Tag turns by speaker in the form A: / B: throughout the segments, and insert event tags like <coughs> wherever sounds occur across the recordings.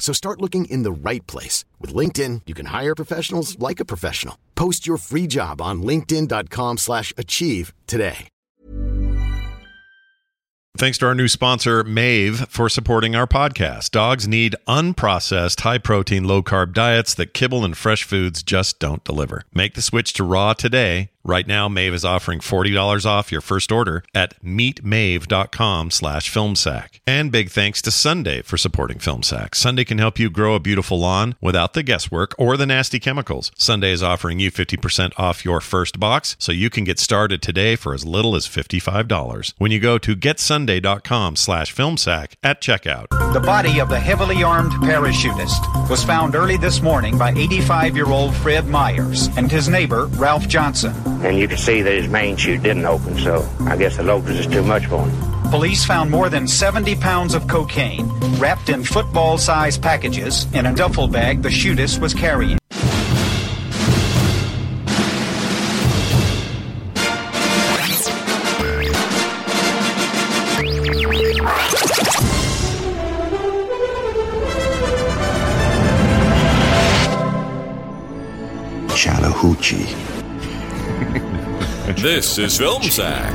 A: So start looking in the right place. With LinkedIn, you can hire professionals like a professional. Post your free job on linkedin.com/achieve slash achieve today.
B: Thanks to our new sponsor, Mave, for supporting our podcast. Dogs need unprocessed, high protein, low carb diets that kibble and fresh foods just don't deliver. Make the switch to raw today. Right now, Mave is offering $40 off your first order at meetmave.com slash filmsack. And big thanks to Sunday for supporting FilmSack. Sunday can help you grow a beautiful lawn without the guesswork or the nasty chemicals. Sunday is offering you 50% off your first box, so you can get started today for as little as $55 when you go to getsunday.com slash filmsack at checkout.
C: The body of the heavily armed parachutist was found early this morning by 85 year old Fred Myers and his neighbor, Ralph Johnson.
D: And you could see that his main chute didn't open, so I guess the load was just too much for him.
C: Police found more than 70 pounds of cocaine wrapped in football sized packages in a duffel bag the shootist was carrying.
E: Chattahoochee.
F: This is Film Sack.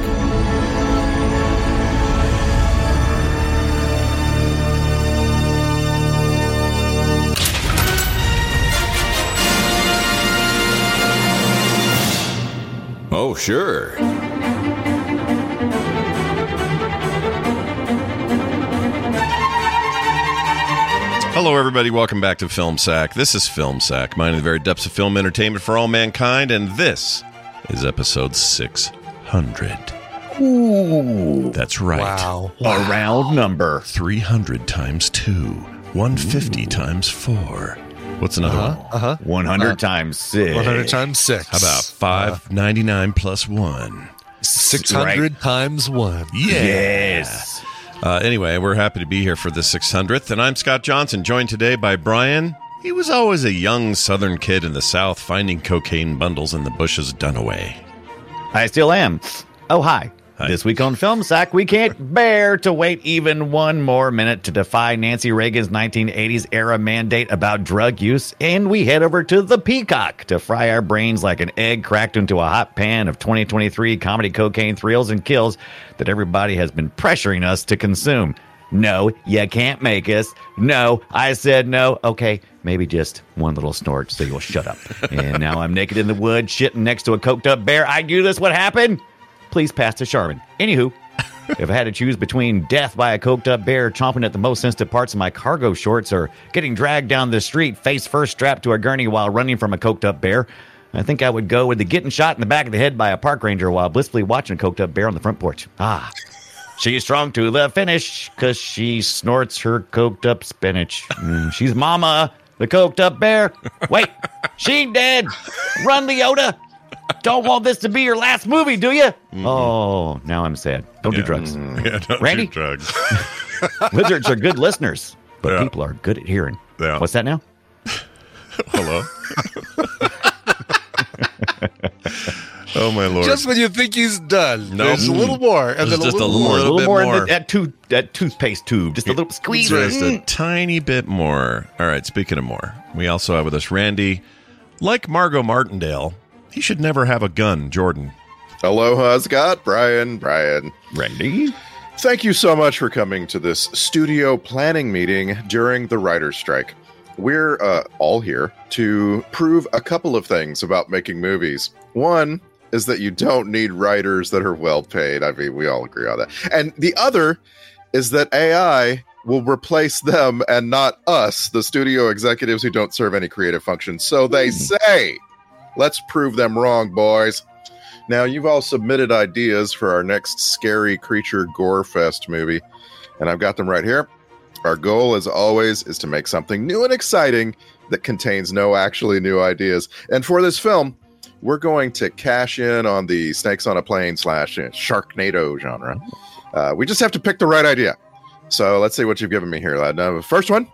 F: Oh, sure.
B: Hello, everybody. Welcome back to Film Sack. This is Film Sack, mine in the very depths of film entertainment for all mankind, and this is episode 600. Ooh. That's right. Wow.
G: A round number.
B: 300 times 2, 150 times 4. What's another one?
H: Uh
G: uh-huh.
H: huh.
G: 100 times 6.
H: 100 times six.
B: How about 599 plus 1?
H: 600 times one?
G: Yes.
B: Uh, anyway, we're happy to be here for the 600th, and I'm Scott Johnson, joined today by Brian. He was always a young Southern kid in the South, finding cocaine bundles in the bushes done away. <laughs>
G: I still am. Oh, hi.
B: Hi.
G: This week on Film Sack, we can't bear to wait even one more minute to defy Nancy Reagan's 1980s era mandate about drug use, and we head over to the Peacock to fry our brains like an egg cracked into a hot pan of 2023 comedy cocaine thrills and kills that everybody has been pressuring us to consume. No, you can't make us. No, I said no. Okay, maybe just one little snort so you'll shut up. and now I'm naked in the wood, shitting next to a coked up bear. I knew this would happen please pass to Charmin. Anywho, if I had to choose between death by a coked up bear chomping at the most sensitive parts of my cargo shorts or getting dragged down the street face first strapped to a gurney while running from a coked up bear, I think I would go with the getting shot in the back of the head by a park ranger while blissfully watching a coked up bear on the front porch. Ah. She's strong to the finish because she snorts her coked up spinach. Mm, she's mama, the coked up bear. Wait, she dead. Run, Leota. Don't want this to be your last movie, do you? Oh, now I'm sad. Don't do drugs.
B: Mm-hmm. Yeah, Mm-hmm. don't
G: Randy?
B: do drugs.
G: <laughs> Lizards are good listeners, but
B: Yeah.
G: people are good at hearing.
B: Yeah.
G: What's that now?
B: Hello. oh my lord!
H: Just when you think he's done,
B: No.
H: there's a little more, and
B: There's
H: then a
B: just a little
H: little more.
G: a little
B: bit
G: more, in
B: more.
G: the- that, tooth, that toothpaste tube. Just a little squeeze.
B: Just a
G: Mm.
B: tiny bit more. All right. Speaking of more, we also have with us Randy. Like Margot Martindale, he should never have a gun. Jordan.
I: Aloha, Scott, Brian, Brian.
G: Mm. Randy?
I: Thank you so much for coming to this studio planning meeting during the writer's strike. We're uh, all here to prove a couple of things about making movies. One is that you don't need writers that are well paid. I mean, we all agree on that. And the other is that AI will replace them and not us, the studio executives who don't serve any creative function. So they say, let's prove them wrong, boys. Now, you've all submitted ideas for our next scary creature gore fest movie, and I've got them right here. Our goal, as always, is to make something new and exciting that contains no actually new ideas. And for this film, we're going to cash in on the snakes on a plane slash Sharknado genre. Uh, we just have to pick the right idea. So let's see what you've given me here, lad. Now, the first one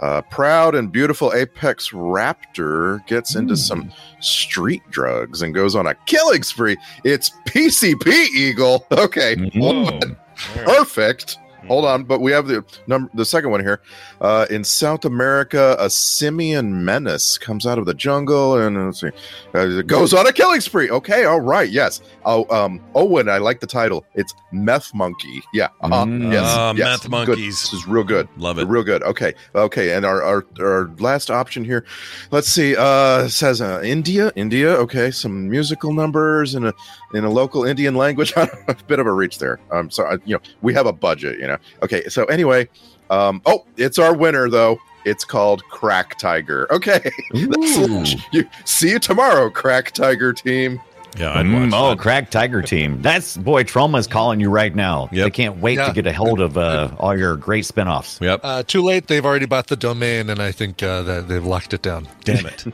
I: uh, proud and beautiful apex raptor gets into some street drugs and goes on a killing spree. It's PCP Eagle. <laughs> Okay, hold on. perfect. Hold on, but we have the number the second one here. Uh, in South America, a simian menace comes out of the jungle and let's see, uh, it goes on a killing spree. Okay, all right, yes. Oh, um, Owen, I like the title. It's Meth Monkey. Yeah, uh-huh.
G: Mm.
I: yes,
B: Ah,
I: yes.
B: Meth
I: Good.
B: Monkeys.
I: This is real good.
B: Love it.
I: Real good. Okay. Okay. And our our, our last option here. Let's see. Uh it says uh, India. India. Okay. Some musical numbers in a in a local Indian language. <laughs> I don't know, a bit of a reach there. Um so I, you know, we have a budget, you know. Okay. So anyway, um oh, it's our winner though. It's called Crack Tiger. Okay. <laughs> That's- <laughs> you see you tomorrow, Crack Tiger team.
B: Yeah, I'd watch
G: Mm, oh,
B: that.
G: crack tiger team. That's boy, trauma's calling you right now.
B: Yep.
G: They can't wait
H: Yeah.
G: to get a hold of uh, all your great spinoffs.
B: Yep.
H: Uh, too late. They've already bought the domain, and I think uh, that they've locked it down.
B: <laughs> Damn it.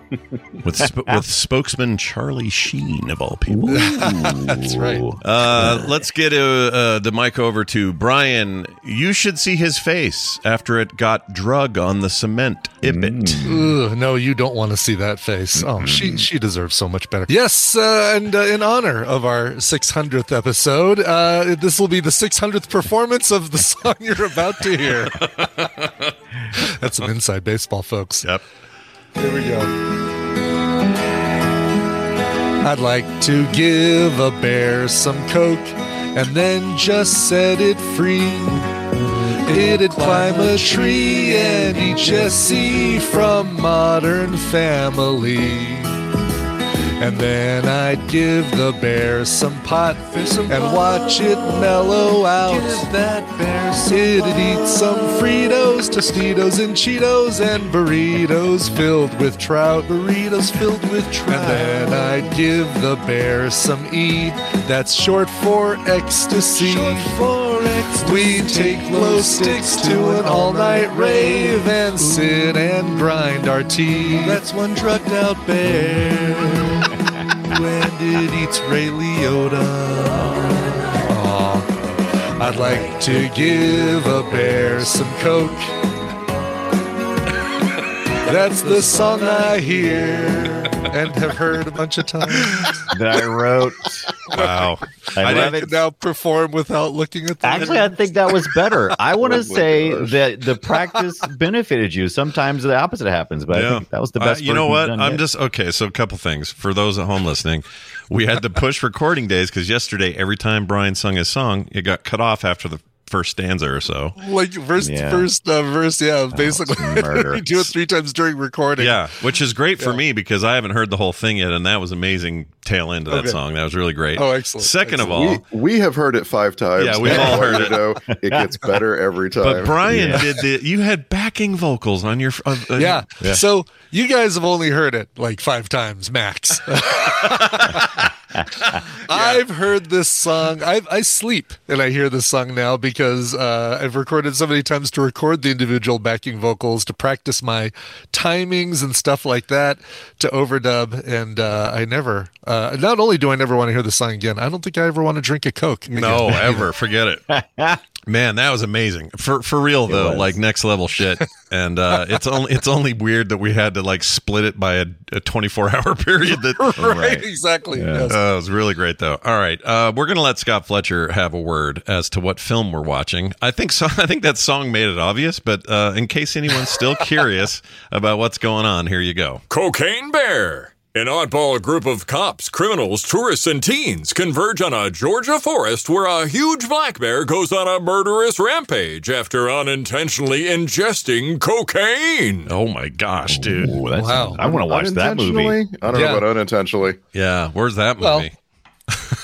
B: with sp- with spokesman Charlie Sheen of all people.
H: That's right.
B: <laughs> Uh, let's get uh, uh, the mic over to Brian. You should see his face after it got drug on the cement. Ibit.
H: Ugh, no, you don't want to see that face. Oh, she she deserves so much better. Yes, uh, and uh, in honor of our 600th episode, uh, this will be the 600th performance of the <laughs> song you're about
B: <laughs>
H: to hear. That's some inside baseball, folks.
B: Yep.
H: Here we go. I'd like to give a bear some coke and then just set it free. It'd climb a tree and eat Jesse from Modern Family. And then I'd give the bear some pot and watch it mellow out. It'd eat some Fritos, Tostitos, and Cheetos, and burritos filled with trout. Burritos filled with trout. And then I'd give the bear some E. That's short for ecstasy. We take low sticks to an all-night rave and sit and grind our tea. That's one drugged-out bear when it eats Ray Liotta. Aw. I'd like to give a bear some coke. That's the song I hear and have heard a bunch of times.
G: That
B: <laughs>
G: I wrote.
B: Wow.
G: I,
B: I
G: love
H: I
G: it.
H: can now perform without looking at the
G: Actually, I think that was better.
B: <laughs>
G: I want
I: Oh my
G: to say
I: gosh.
G: that the practice benefited you. Sometimes the opposite happens, but I
B: Yeah.
G: think that was the
B: Uh,
G: best.
B: you know
G: version
B: what?
G: done
B: I'm
G: yet.
B: just okay. So a couple things for those at home listening. We had to push <laughs> recording days because yesterday, every time Brian sung his song, it got cut off after the first stanza or so.
H: like verse
G: Yeah. Oh,
H: first uh, verse yeah basically <laughs>
G: murder.
H: we do it three times during recording
B: Yeah, which is great for me because I haven't heard the whole thing yet, and that was amazing tail end of that
H: Okay.
B: song. That was really great.
H: Oh, excellent.
B: Second of all,
I: We, we have heard it five times.
B: Yeah,
I: <laughs>
B: we've
I: And
B: all heard
I: you
B: it.
I: know, it gets better every
B: <laughs>
I: time.
B: But Brian
G: Yeah.
B: did the. You had backing vocals on your. Uh, uh,
H: yeah. So you guys have only heard it like five times max. <laughs> I've heard this song. I, I sleep and I hear this song now because uh, I've recorded so many times to record the individual backing vocals to practice my timings and stuff like that to overdub. And uh, I never, uh, not only do I never want to hear the song again, I don't think I ever want to drink a Coke. again.
B: No, ever forget it. Man, that was amazing. For for real though,
G: was.
B: like next level shit. And uh, it's only it's only weird that we had to like split it by a, a 24 hour <laughs> period that
H: <laughs> right, exactly. Yes.
B: <laughs> Uh, it was really great, though. All right, uh, we're gonna let Scott Fletcher have a word as to what film we're watching. I think so. <laughs> I think that song made it obvious, but uh, in case anyone's still <laughs> curious about what's going on, here you go.
F: Cocaine Bear. An oddball group of cops, criminals, tourists, and teens converge on a Georgia forest where a huge black bear goes on a murderous rampage after unintentionally ingesting cocaine.
B: Oh my gosh, dude!
G: Ooh, that's,
H: Wow.
G: I want to watch that movie.
I: Unintentionally? I don't
H: Yeah.
I: know about unintentionally.
B: Yeah, where's that movie?
H: Well,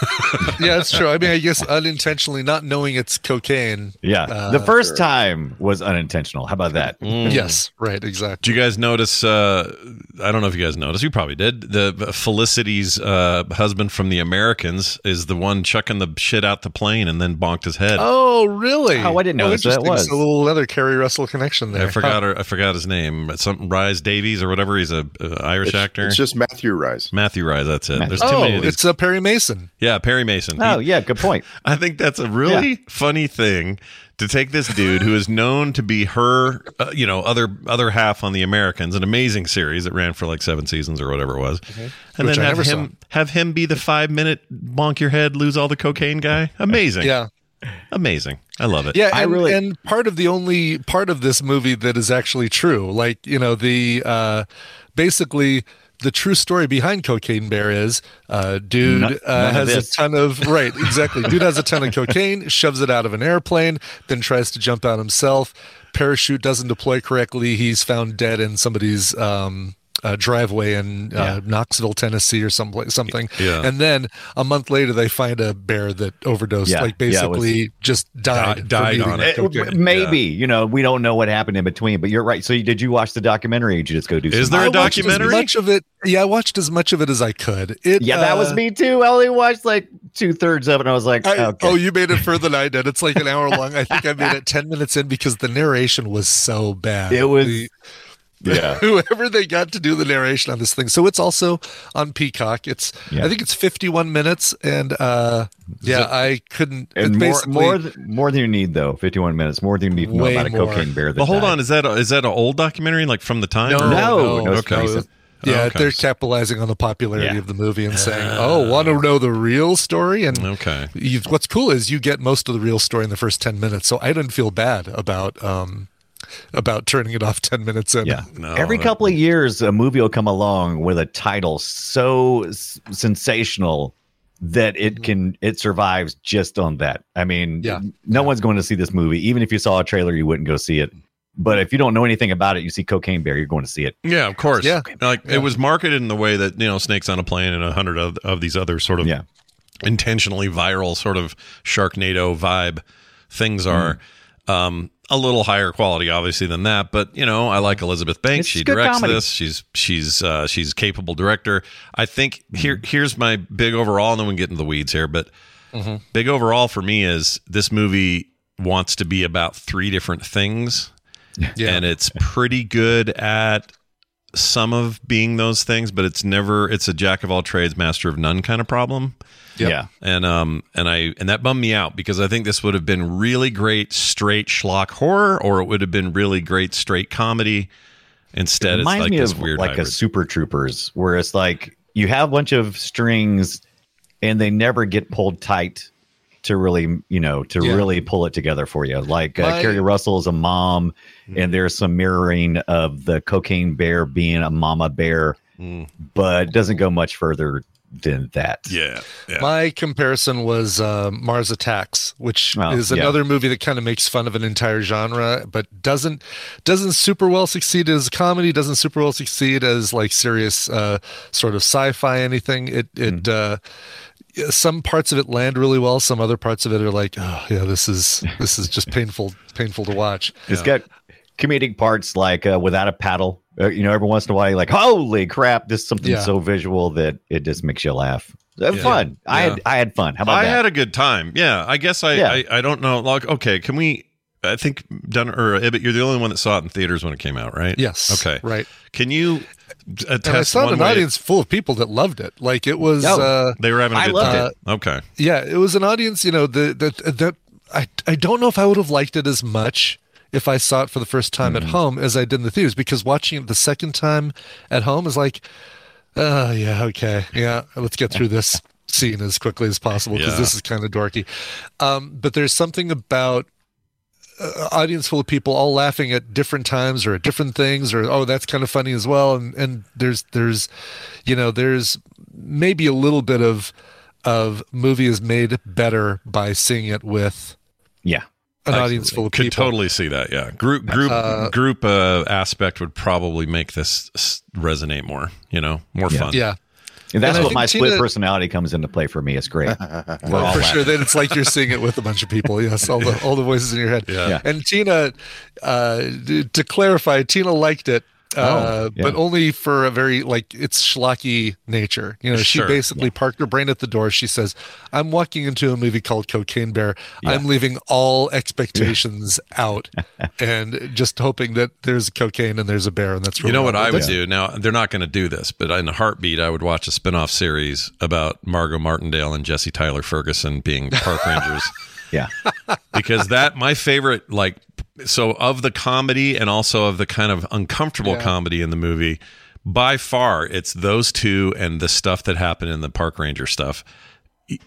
H: yeah, that's true. I mean, I guess unintentionally, not knowing it's cocaine.
G: Yeah.
B: Uh,
G: the first time was unintentional. How about that?
B: Mm.
H: Yes, right, exactly.
B: Do you guys notice? Uh, I don't know if you guys noticed. You probably did. The Felicity's uh, husband from The Americans is the one chucking the shit out the plane and then bonked his head.
H: Oh, really?
G: Oh, I didn't
H: know
G: notice that was.
H: a little leather Carrie Russell connection there.
B: I forgot her. I forgot his name. Something Rise Davies or whatever. He's a, uh Irish
I: It's,
B: actor.
I: it's just Matthew Rice.
B: Matthew Rise. That's it. There's too
H: Oh,
B: many of these.
H: it's a Perry Mason.
B: Yeah, Perry Mason.
G: Oh,
B: He-
G: yeah. Good
B: <laughs>
G: point.
B: I think that's a really
G: Yeah.
B: funny thing to take this dude who is known to be her, uh, you know, other other half on the Americans, an amazing series that ran for like seven seasons or whatever it was, and
H: Which
B: then
H: I
B: have
H: never
B: him have him be the five minute bonk your head, lose all the cocaine guy. Amazing,
H: Yeah.
B: amazing. I love it.
H: Yeah,
G: I
H: and,
G: really-
H: and part of the only part of this movie that is actually true, like you know the uh, basically the true story behind Cocaine Bear is uh, dude
G: None- none
H: uh,
G: of
H: has a
G: this.
H: ton of right exactly dude has a ton of cocaine, <laughs> shoves it out of an airplane, then tries to jump out himself. Parachute doesn't deploy correctly. He's found dead in somebody's. Um, uh, driveway in
G: Yeah.
H: uh, Knoxville, Tennessee, or someplace, something,
B: Yeah.
H: and then a month later they find a bear that overdosed,
G: Yeah,
H: like
G: yeah, it was-
H: basically just died, from
B: died
H: eating
B: on it.
H: that
G: Uh,
H: cocaine.
G: Maybe you know we don't know what happened in between, but you're right. So you, did you watch the documentary? Or did you just go do?
B: Is
G: some-
B: there a
H: I watched as
B: documentary?
H: much of it, yeah, I watched as much of it as I could. It,
G: Yeah, that was
H: uh,
G: me too. I only watched like two thirds of it. and I was like,
H: I,
G: okay.
H: Oh, you made it further than I did. It's like an hour long. I think I made it ten minutes in because the narration was so bad.
G: It was-
H: The-
G: yeah.
H: whoever they got to do the narration on this thing. So it's also on Peacock. It's
G: Yeah.
H: I think it's fifty one minutes, and uh, yeah, I couldn't.
G: And more,
H: it basically-
G: more, th- more than you need though. Fifty-one minutes. More than you need to know
H: Way
G: about a
H: more.
G: cocaine bear. That
B: But hold
G: died.
B: on, is that a, is that an old documentary like from the time?
H: No,
B: or-
G: No, no, it's
B: okay.
G: recent.
H: Yeah,
B: Okay. Ah.
H: they're capitalizing on the popularity
G: Yeah.
H: of the movie and saying, "Oh, want to know the real story?" And
B: Okay.
H: you what's cool is you get most of the real story in the first ten minutes, so I didn't feel bad about um about turning it off <laughs> ten minutes in.
G: Yeah.
B: No,
G: Every
B: that-
G: couple of years, a movie will come along with a title so s- sensational that it can it survives just on that. I mean,
H: Mm-hmm. Yeah.
G: no one's going to see this movie. Even if you saw a trailer, you wouldn't go see it. But if you don't know anything about it, you see Cocaine Bear, you're going to see it.
B: Yeah, of course.
H: Yeah.
B: Like it was marketed in the way that, you know, Snakes on a Plane and a hundred of, of these other sort of
G: Yeah.
B: intentionally viral sort of Sharknado vibe things are.
G: Mm-hmm.
B: Um, a little higher quality, obviously, than that. But you know, I like Elizabeth Banks.
G: Mm-hmm. It's
B: she
G: good
B: directs
G: comedy.
B: this. She's she's uh, she's a capable director. I think
G: Mm-hmm.
B: here here's my big overall, and then we can get into the weeds here. But
G: Mm-hmm.
B: big overall for me is this movie wants to be about three different things
H: Yeah.
B: and it's pretty good at some of being those things but it's never it's a jack of all trades master of none kind of problem
H: Yep.
G: Yeah.
B: and um and i and that bummed me out because i think this would have been really great straight schlock horror or it would have been really great straight comedy instead it's
G: reminds
B: like
G: me
B: this
G: of
B: weird
G: like
B: hybrid.
G: a Super Troopers, where it's like you have a bunch of strings, and they never get pulled tight to really, you know, to
H: Yeah.
G: really pull it together for you. Like uh,
H: My- Hmm.
G: Carrie Russell is a mom, and there's some mirroring of the cocaine bear being a mama bear,
H: Hmm.
G: but it doesn't go much further than that.
B: yeah yeah
H: My comparison was uh, Mars Attacks, which
G: Oh,
H: is
G: yeah.
H: another movie that kind of makes fun of an entire genre, but doesn't doesn't super well succeed as a comedy, doesn't super well succeed as like serious uh, sort of sci-fi anything. It it
B: Mm-hmm.
H: uh, some parts of it land really well, some other parts of it are like, oh yeah, this is this is
B: <laughs>
H: just painful painful to watch.
G: It's got comedic parts like uh, without a paddle. Uh, you know, every once in a while, you're like, "Holy crap! This is something
H: Yeah.
G: so visual that it just makes you laugh." Uh,
B: Yeah.
G: Fun. I
B: Yeah.
G: had I had fun. How about
B: I
G: that?
B: had a good time. Yeah, I guess I,
G: Yeah.
B: I I don't know. Like, okay, can we? I think Dunn or Ibbett, you're the only one that saw it in theaters when it came out, right?
H: Yes.
B: Okay.
H: Right.
B: Can you
H: And I
B: attest
H: saw
B: one
H: an
B: way-
H: audience full of people that loved it. Like it was
G: Oh.
H: uh
B: They were having a
G: I
B: good
G: loved
B: time. Okay.
H: yeah it was an audience you know the the, the I, I don't know if i would have liked it as much if i saw it for the first time at home as i did in the theaters because watching it the second time at home is like oh yeah okay yeah let's get through this scene as quickly as possible because
B: Yeah.
H: this is kind of dorky um, but there's something about uh, audience full of people all laughing at different times or at different things or oh that's kind of funny as well and and there's there's you know there's maybe a little bit of of movie is made better by seeing it with
G: yeah.
H: an
B: I
H: audience full of
B: Could
H: people
B: totally see that. Yeah. Group group group uh, aspect would probably make this s- resonate more. You know, more fun.
H: yeah
G: And that's
H: And I
G: what
H: think
G: my split
H: Tina-
G: personality comes into play for me.
B: <laughs>
G: It's great. We're all
H: for
G: laughing.
H: sure. Then it's like you're seeing it with a bunch of people. Yes, all the all the voices in your head.
B: Yeah.
G: Yeah.
H: And Tina, uh, d- to clarify, Tina liked it, uh,
G: Oh, yeah.
H: but only for a very like it's schlocky nature. You know, she
B: Sure.
H: basically parked her brain at the door. She says, "I'm walking into a movie called Cocaine Bear. I'm leaving all expectations <laughs> out, and just hoping that there's cocaine and there's a bear, and that's
B: You
H: really
B: know
H: all
B: what I
H: it
B: would
H: is."
B: do? Now, they're not going to do this, but in a heartbeat, I would watch a spinoff series about Margot Martindale and Jesse Tyler Ferguson being
H: <laughs>
B: park rangers
G: Yeah.
B: because that, my favorite, like, so of the comedy and also of the kind of uncomfortable comedy in the movie, by far, it's those two and the stuff that happened in the park ranger stuff.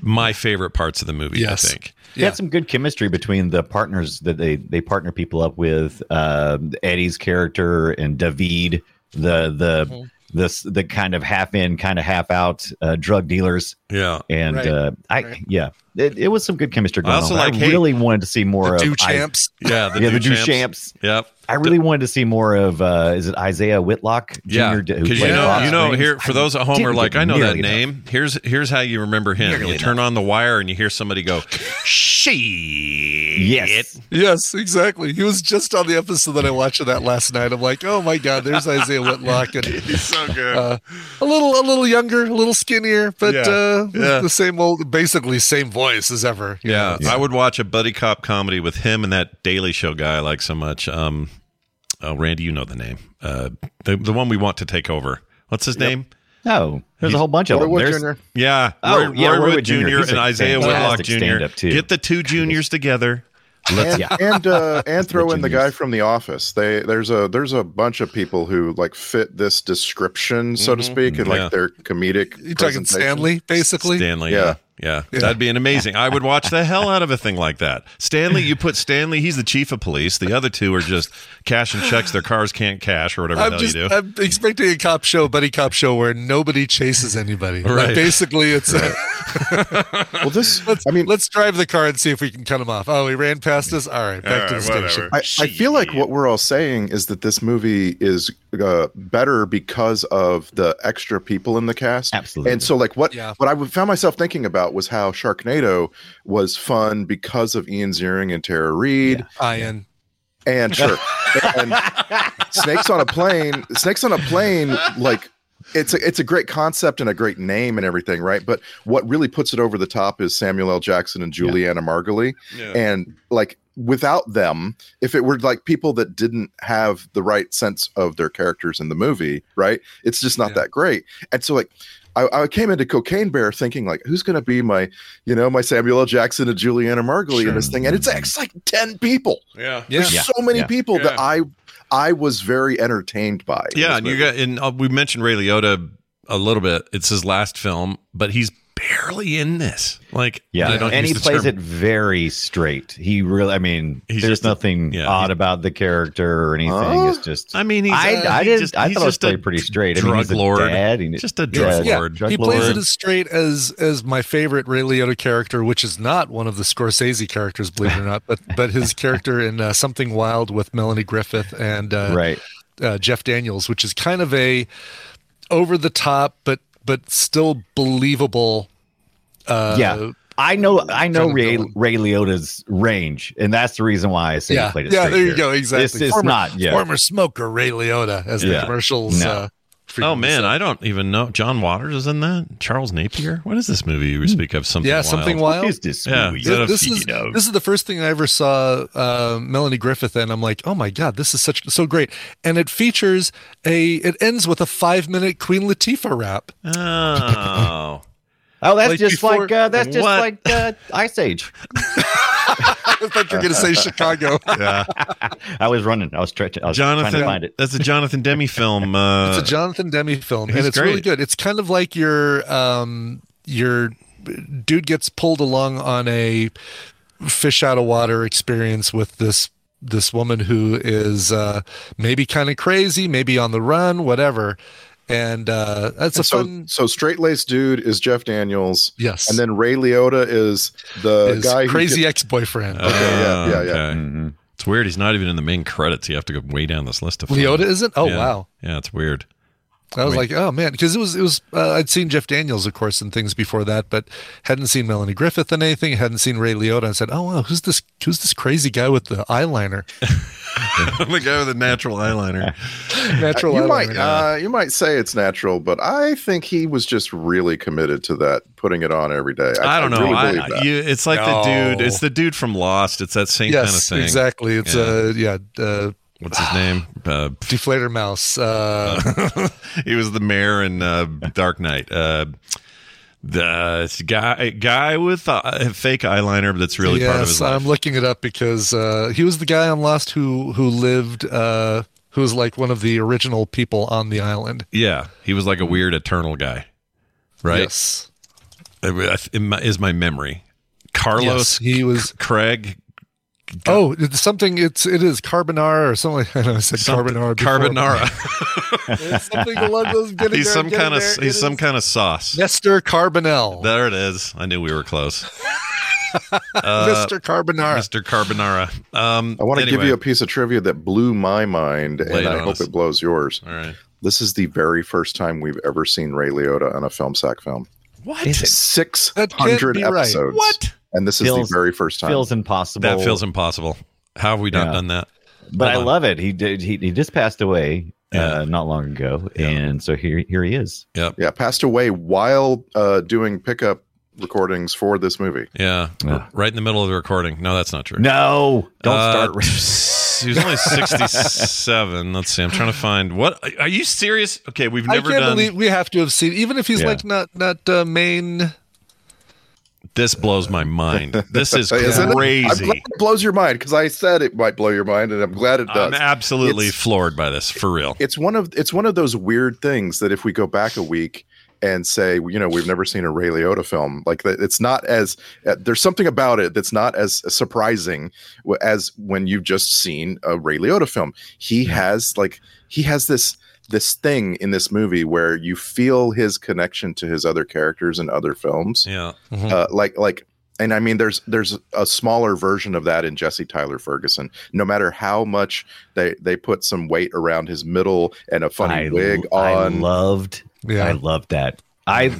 B: My favorite parts of the movie,
H: Yes.
B: I think.
G: They had some good chemistry between the partners that they they partner people up with. Um Eddie's character and David, the the
B: Mm-hmm.
G: this the kind of half in, kind of half out uh, drug dealers,
B: Yeah.
G: and
H: Right,
G: uh, I
H: right.
G: yeah, it, it was some good chemistry. Going
B: also
G: on.
B: like,
G: I
B: hey,
G: really wanted to see more
H: The
G: of
H: two
G: I-
H: champs.
B: Yeah.
G: yeah, the Duchamps.
B: Yep.
G: I really wanted to see more of uh, is it Isaiah Whitlock?
B: Yeah,
G: Jr. d- who
B: because you
G: played
B: know,
G: Bob
B: you know,
G: Springs?
B: here for those at home
G: didn't
B: are like,
G: get
B: I know that
G: nearly enough.
B: name. Here's here's how you remember him. you turn on the wire and you hear somebody go, "She."
G: Yes,
H: Yes, exactly. He was just on the episode that I watched of that last night. I'm like, oh my god, there's Isaiah Whitlock,
B: <laughs>
H: and he's so good. Uh, a little, a little younger, a little skinnier, but
B: Yeah.
H: uh,
B: Yeah.
H: the same old, basically same voice as ever. you
B: Yeah,
H: know?
B: I would watch a buddy cop comedy with him and that Daily Show guy I like so much. Um, oh, Randy, you know the name. Uh, the the one we want to take over. What's his name?
G: no, there's a whole bunch of them.
I: Wood
G: There's-
I: Jr.
B: Yeah,
G: Oh,
B: Roy,
G: yeah,
B: Roy
G: Roy
B: Wood
G: Wood
B: Jr.
G: Jr. He's
B: and
G: a
B: Isaiah Whitlock
G: fantastic
B: Jr.
G: stand-up, too.
B: Get the two juniors together.
I: and,
G: yeah.
I: <laughs> and uh and throw in the
G: genius.
I: guy from the office they there's a there's a bunch of people who like fit this description so to speak and like
B: Yeah.
I: their comedic
H: you talking
I: presentation.
H: Stanley, basically.
B: Stanley. Yeah.
I: Yeah.
B: yeah. That'd be an amazing. I would watch the hell out of a thing like that. Stanley, you put Stanley, he's the chief of police. The other two are just cash and checks. Their cars can't cash or whatever the
H: I'm
B: hell
H: just,
B: you do.
H: I'm expecting a cop show, buddy cop show, where nobody chases anybody. Like,
B: Right.
H: basically, it's a,
I: well this
H: <laughs> let's,
I: i mean
H: <laughs> let's drive the car and see if we can cut him off. Oh, he ran past us. All right, back to the station.
I: I, I feel like what we're all saying is that this movie is uh, better because of the extra people in the cast.
G: Absolutely.
I: And so, like, what
H: Yeah.
I: what I would- found myself thinking about was how Sharknado was fun because of Ian Ziering and Tara Reid
H: Ian.
I: and sure, and Snakes on a Plane. Snakes on a Plane, like. It's a, it's a great concept and a great name and everything, right? But what really puts it over the top is Samuel L. Jackson and Juliana Margulies and like without them if it were like people that didn't have the right sense of their characters in the movie right it's just not
H: Yeah.
I: that great and so like I, I came into cocaine bear thinking like who's going to be my you know my samuel l jackson and juliana margulies in this thing and it's, it's like 10 people
B: Yeah.
I: there's
G: Yeah.
I: so many
G: Yeah.
I: people that i i was very entertained by in
B: Yeah.
I: this
B: And you
I: movie.
B: got, and uh, we mentioned Ray Liotta a little bit. It's his last film, but he's barely in this. Like,
G: Yeah,
B: I don't
G: and he
B: use the
G: plays
B: term-
G: it very straight. He really, I mean,
B: He's
G: there's
B: just a-
G: nothing
B: yeah,
G: odd
B: he-
G: about the character or anything.
I: Huh?
G: it's just,
B: I mean, he's,
G: I,
B: uh,
G: I
B: he
G: didn't,
B: just-
G: I
B: he's
G: thought it was
B: just a
G: played pretty straight. I mean,
B: drug
G: he's a
B: lord.
G: dad, and-
B: Just a drug
G: yeah,
B: lord.
G: Drug
H: he plays
G: lord.
H: it as straight as as my favorite Ray Liotta character, which is not one of the Scorsese characters, believe it or not, but
G: <laughs>
H: but his character in uh, Something Wild with Melanie Griffith and uh,
G: right.
H: uh, Jeff Daniels, which is kind of a over the top but but still believable. Uh,
G: yeah. I know, I know
H: kind of
G: Ray,
H: villain.
G: Ray Liotta's range, and that's the reason why I say
H: Yeah,
G: he played it
H: yeah,
G: straight.
H: there you
G: here.
H: go, exactly.
G: This is
H: Former-
G: not, yeah,
H: Former smoker Ray Liotta, as the
G: Yeah.
H: commercials.
G: No.
H: Uh,
B: Oh
H: frequently
B: man,
H: say.
B: I don't even know. John Waters is in that. Charles Napier. What is this movie you speak of? Something
H: yeah,
B: wild.
H: something wild.
G: is this
B: Yeah.
G: movie?
B: Is that a
H: this
B: CD
H: is this is the first thing I ever saw uh, Melanie Griffith in. I'm like, oh my god, this is such so great, and it features a. It ends with a five minute Queen Latifah rap. <laughs>
B: Oh,
G: Oh, that's
H: Like
G: just
H: before-
G: like uh, that's just
B: What?
G: like uh, Ice Age.
H: I thought you were
B: <laughs>
H: gonna say Chicago.
B: Uh.
G: I was running. I was stretching. I was
B: <laughs>
G: trying
B: Jonathan.
G: to find it.
B: That's a Jonathan Demi film. Uh, <laughs>
H: it's a Jonathan Demi film,
B: he's
H: and it's really
B: great.
H: good. It's kind of like your um your dude gets pulled along on a fish out of water experience with this this woman who is uh maybe kind of crazy, maybe on the run, whatever. And uh that's a
I: so,
H: fun
I: so straight laced dude is Jeff Daniels.
H: Yes.
I: And then Ray Liotta is the
H: is
I: guy who
H: crazy
I: gets-
H: ex-boyfriend.
B: Oh,
I: yeah, yeah, yeah.
B: okay. Mm-hmm. It's weird. He's not even in the main credits. You have to go way down this list to find
H: Leota
B: him.
H: isn't? Oh
B: yeah.
H: wow.
B: Yeah, it's weird.
H: I was
B: Wait.
H: like, oh man, because it was it was uh, I'd seen Jeff Daniels, of course, and things before that, but hadn't seen Melanie Griffith in anything. Hadn't seen Ray Liotta. I said, oh wow, who's this? Who's this crazy guy with the eyeliner?
B: <laughs> the guy with the natural eyeliner. <laughs>
H: <laughs> Natural
I: you
H: eyeliner.
I: might uh, you might say it's natural, but I think he was just really committed to that, putting it on every day.
B: I don't know.
I: really
B: I-
I: believe
B: I-
I: that.
B: you, it's like the
F: No.
B: dude. It's the dude from Lost. It's that same
H: yes,
B: kind of thing.
H: exactly. It's
B: Yeah.
H: uh yeah, uh,
B: What's his
H: <sighs>
B: name? Uh, <laughs>
H: deflator mouse. Uh,
B: he was the mayor in uh, Dark Knight. Uh, the guy guy with uh, fake eyeliner that's really
H: yes,
B: part of his life.
H: I'm looking it up because uh, he was the guy on Lost who who lived uh, who was like one of the original people on the island.
B: yeah, he was like a weird eternal guy, right?
H: Yes.
B: I- I- in my- is my memory. Carlos
H: Yes, he was.
B: Craig
H: Oh, it's something. It's it is carbonara or something. <laughs> I know I said
B: something-
H: carbonara. Before,
B: Carbonara.
H: <laughs> It's something along those. getting
B: <laughs> he's
H: there,
B: some
H: getting
B: kind of
H: there. It
B: he's some
H: is
B: kind of sauce.
H: Nestor Carbonell.
B: There it is. I knew we were
H: <laughs>
B: close. uh,
H: Mr. Carbonara.
B: Mr. Carbonara. Um,
I: I want to give
B: anyway.
I: you a piece of trivia that blew my mind,
B: Lay it
I: and I
B: on
I: hope
B: us.
I: it blows yours.
B: All right.
I: This is the very first time we've ever seen Ray Liotta on a film sack film.
G: What is it?
I: Six
H: That can't
I: hundred
H: be right.
I: episodes.
B: What?
I: And this is
G: Feels-
I: the very first time.
G: Feels impossible.
B: That feels impossible. How have we not
G: Yeah.
B: done that?
G: but I
B: Hold on.
G: love it. He did. He, he just passed away
B: Yeah.
G: uh, not long ago,
B: Yeah.
G: and so here here he is.
B: Yep.
I: yeah, passed away while uh, doing pickup recordings for this movie.
B: Yeah.
G: Yeah.
B: Right in the middle of the recording. No, that's not true.
G: No, don't start.
B: <laughs> Uh, he was only 67. Let's see. I'm trying to find what. Are you serious? Okay, we've
H: I
B: never
H: can't
B: done.
H: believe we have to have seen. Even if he's
G: Yeah.
H: like not not uh, main.
B: this blows my mind. This is
I: Isn't it? I'm
B: crazy.
I: glad it blows your mind because I said it might blow your mind, and I'm glad it
B: I'm
I: does.
B: absolutely
I: It's-
B: floored by this for real.
I: it's one of it's one of those weird things that if we go back a week and say you know we've never seen a Ray Liotta film like that it's not as uh, there's something about it that's not as surprising w- as when you've just seen a Ray Liotta film he has like he has this this thing in this movie where you feel his connection to his other characters in other films
B: yeah.
I: uh,
G: Hmm.
I: like like and i mean there's there's a smaller version of that in jesse tyler ferguson no matter how much they they put some weight around his middle and a funny
G: I,
I: wig
G: I
I: on
G: loved.
H: Yeah.
G: I loved that. I.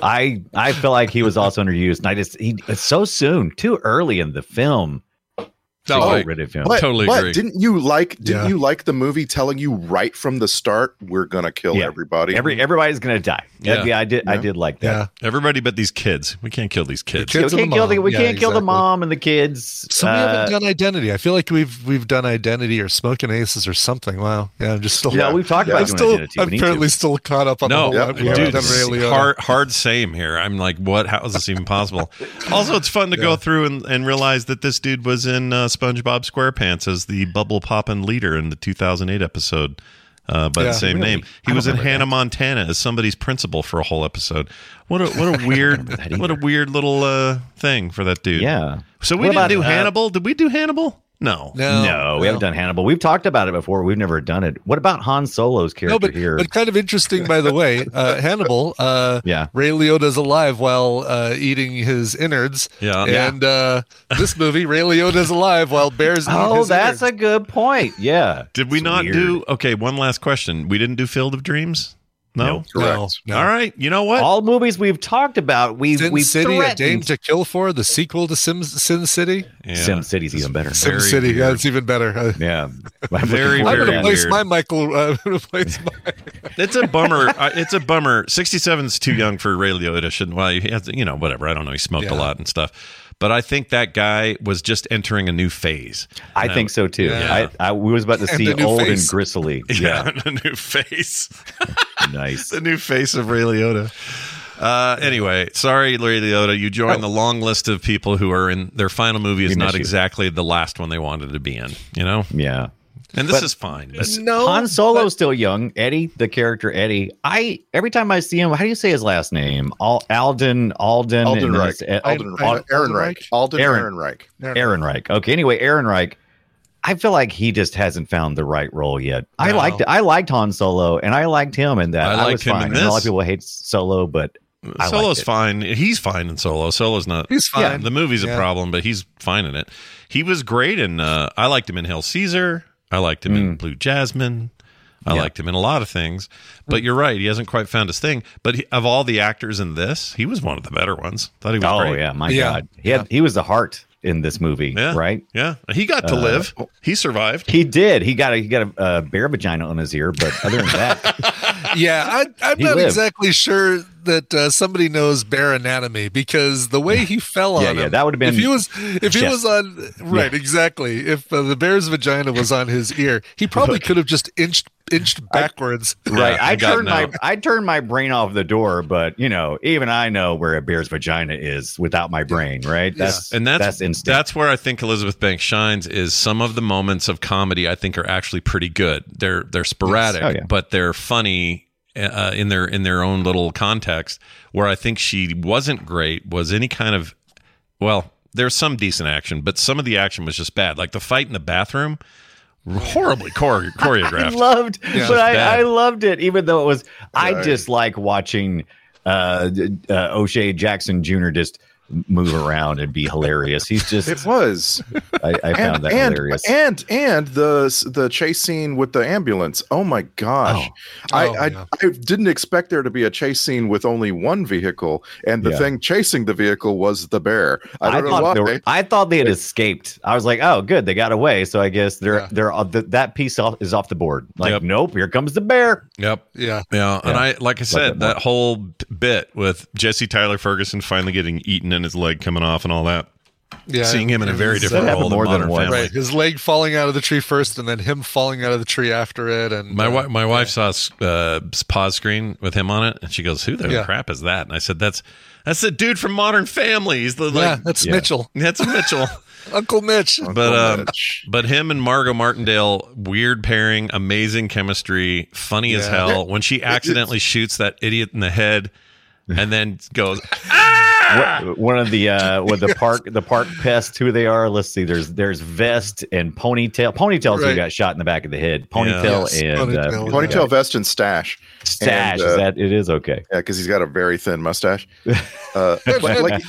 G: I I feel like he was also underused, and I just he it's so soon, too early in the film to
B: Oh,
G: get rid of him.
I: but,
B: Totally
I: but
B: agree.
I: didn't you like didn't
H: Yeah.
I: you like the movie telling you right from the start we're gonna kill
G: Yeah.
I: everybody
G: Every everybody's gonna die.
B: Yeah.
G: Yeah, I did. I
I: Yeah.
G: did like that.
H: Yeah.
B: Everybody but these kids. We can't kill these kids.
H: kids
G: we can't
H: and the
G: kill the
H: mom.
G: we
H: Yeah,
G: can't kill the
H: exactly.
G: mom and the kids. Uh,
H: So we haven't
B: Uh,
H: done identity. I feel like we've we've done identity or smoking aces or something. Wow. Yeah. I'm just still.
G: yeah, we've talked
I: Yeah.
G: about doing
H: I'm still
G: identity.
H: I'm
G: We need
H: apparently
G: to.
H: still caught up on
B: No,
H: the whole
I: Yep.
H: we haven't uh,
B: dude,
H: done Ray Liotta.
B: hard, hard same here. I'm like, what? How is this even possible? also, it's fun to go through and, and realize that this dude was in uh, SpongeBob SquarePants as the bubble poppin' leader in the 2008 episode uh, by
H: Yeah.
B: the same
G: Really?
B: name. He
G: I
B: was in
G: don't remember
B: Hannah
G: that.
B: Montana as somebody's principal for a whole episode. What a
G: <laughs>
B: what a weird what a weird little uh, thing for that dude.
G: Yeah.
B: So we
G: What
B: didn't
G: about,
B: do
G: uh,
B: Hannibal. Did we do Hannibal? No.
H: No,
G: No, we haven't
H: no.
G: done Hannibal. We've talked about it before. We've never done it. What about Han Solo's character
H: No, but,
G: here?
H: but kind of interesting, by the way. Uh, Hannibal, uh,
G: Yeah.
H: Ray Liotta's alive while uh, eating his innards.
B: Yeah. Yeah.
H: And uh, this movie, Ray Liotta's alive while bears eat
G: oh,
H: his
G: that's a
H: innards.
G: good point. Yeah.
B: Did we
G: It's
B: not
G: weird.
B: do? Okay, one last question. We didn't do Field of Dreams. No.
I: correct
H: No, no.
B: All right. You know what?
G: all movies we've talked about? We've
H: Sin
G: we've
H: City, A Dame
G: threatened.
H: to Kill For, the sequel to Sim, Sin City.
B: Yeah.
G: Sim City's even better.
H: Sim
B: Very
H: City, yeah,
B: weird.
H: it's even better. Uh,
G: Yeah.
H: <laughs>
G: I'm
B: Very,
G: looking
H: I'm
G: forward to
H: going to
B: very
G: that.
H: place
B: weird.
H: my Michael. Uh, <laughs> I'm going to place my.
B: <laughs> It's a bummer. Uh, it's a bummer. 67's too young for Ray Liotta. Shouldn't, well, he has, you know, whatever. I don't know. He smoked a
H: Yeah.
B: lot and stuff. But I think that guy was just entering a new phase. <laughs>
G: I think so too.
B: Yeah.
G: I, I we was about to
H: And
G: see
H: the new
G: old
H: face.
G: and
H: <laughs>
G: gristly.
B: Yeah. <laughs> a new face.
G: nice.
B: the new face of Ray Liotta. Uh, anyway, sorry, Ray Liotta. You join the long list of people who are in their final movie is
G: We miss
B: not
G: you.
B: exactly the last one they wanted to be in, you know?
G: Yeah.
B: And this is fine. But
H: No,
G: Han Solo's still young. Eddie, the character Eddie. I every time I see him, how do you say his last name? Al, Alden, Alden,
I: Alden
G: and then
I: Reich.
G: it's Ed-
I: Alden,
G: Al-
I: Reich. Aaron Reich. Alden
G: Aaron.
I: Aaron Reich.
G: Aaron Reich. Okay. Anyway, Aaron Reich. I feel like he just hasn't found the right role yet. I
B: No.
G: liked I liked Han Solo, and I liked him in that.
B: I
G: I,
B: liked
G: was
B: him in
G: fine. And a lot
B: this.
G: of people hate Solo, but I liked
B: Solo's
G: it.
B: fine. He's fine in Solo. Solo's not.
H: He's
B: Yeah,
H: fine.
B: the movie's a
H: Yeah.
B: problem, but he's fine in it. He was great in. Uh, I liked him in Hail Caesar. I liked him in Blue Jasmine. I
G: Mm. Yeah.
B: liked him in a lot of things, but you're right. He hasn't quite found his thing. But he, of all the actors in this, he was one of the better ones. Thought he was
G: Oh
B: great.
G: yeah, my
H: Yeah.
G: God, he had he was the heart in this movie,
B: Yeah.
G: right?
B: Yeah. He got to
G: Uh,
B: live. He survived.
G: He did. He got a he got a uh, bear vagina on his ear, but other than that,
H: yeah, I, I'm
G: He
H: not
G: lived.
H: exactly sure that uh, somebody knows bear anatomy because the way he fell on
G: Yeah,
H: him,
G: yeah, that would've been
H: if he was if he
G: Jeff.
H: was on right exactly if uh, the bear's vagina was on his ear,
G: <laughs>
H: he probably could have just inched inched backwards.
B: <laughs>
G: right?
B: Yeah,
G: I
B: he got
G: turned my
B: knocked.
G: I turned my brain off the door, but you know, even I know where a bear's vagina is without my brain, right? That's
B: and that's
G: that's instinct.
B: that's where I think Elizabeth Banks shines is some of the moments of comedy I think are actually pretty good. They're they're sporadic,
G: Oh, yeah.
B: but they're funny uh, in their in their own little context. Where I think she wasn't great was any kind of well, there's some decent action, but some of the action was just bad. Like the fight in the bathroom, horribly chore-
G: <laughs> I
B: choreographed.
G: loved, but
B: bad.
G: I, I loved it, even though it was. I
I: Right.
G: just like watching uh, d- uh, O'Shea Jackson Jr. just move around and be hilarious. He's just,
I: It <laughs> was.
G: I, I found that
I: and,
G: hilarious.
I: And and the the chase scene with the ambulance. Oh my gosh. I,
H: Oh,
I: I,
H: yeah.
I: I didn't expect there to be a chase scene with only one vehicle, and the
G: Yeah.
I: thing chasing the vehicle was the bear. I
G: I
I: don't know
G: thought,
I: why.
G: they <laughs> were, I thought they had escaped. I was like, "Oh, good, they got away." So I guess they're
H: Yeah.
G: they're off the, that piece off, is off the board. Like,
B: Yep.
G: nope, here comes the bear.
B: Yep.
H: Yeah,
B: Yeah, and
G: Yeah.
B: I like I said
G: that more.
B: that whole b- bit with Jesse Tyler Ferguson finally getting eaten and his leg coming off and all that.
H: yeah.
B: Seeing him in a very
H: It's,
B: different
H: uh,
G: happened
B: role than
G: more than
B: Modern
G: once.
B: Family.
H: Right, his leg falling out of the tree first, and then him falling out of the tree after it. And
B: My
H: uh,
B: wife, my wife saw a uh, pause screen with him on it, and she goes, "Who the
H: Yeah.
B: crap is that?" And I said, "That's that's the dude from Modern Family. He's the
H: yeah,
B: like
H: that's
G: Yeah.
H: Mitchell,
B: <laughs> that's Mitchell."
H: Uncle Mitch.
B: but
I: Oh,
B: um,
I: Mitch.
B: <laughs> but him and Margot Martindale, weird pairing, amazing chemistry, funny as
H: Yeah.
B: hell. When
H: <laughs>
B: she accidentally shoots that idiot in the head, and then
H: <laughs>
B: goes, Ah!
G: Wha- One of
B: <laughs>
G: the uh, with the park the park pests who they are. Let's see, there's there's vest and ponytail. Ponytails who
H: Right.
G: got shot in the back of the head. Ponytail
H: Yes,
G: and
H: ponytail.
G: Uh,
I: Ponytail vest and stash.
G: stash.
I: And, uh,
G: is that it is okay.
I: Yeah, because he's got a very thin
G: <laughs>
I: mustache. Uh, but, like,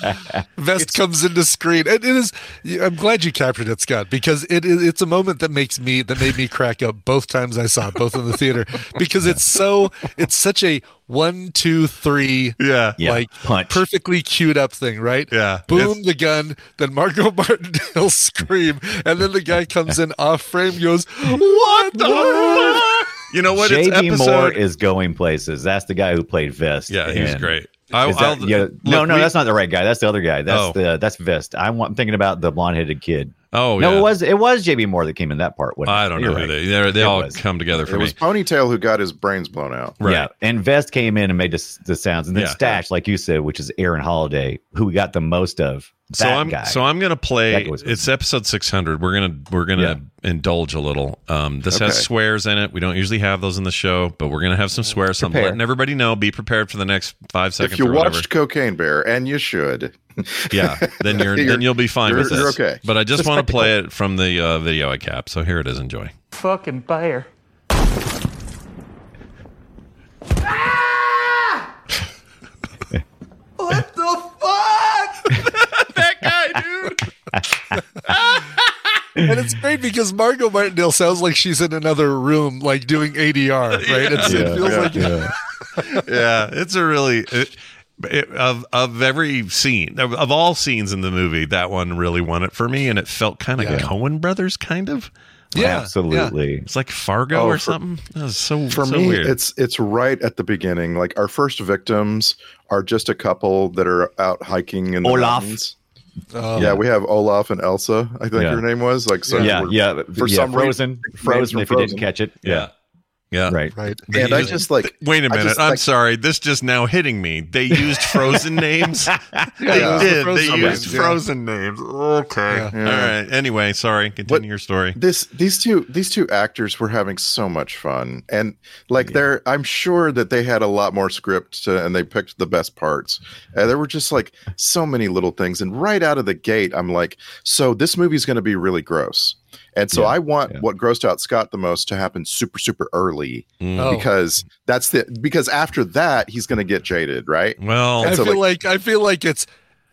H: vest comes into screen. It, it is. I'm glad you captured it, Scott, because it is. It's a moment that makes me that made me crack up both times I saw it, both in the
B: <laughs>
H: theater, because it's so. It's such a one, two, three.
B: "Yeah,
G: Yeah,
H: Like
G: punch.
H: perfectly queued up thing, right?
B: Yeah.
H: Boom, the gun. Then Margot <laughs> Martindale scream, and then the guy comes in off frame, goes, "What the?"
B: you know what?"
G: JD Moore is going places. That's the guy who played Vest.
B: yeah, he was
G: and-
B: great. I,
G: Is that-
B: I'll-
G: yeah, no,
B: look,
G: no,
B: we-
G: that's not the right guy. That's the other guy. That's
B: Oh.
G: the that's Vest. I'm, wa- I'm thinking about the blonde headed kid.
B: Oh,
G: no,
B: yeah.
G: it was it was JB Moore that came in that part. wasn't it?
B: I don't know
G: You're
B: who
G: right.
B: they they they
G: It
B: all
G: was.
B: come together for
I: it
B: me.
I: was Ponytail who got his brains blown out.
B: Right.
G: Yeah, and Vest came in and made the, the sounds, and then
B: Yeah.
G: Stash, like you said, which is Aaron Holiday, who we got the most of. That
B: so I'm
G: guy.
B: so I'm gonna play.
G: That guy was-
B: It's episode 600. We're gonna we're gonna indulge a little. Um, this has
I: Okay.
B: swears in it. We don't usually have those in the show, but we're gonna have some swears. So I'm
I: Prepare.
B: letting everybody know. Be prepared for the next five seconds.
I: If you
B: or whatever.
I: watched Cocaine Bear, and you should, <laughs>
B: yeah, then <laughs> you're,
I: You're-
B: then you'll be fine
I: you're-
B: with this.
I: you're okay.
B: But I just want to play it from the uh, video I capped. So here it is. Enjoy.
E: fucking bear. what the fuck?
B: <laughs> That guy, dude.
H: And it's great because Margot Martindale sounds like she's in another room, like doing ADR, right? It's, it feels like
B: <laughs> yeah, it's a really it, it, of of every scene of, of all scenes in the movie. That one really won it for me, and it felt kind of
H: Yeah.
B: Cohen Brothers, kind of.
H: yeah, yeah.
G: <laughs> absolutely.
B: It's like Fargo
I: Oh,
B: or
I: for-
B: something. That was so
I: for
B: so
I: me
B: weird.
I: it's it's right at the beginning like our first victims are just a couple that are out hiking in the
G: Olaf.
I: mountains.
H: Oh,
I: yeah we have olaf and elsa i think
G: Yeah.
I: her name was like so
G: Yeah,
I: we're-
G: yeah.
I: for
G: yeah,
I: some reason
G: frozen, frozen.
I: from
G: If you
I: Frozen.
G: didn't catch it,
B: yeah, yeah.
G: right.
H: right.
B: They
I: and i
B: used-
I: just like
B: Wait a
I: I
B: minute.
I: just,
B: I'm
I: like-
B: sorry. This just now hitting me. They used
I: <laughs>
B: Frozen names. They
I: Yeah.
B: did.
H: Frozen
B: they
H: names,
B: used
H: yeah.
B: Frozen names. Okay.
H: Yeah.
B: All right. Anyway, sorry. Continue your story.
I: this these two these two actors were having so much fun and like they're i'm sure that they had a lot more script to, and they picked the best parts uh, there were just like so many little things and right out of the gate i'm like so this movie's going to be really gross and so
G: Yeah,
I: i want
G: yeah.
I: what grossed out scott the most to happen super super early
H: Oh.
I: because that's the because after that he's going to get jaded right
B: Well,
H: I
I: so,
H: feel like, I feel like it's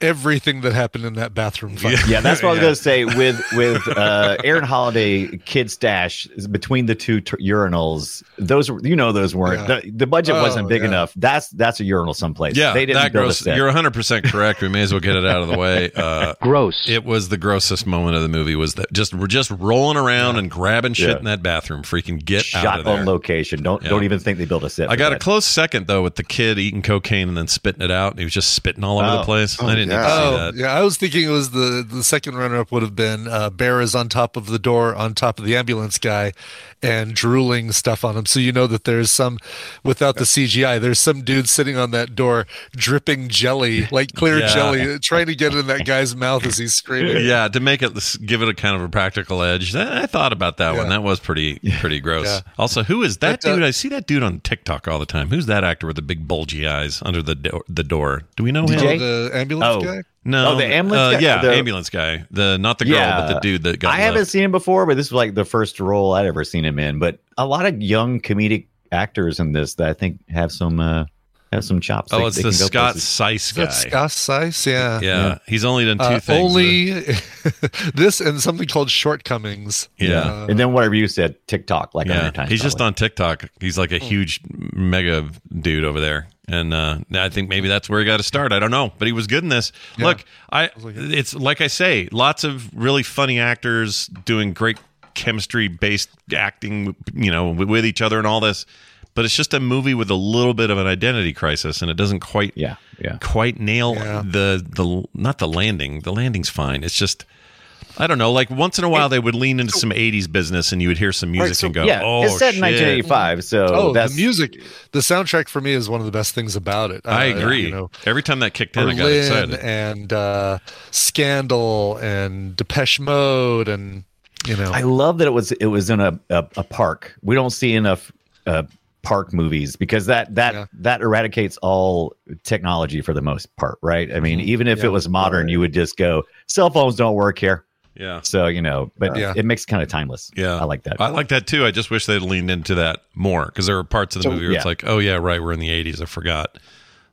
H: everything that happened in that bathroom fight.
G: Yeah, that's what I was going to say. With with uh, Aaron Holiday, Kid Stash between the two tur- urinals, those were- you know those weren't
B: Yeah.
G: the, the budget
B: Oh,
G: wasn't big
B: yeah.
G: enough. That's that's a urinal someplace.
B: Yeah,
G: they didn't
B: that
G: build a
B: gross.
G: set.
B: You're 100 percent correct. We may as well get it out of the
I: <laughs>
B: way. Uh,
G: Gross.
B: It was the grossest moment of the movie. Was that just we're just rolling around and grabbing shit
G: Yeah.
B: in that bathroom? Freaking get out
G: shot
B: of there.
G: on location. Don't
B: Yeah.
G: don't even think they built a set.
B: I
G: for
B: got a
G: that.
B: close second though with the kid eating cocaine and then spitting it out. He was just spitting all over the
H: Oh.
B: place. I didn't even see
H: Oh
B: that.
H: yeah, I was thinking it was the the second runner up would have been uh, Bear is on top of the door on top of the ambulance guy, and drooling stuff on him. So you know that there's some without the CGI. There's some dude sitting on that door dripping jelly, like clear
B: Yeah.
H: jelly, trying to get in that guy's mouth as he's screaming.
B: Yeah, to make it give it a kind of a practical edge. I I thought about that one.
H: Yeah.
B: That was pretty pretty gross.
H: Yeah.
B: Also, who is that
H: But, uh,
B: dude? I see that dude on TikTok all the time. Who's that actor with the big bulgy eyes under the do- the door? Do we know
H: Oh,
B: him?
H: the ambulance guy.
B: No,
G: Oh, the ambulance
B: uh,
G: guy?
B: Yeah,
G: The-
B: ambulance guy. The not the girl, but the dude that got.
G: I haven't
B: left.
G: seen him before, but this is like the first role I'd ever seen him in. But a lot of young comedic actors in this that I think have some uh, have some chops.
B: Oh,
G: They-
B: it's
G: they
B: the
G: can go
B: Scott
G: places.
B: Sice guy.
H: That's Scott Sice. Yeah.
B: yeah. he's only done two
H: Uh,
B: things.
H: only <laughs> this and something called shortcomings.
B: Yeah.
H: Uh,
G: and then whatever you said, TikTok, like a
B: yeah,
G: hundred times.
B: he's just
G: probably.
B: on TikTok. He's like a
H: Hmm.
B: huge mega dude over there, and uh, I think maybe that's where he got to start. I don't know, but he was good in this.
H: Yeah.
B: Look, I
H: like it.
B: it's like I say, lots of really funny actors doing great chemistry based acting, you know, with, with each other and all this. But it's just a movie with a little bit of an identity crisis, and it doesn't quite
G: Yeah, yeah.
B: quite nail
H: Yeah.
B: the the not the landing. The landing's fine. It's just I don't know. Like once in a while, they would lean into some '80s business, and you would hear some music
H: so-
B: and go,
G: yeah,
B: "Oh
G: it's set in
B: shit."
G: 1985, so
H: Oh,
G: that's
H: the music, the soundtrack for me is one of the best things about it.
B: I
H: Uh,
B: agree.
H: You know,
B: Every time that kicked in, I got
H: Berlin
B: excited.
H: and uh, Scandal and Depeche Mode and you know
G: I love that it was it was in a a, a park. We don't see enough uh, park movies because that that
H: Yeah.
G: that eradicates all technology for the most part, right? I mean, even if
H: Mm-hmm. Yeah.
G: it was modern, you would just go, cell phones don't work here.
B: Yeah,
G: So you know, but
H: Yeah.
G: it makes it kind of timeless.
B: yeah,
G: I like that.
B: I like that too. I just wish they'd leaned into that more because there are parts of the
G: So,
B: movie where it's
G: yeah.
B: like, "Oh yeah, right, we're in the '80s. I forgot."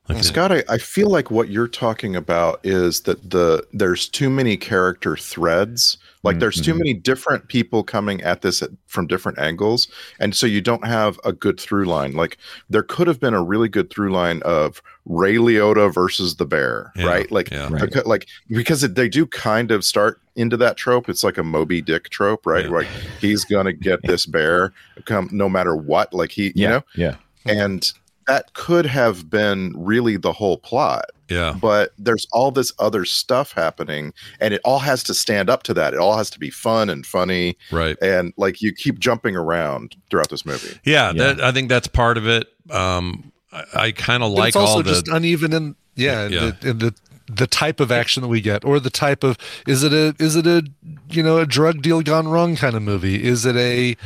B: Like,
I: Scott, I, I feel like what you're talking about is that the there's too many character threads. Like there's
B: Mm-hmm.
I: too many different people coming at this at, from different angles, and so you don't have a good through line. Like there could have been a really good through line of Ray Liotta versus the bear,
B: Yeah,
I: right? Like,
B: yeah.
I: I could- like because it, they do kind of start into that trope. It's like a Moby Dick trope, right?
B: Yeah.
I: Like he's gonna get this bear, come no matter what. Like he, you
G: yeah,
I: know,
G: yeah.
I: and that could have been really the whole plot
B: yeah,
I: but there's all this other stuff happening and it all has to stand up to that it all has to be fun and funny
B: right.
I: and like you keep jumping around throughout this movie
B: Yeah,
G: Yeah.
B: That, I think that's part of it. Um, I, I kind of
H: But
B: like
H: it's also
B: all the
H: just uh, uneven in yeah, in
B: Yeah.
H: The, in the the type of action that we get or the type of is it a is it a you know a drug deal gone wrong kind of movie is it a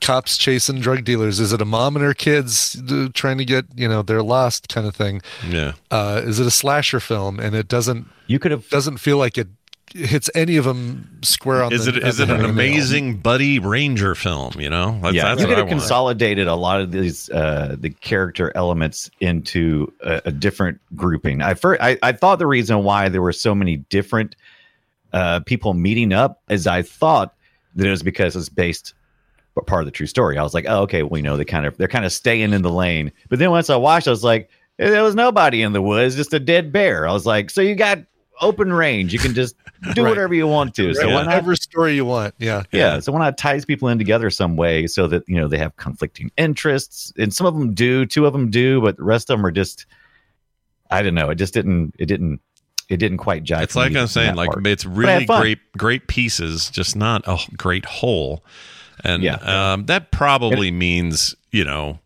H: cops chasing drug dealers is it a mom and her kids uh, trying to get you know they're lost kind of thing
B: yeah.
H: uh is it a slasher film and it doesn't
G: You could have
H: doesn't feel like it hits any of them square on
B: Is
H: the
B: it
H: on
B: is
H: the
B: it an
H: head.
B: amazing buddy ranger film? You know, that's,
G: yeah,
B: that's
G: you
B: what
G: could
B: I
G: have
B: want.
G: consolidated a lot of these uh, the character elements into a, a different grouping. I, first, I I thought the reason why there were so many different uh, people meeting up is I thought that it was because it's based a part of the true story. I was like, oh, okay, we know they kind of they're kind of staying in the lane. But then once I watched, I was like, eh, there was nobody in the woods, just a dead bear. I was like, so you got open range. You can just do
H: Right.
G: whatever you want to. So
B: Yeah.
G: why not
H: whatever story you want yeah
G: yeah.
B: Yeah.
G: So when I ties people in together some way so that, you know, they have conflicting interests and some of them do, two of them do, but the rest of them are just, I don't know. It just didn't, it didn't, it didn't quite jive.
B: It's
G: for me
B: like I'm
G: in
B: saying,
G: that
B: like
G: part.
B: it's
G: I had
B: really
G: fun.
B: great, great pieces, just not a great whole. And
G: Yeah.
B: um, that probably means, you know,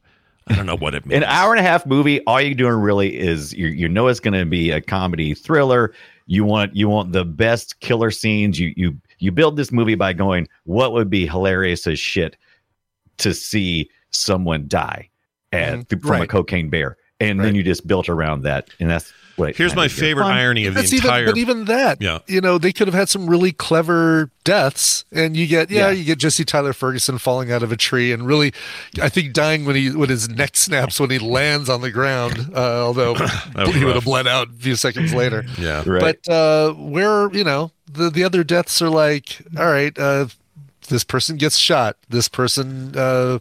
B: I don't know what it means.
G: <laughs> an hour and a half movie. All you're doing really is you, you know, it's going to be a comedy thriller. You want, you want the best killer scenes. You, you, you build this movie by going, what would be hilarious as shit to see someone die and
H: Mhm.
G: from a
H: Right.
G: cocaine bear. and then you just built around that, and that's what. it
B: Here's
G: kinda
B: my
G: did.
B: favorite
H: Fun.
B: irony of the
H: That's even-
B: entire.
H: but even that,
B: Yeah.
H: you know, they could have had some really clever deaths, and you get yeah,
G: Yeah.
H: you get Jesse Tyler Ferguson falling out of a tree, and really, I think dying when he when his neck snaps when he lands on the ground.
B: <coughs>
H: Uh, although <coughs>
B: was
H: he would
B: rough.
H: have bled out a few seconds later.
B: <coughs> yeah.
G: Right.
H: But uh, where you know the the other deaths are like, all right, uh, this person gets shot, this person uh,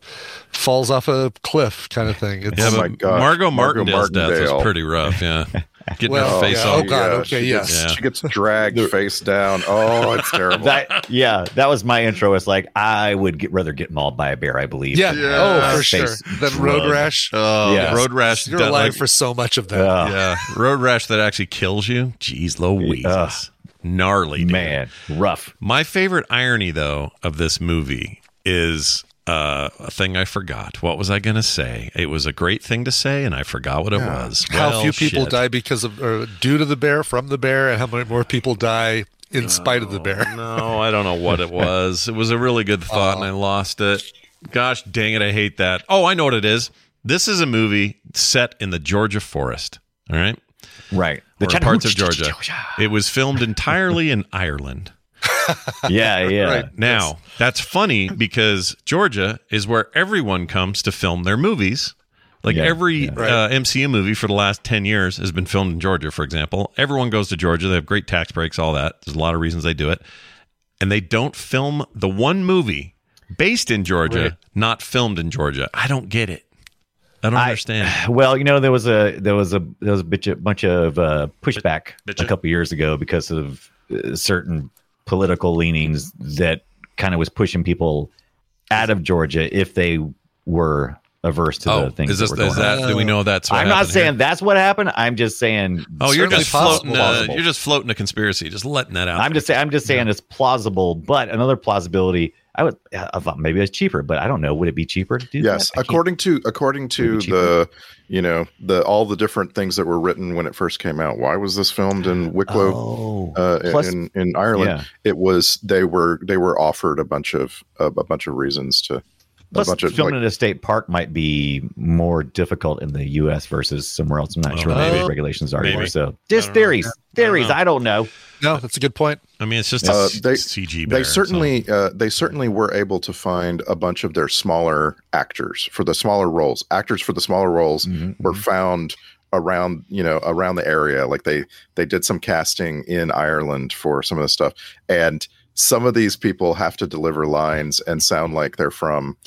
H: falls off a cliff, kind of thing. It's,
B: Yeah,
I: Oh my
B: but
I: gosh.
B: Margot
I: Margot
B: Martindale's death
I: Martindale.
B: was pretty rough.
G: <laughs>
B: Yeah, getting
H: Well,
B: her face
H: yeah.
B: off.
H: Oh, God, okay,
I: she
H: yes.
I: Gets,
B: Yeah.
I: She gets
H: <laughs>
I: dragged face down. Oh, it's terrible.
G: <laughs> That yeah, that was my intro. It's like I would get, rather get mauled by a bear, I believe.
H: yeah,
G: than
H: oh
G: have
H: for
G: my
H: sure.
G: face
H: Then road
G: drugged.
H: rash.
B: Oh,
G: Yes.
B: road rash.
H: You're
B: done,
H: alive
B: like-
H: for so much of that.
G: Ugh,
B: <laughs> yeah, road rash that actually kills you. Jeez, Louise,
G: Ugh.
B: gnarly dude.
G: man, rough.
B: My favorite irony, though, of this movie is uh, a thing I forgot. What was I going to say? It was a great thing to say, and I forgot what it was.
H: how
B: Well,
H: few people
B: shit.
H: die because of or due to the bear from the bear and how many more people die in spite of the
B: Oh.
H: bear
B: No, I don't know what
H: <laughs>
B: it was. It was a really good thought, and I lost it. Gosh dang it, I hate that. Oh, I know what it is. This is a movie set in the Georgia forest. All right.
G: Right.
B: The
G: Chat-
B: parts of Georgia. It was filmed entirely in Ireland. <laughs>
G: Yeah, yeah.
B: Now, that's <laughs> funny because Georgia is where everyone comes to film their movies. Like
G: Yeah,
B: every
G: yeah.
B: uh, MCU movie for the last 10 years has been filmed in Georgia, for example. Everyone goes to Georgia. They have great tax breaks, all that. There's a lot of reasons they do it. And they don't film the one movie based in Georgia, not filmed in Georgia. I don't get it. I don't
G: I-
B: understand.
G: Well, you know, there was a there was a there was a bitch, a bunch of uh, pushback
B: Bitcha?
G: a couple years ago because of uh, certain political leanings that kind of was pushing people out of Georgia if they were averse <sighs> to
B: Oh,
G: the things.
B: is this
G: that were
B: is
G: going on.
B: that? Do we know that's? What
G: I'm not
B: happened here?
G: saying that's what happened. I'm just saying.
B: Oh, you're
H: Certainly
B: just
H: possible.
B: floating. Uh,
G: Plausible.
B: you're just floating a conspiracy. Just letting that out.
G: I'm just saying. I'm just saying it's plausible, but another plausibility. I would. I thought maybe it's cheaper, but I don't know. Would it be cheaper to do
I: Yes,
G: that? I can't-
I: according to according to
G: Maybe cheaper.
I: the you know the all the different things that were written when it first came out. Why was this filmed in Wicklow,
G: Oh,
I: uh,
G: plus-
I: in in Ireland?
G: yeah.
I: It was they were they were offered a bunch of a, a bunch of reasons to
G: Plus,
I: a bunch of
G: filming
I: like,
G: in a state park might be more difficult in the U.S. versus somewhere else. I'm not
B: Oh,
G: sure what
B: maybe.
G: the regulations are
B: Maybe.
G: anymore. So,
B: I
G: just
B: don't know.
G: theories, theories.
B: know.
G: I don't know.
H: no that's a good point
B: I mean, it's just a
I: Uh,
B: c-
I: they-
B: CG. bear,
I: they
B: so-
I: certainly uh, they certainly were able to find a bunch of their smaller actors for the smaller roles. Actors for the smaller roles
B: Mm-hmm,
I: were found around you know around the area. Like they they did some casting in Ireland for some of the stuff, and some of these people have to deliver lines and sound like they're from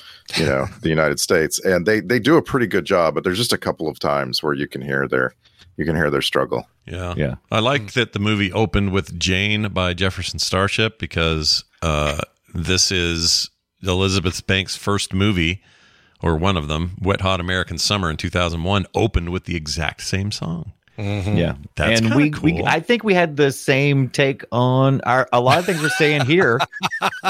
B: <laughs>
I: you know the United States, and they they do a pretty good job. But there's just a couple of times where you can hear their you can hear their struggle.
B: Yeah.
G: Yeah.
B: I like that the movie opened with Jane by Jefferson Starship because uh, this is Elizabeth Banks' first movie, or one of them, Wet Hot American Summer in 2001, opened with the exact same song. <laughs>
G: Yeah,
B: That's
G: and
B: kinda
G: we, we
B: cool.
G: I think we had the same take on our a lot of things we're saying here.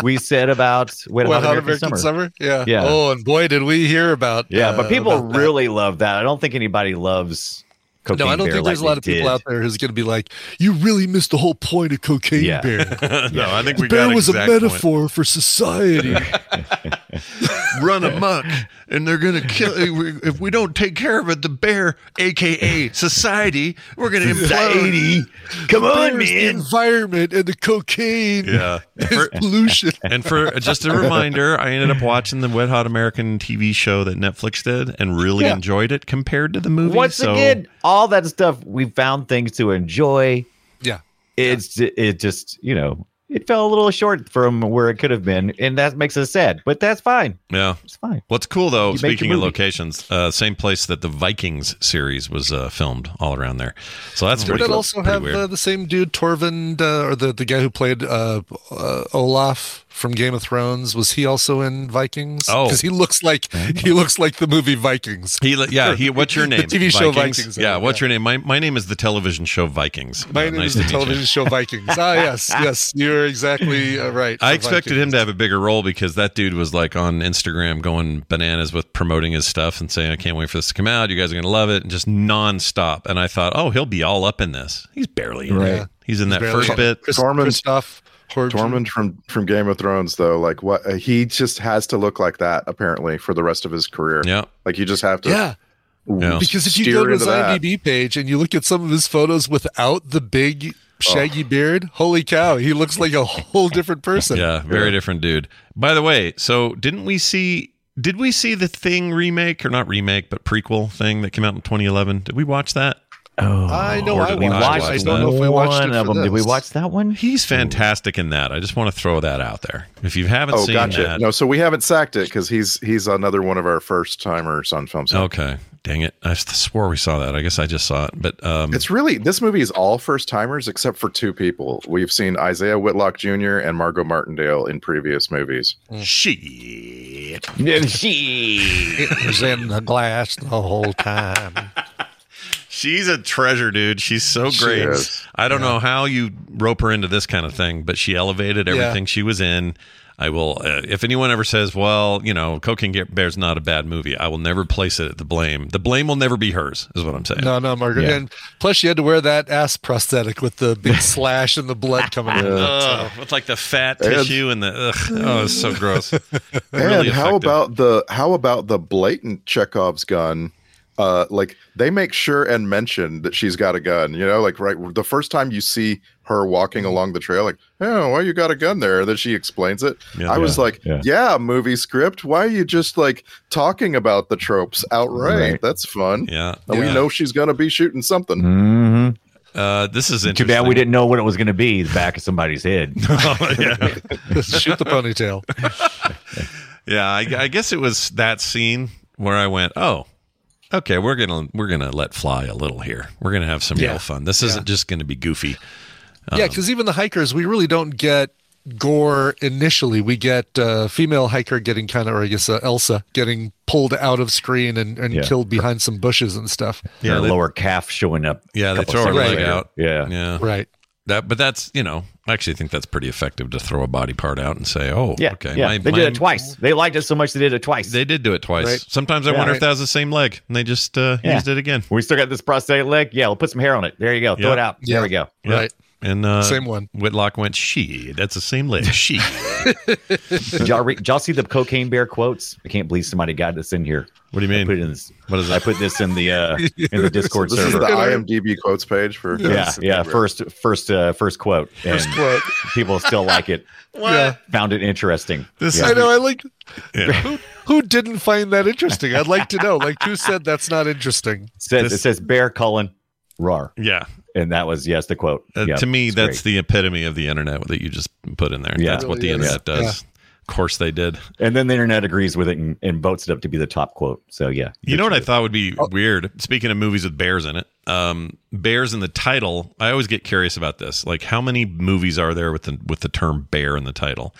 G: we said about wait
H: Well,
G: about
H: Hot
G: American, summer.
H: yeah
G: Yeah.
H: oh and boy did we hear about
G: Yeah, but
H: uh,
G: people
H: about that.
G: really love that. I don't think anybody loves. Cocaine
H: no i don't
G: Bear
H: think there's
G: like
H: a lot
G: they
H: of people
G: did.
H: out there who's going to be like you really missed the whole point of cocaine
G: Yeah. <laughs>
H: bear
B: no, I think we
H: bear
B: got
H: was a
B: exact point.
H: metaphor
G: <laughs>
H: for society
B: <laughs> Run amok, and they're gonna kill. If we don't take care of it, the bear, aka <laughs> society, we're gonna implode.
G: Society. Come on,
H: Bear's the
G: man.
H: environment and the cocaine <laughs>
B: Yeah,
H: is
B: <laughs>
H: pollution
B: And for just a reminder, I ended up watching the Wet Hot American TV show that Netflix did and really enjoyed it compared to the movie.
G: Once
B: so,
G: again, all that stuff we found things to enjoy.
H: yeah
G: It's it just you know it fell a little short from where it could have been, and that makes us sad. But that's fine.
B: yeah.
G: It's fine.
B: What's cool though,
G: You make your
B: speaking of
G: movie.
B: locations, uh, same place that the Vikings series was uh, filmed all around there. So that's
H: Did
B: pretty,
H: that
B: cool.
H: also
B: pretty
H: have
B: weird.
H: uh, the same dude Torvald uh, or the, the guy who played uh, uh, Olaf from Game of Thrones? Was he also in Vikings?
B: Oh.
H: because he looks like he looks like the movie Vikings.
B: he, li- yeah, he, what's your
H: <laughs> The
B: name?
H: TV show Vikings,
B: Yeah,
H: uh,
B: what's your name? My, my name is the television show Vikings.
H: My
B: Uh,
H: name
B: nice
H: is
B: to
H: the
B: meet you.
H: television show Vikings. ah,
B: <laughs>
H: yes, yes, you're exactly uh, right.
B: I
H: for
B: expected him
H: Vikings.
B: to have a bigger role because that dude was like on Instagram going bananas with promoting his stuff and saying, I can't wait for this to come out. You guys are going to love it. And just nonstop. And I thought, oh, he'll be all up in this. He's barely in it.
H: Right.
B: He's in that
H: Barely-
B: first bit.
H: Chris,
I: Tormund-
H: Christoph Horgen.
I: Tormund from from Game of Thrones, though, like what uh, he just has to look like that apparently for the rest of his career.
B: Yeah.
I: like you just have to.
H: Yeah,
I: Yeah.
H: Because if you
I: Steer
H: go to his
I: into that. Oh.
H: IMDb page and you look at some of his photos without the big shaggy beard, holy cow, he looks like a whole different person.
B: Yeah, very different dude. By the way, so didn't we see? Did we see the thing remake or not remake, but prequel thing that came out in 2011? Did we watch that?
G: Oh,
H: I know
B: Or
H: I
B: did we
H: watched.
B: not
H: it. I
B: watch
H: don't know
B: that?
H: if I watched it
G: one of
H: for
G: them. Did we
H: this.
G: watch that one?
B: He's fantastic in that. I just want to throw that out there. If you haven't
I: Oh,
B: seen
I: gotcha.
B: that,
I: No, so we haven't sacked it because he's he's another one of our first timers on film. Sack.
B: okay, dang it, I s- swore we saw that. I guess I just saw it, but um,
I: It's really this movie is all first timers except for two people. We've seen Isaiah Whitlock Jr. and Margot Martindale in previous movies.
B: shit.
G: she.
H: It was in the glass the whole time.
B: She's a treasure, dude. She's so
I: She
B: great.
I: is.
B: I don't know how you rope her into this kind of thing, but she elevated
H: Yeah.
B: everything she was in. I will. Uh, if anyone ever says, "Well, you know, Cocaine Ge- Bear's not a bad movie," I will never place it at the blame. The blame will never be hers, is what I'm saying.
H: No, no, Margaret.
G: Yeah.
H: And plus, she had to wear that ass prosthetic with the <laughs> big slash and the blood coming out.
B: Ugh, Uh, with like the fat
I: And-
B: tissue and the ugh, oh, it's so
I: <laughs>
B: gross.
I: And
B: Really
I: how
B: effective.
I: about the how about the blatant Chekhov's gun? Uh, like they make sure and mention that she's got a gun. You know, like right the first time you see her walking along the trail, like, oh, why you got a gun there? And then she explains it.
B: Yeah.
I: I was like,
G: yeah.
I: yeah. movie script. Why are you just like talking about the tropes outright?
G: Right.
I: That's fun.
B: Yeah,
I: And
B: Yeah.
I: we know she's gonna be shooting something.
G: hmm
B: Uh, this is
G: Too
B: interesting.
G: bad we didn't know what it was going to be. He's back of somebody's head.
B: Oh, yeah.
H: <laughs> Shoot the ponytail.
B: Yeah, I, I guess it was that scene where I went, "Oh, okay, we're gonna we're gonna let fly a little here. We're gonna have some
H: Yeah.
B: real fun. This isn't just gonna be goofy."
H: yeah, because even the hikers, we really don't get gore initially. We get uh, female hiker getting kind of, or I guess uh, Elsa getting pulled out of screen and, and
G: Yeah.
H: killed behind some bushes and stuff.
B: Yeah,
G: Her
B: they-
G: lower calf showing up. a
B: Yeah, they
G: couple
B: throw her
G: seconds
B: leg
G: later.
B: out.
G: Yeah.
B: yeah,
H: Right.
B: that. But that's you know, I actually think that's pretty effective to throw a body part out and say, "Oh,
G: Yeah,
B: okay,
G: yeah.
B: my-
G: they
B: my-
G: did it twice. They liked it so much they did it twice.
B: They did do it twice.
H: Right.
B: Sometimes I
G: Yeah.
B: wonder if that was the same leg, and they just uh,
G: Yeah.
B: used it again.
G: we still got this prosthetic leg. Yeah, we'll put some hair on it. There you go. Throw
B: Yeah.
G: it out.
H: Yeah.
G: There we go.
B: Yeah.
H: Right.
B: And uh,
H: Same one.
B: Whitlock went, "She, that's the same leg.
G: <laughs>
B: She."
G: Did y'all, re- did y'all see the cocaine bear quotes? I can't believe somebody got this in here.
B: What do you
G: I put it
B: mean?
G: in this.
B: What is
G: I
B: that?
G: put this in the uh, in the Discord
I: This is the
G: server.
I: IMDb quotes page for
G: yeah, yeah. First, first, uh, first quote. First
H: quote.
G: People still like it.
H: Yeah.
G: Found it interesting.
B: This
G: yeah.
H: I know. I like.
B: Yeah.
G: <laughs>
H: Who, who didn't find that interesting? I'd like to know. Like, who said that's not interesting?
G: It says it
B: This-
G: says bear Cullen roar,
B: Yeah.
G: and that was yes the quote.
B: Uh,
G: Yeah,
B: to me,
G: it's
B: that's
G: great.
B: the epitome of the internet that you just put in there.
G: Yeah.
B: That's what the
H: Really is.
B: internet does. Of course, they did.
G: and then the internet agrees with it and, and votes it up to be the top quote. So yeah,
B: You know what I thought would
I: Oh.
B: be weird? Speaking of movies with bears in it, um, bears in the title. I always get curious about this. Like, how many movies are there with the with the term bear in the title?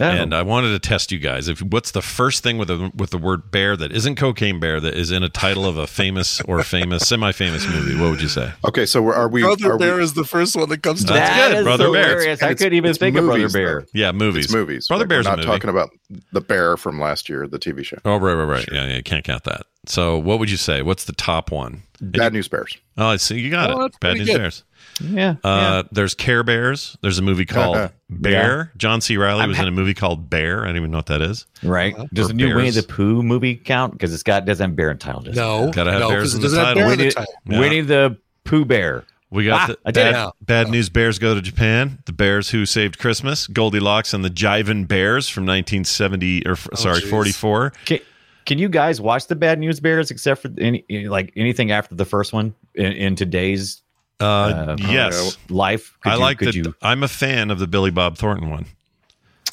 G: Oh.
B: And uh, I wanted to test you guys. If what's the first thing with the with the word bear that isn't cocaine bear that is in a title of a famous or famous semi famous movie? What would you say?
I: Okay, so we're- are we?
H: Brother
I: are we-
H: Bear is the first one that comes to
B: That's
H: mind.
G: That
B: good,
G: is
B: Brother Bear.
G: hilarious. I
I: It's-
G: couldn't even
I: it's
G: think of Brother
I: movies,
G: Bear.
I: though.
B: Yeah, movies.
I: It's movies.
B: Brother
I: Like,
B: Bear's
I: We're
B: a
I: not
B: movie.
I: talking about the bear from last year, the TV show.
B: Oh, right, right, right. Yeah, yeah. Can't count that. So, what would you say? What's the top one?
I: Bad News Bears.
B: Oh, I see. You got
H: Oh,
B: it.
H: that's
B: Bad
H: pretty
B: News
H: good.
B: Bears.
G: Yeah.
B: Uh, There's Care Bears. There's a movie
G: Uh-huh.
B: called Bear. John C. Riley was in a movie called Bear. I don't even know what that is.
G: yeah. Right. Does
B: For
G: the new Winnie
B: bears.
G: the Pooh movie count? Because it's got doesn't have bear in title. does it?
H: No,
B: Gotta have
H: no,
B: bears
H: 'cause
B: in
H: it
B: the
H: doesn't have
B: title.
H: bear in
G: Winnie,
H: the title.
B: Yeah.
G: Winnie the Pooh Bear.
B: We got
G: Ah,
B: the
G: I did
B: bad,
G: it.
H: No.
B: Bad News Bears go to Japan. The Bears Who Saved Christmas. Goldilocks and the Jiven Bears from 1970 or f-
G: Oh,
B: sorry
H: geez.
B: 44.
G: Can, can you guys watch the Bad News Bears except for any like anything after the first one in, in today's
B: Uh, yes,
G: life? Could
B: I
G: you-
B: like
G: could
B: the.
G: you?
B: I'm a fan of the Billy Bob Thornton one.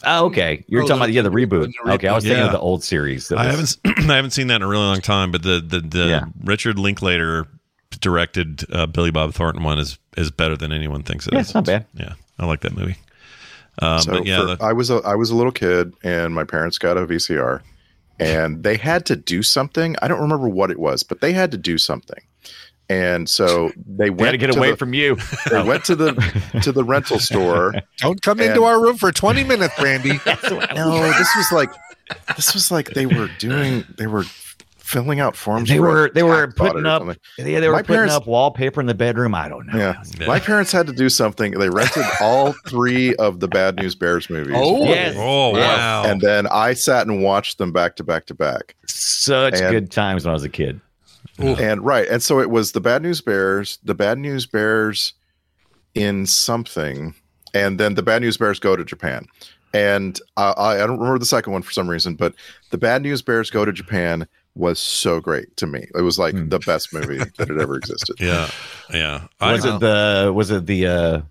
G: Oh, okay. You're
H: Oh,
G: talking
H: the-
G: about yeah, the reboot.
H: the reboot.
G: Okay, I was thinking
B: Yeah.
G: of the old series. that
B: I
G: was-
B: haven't s- <clears throat> I haven't seen that in a really long time, but the the, the
G: Yeah.
B: Richard Linklater directed uh, Billy Bob Thornton one is is better than anyone thinks it is.
G: Yeah, it's not bad.
B: Yeah, I like that movie. Um,
I: so
B: but yeah,
I: for-
B: the,
I: I was a I was a little kid, and my parents got a VCR, and they had to do something. I don't remember what it was, but they had to do something, and so they
G: We got
I: went
G: to get
I: to
G: away
I: the-
G: from you.
I: They went to the to the rental store.
H: Don't come into
I: And-
H: our room for twenty minutes, Randy.
I: No, this was like this was like they were doing they were filling out
G: <laughs>
I: forms.
G: They
I: for a
G: were they were
I: tax audit or
G: putting up
I: something.
G: yeah, they were
I: My
G: putting
I: parents-
G: up wallpaper in the bedroom. I don't know.
I: Yeah. My parents had to do something. They rented
B: <laughs>
I: all three of the Bad News Bears movies.
H: Oh.
G: Yes.
B: oh
G: Yes.
B: wow,
I: And then I sat and watched them back to back to back.
G: Such
I: And-
G: good times when I was a kid.
I: And right. And so it was the Bad News Bears, the Bad News Bears in something, and then the Bad News Bears go to Japan. And I, I I don't remember the second one for some reason, but the Bad News Bears go to Japan was so great to me. It was like the best movie that had
B: <laughs>
I: ever existed.
B: Yeah, yeah.
G: was it the was it the uh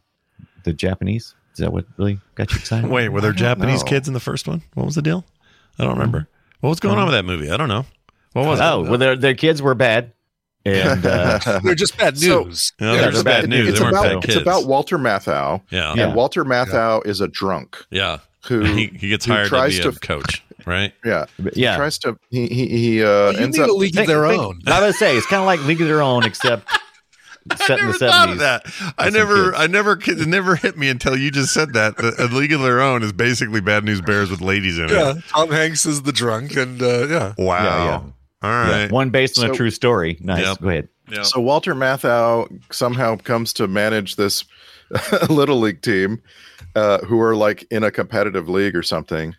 G: the Japanese? Is that what really got you excited?
B: <laughs> Wait, were there
I: I don't
B: Japanese
I: know.
B: kids in the first one? What was the deal? I don't remember. What was going on with that movie? I don't know. What was
G: oh,
B: it?
G: well, their their kids were bad, and
I: <laughs>
G: uh,
H: They're just bad
I: So-
H: news.
B: No,
G: Yeah,
B: they're just
G: they're
B: bad
G: bad-
B: news.
I: It's
B: They weren't
I: about
B: bad
I: it's
B: kids.
I: about Walter Matthau,
B: yeah,
G: Yeah.
I: and Walter Matthau is a drunk
B: yeah.
I: who
B: <laughs> He, he gets
I: who
B: hired to
I: tries
B: be a
I: to-
B: coach, right?
I: yeah
G: yeah,
I: tries to he he, he uh,
H: you
I: ends
H: need
I: up
H: a league of their
G: think-
H: own.
G: I was gonna say it's kind of like League of Their Own, except set in the
B: thought of
G: seventies.
B: that. I
G: some
B: never,
G: kids.
B: I never, it never hit me until you just said that. The, a League of Their Own is basically Bad News Bears with ladies in it.
H: Yeah, Tom Hanks is the drunk, and uh, yeah,
G: Oh,
B: Wow. All right.
G: One based on
I: So-
G: a true story. Nice.
B: Yep.
G: Go ahead.
B: Yeah.
I: So Walter Matthau somehow comes to manage this <laughs> little league team, uh, who are like in a competitive league or something,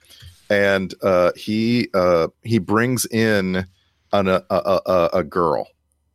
I: and uh, he uh, he brings in an, a, a, a a girl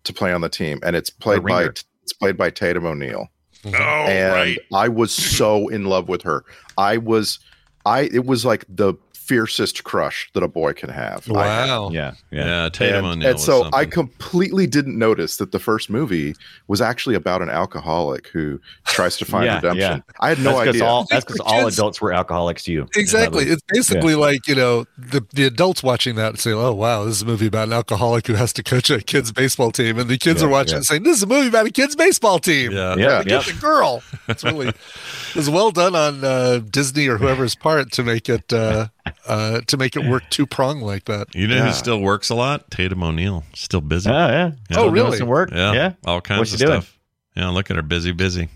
I: to play on the team, and it's played by
G: ringer.
I: it's played by Tatum O'Neill,
B: oh,
H: Mm-hmm.
I: and
B: right.
I: I was so in love with her. I was, I it was like the fiercest crush that a boy can have. I had
H: wow.
G: Yeah. Yeah.
B: Yeah, Tatum
I: and,
B: O'Neal.
I: and
B: was
I: so I
B: something.
I: completely didn't notice that the first movie was actually about an alcoholic who tries to find
G: Yeah,
I: redemption. I had no
G: that's because
I: idea.
G: all
H: think
G: that's
H: for
G: because all
H: kids-
G: adults were alcoholics. to You
H: Exactly.
G: Yeah.
H: It's basically like, you know, the, the adults watching that say, oh, wow, this is a movie about an alcoholic who has to coach a kid's baseball team. And the kids
G: Yeah,
H: are watching
G: yeah.
H: it saying, this is a movie about a kid's baseball team.
B: yeah.
G: Yeah.
H: But
G: Yeah.
H: Get the girl. It's really it was well done on uh, Disney or whoever's part to make it uh, uh, to make it work two prong like that.
B: You know
I: Yeah.
B: who still works a lot? Tatum O'Neal. Still busy.
G: Oh yeah.
B: Yeah.
H: Oh,
G: Still doing
H: really?
G: Some work.
B: Yeah.
G: Yeah.
B: All kinds
G: What's
B: of
G: she doing?
B: stuff. Yeah. Look at her. Busy, busy.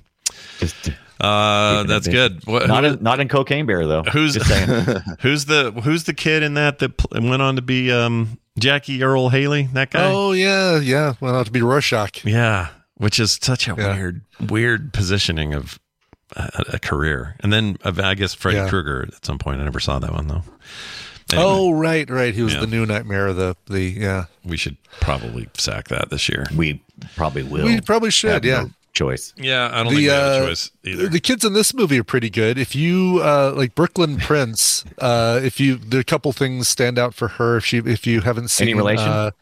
G: Just
B: Uh,
G: Keeping her
B: that's
G: busy.
B: good. What,
G: not
B: who-
G: in not in Cocaine Bear though.
B: who's
G: Just saying.
B: <laughs> who's the who's the kid in that that pl- went on to be um, Jackie Earl Haley? That guy.
H: Oh yeah, yeah. Went out to be Rorschach.
B: Yeah, which is such a
H: Yeah.
B: weird, weird positioning of a, a career. And then uh, I guess Freddy
H: Yeah.
B: Krueger at some point. I never saw that one though. Anyway,
H: Oh right, right. He was
B: Yeah.
H: the new nightmare. The the yeah.
B: we should probably sack that this year.
G: we probably will.
H: We probably
G: have
H: should. Yeah.
G: no choice.
B: Yeah, I don't
H: The,
B: think we have a
H: uh,
B: choice either.
H: The kids in this movie are pretty good. If you uh, like Brooklyn Prince, <laughs> uh, if you there are a couple things stand out for her. If you if you haven't seen
G: Any relation?
H: uh,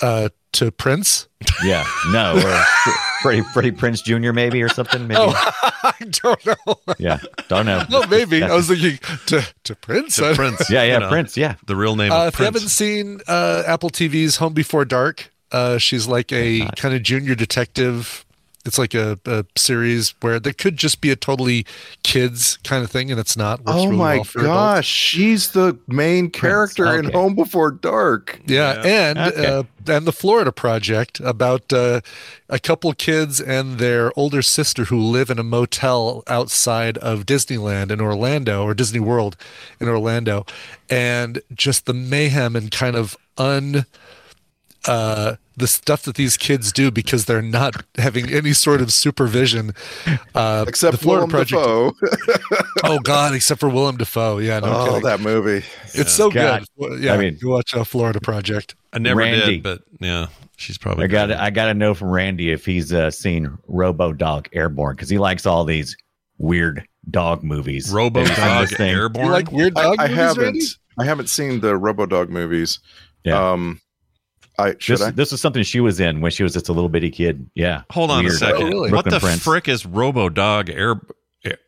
H: uh, to Prince, <laughs>
G: Yeah. No. Or Freddie Freddie Prince Jr. Maybe or something. Maybe.
H: I don't know. <laughs>
G: Yeah. Don't know.
H: Well, maybe Oh, I was thinking to to Prince. <laughs>
B: The Prince.
G: Yeah. Yeah.
B: you know,
G: Prince. Yeah.
B: The real name
H: Uh,
B: of
H: if you haven't
B: Prince.
H: seen uh, Apple TV's Home Before Dark, uh, she's like a kind of junior detective. It's like a, a series where there could just be a totally kids kind of thing, and it's not. Works
I: oh
H: really
I: my
H: well for adults.
I: gosh, she's the main character in
G: okay.
I: Home Before Dark.
H: Yeah, and
G: Okay.
H: uh, and the Florida Project about uh, a couple kids and their older sister who live in a motel outside of Disneyland in Orlando or Disney World in Orlando, and just the mayhem and kind of un uh, the stuff that these kids do because they're not having any sort of supervision. Uh,
I: Except
H: the Florida
I: Willem
H: Project.
I: Dafoe. <laughs>
H: Oh God, except for Willem Dafoe. Yeah, no
I: oh,
H: kidding.
I: that movie.
H: it's so
G: God.
H: good. Yeah,
G: I mean-
H: you watch uh, Florida Project.
B: I never
G: Randy.
B: did, but yeah, she's probably.
G: I got
B: good.
G: I got to know from Randy if he's uh, seen Robo Dog Airborne because he likes all these weird dog movies.
B: Robo
G: And he's seen
B: Dog
G: this thing.
H: You
B: Airborne.
H: like weird
I: I,
H: dog
I: I
H: movies,
I: haven't.
H: Randy?
I: I haven't seen the RoboDog movies.
G: Yeah.
I: Um, I should
G: This,
I: I?
G: this is something she was in when she was just a little bitty kid. Yeah.
B: Hold on
G: Weird.
B: a second.
H: Oh, really?
B: What
G: Brooklyn
B: the
G: Prince.
B: frick is Robo Dog Air?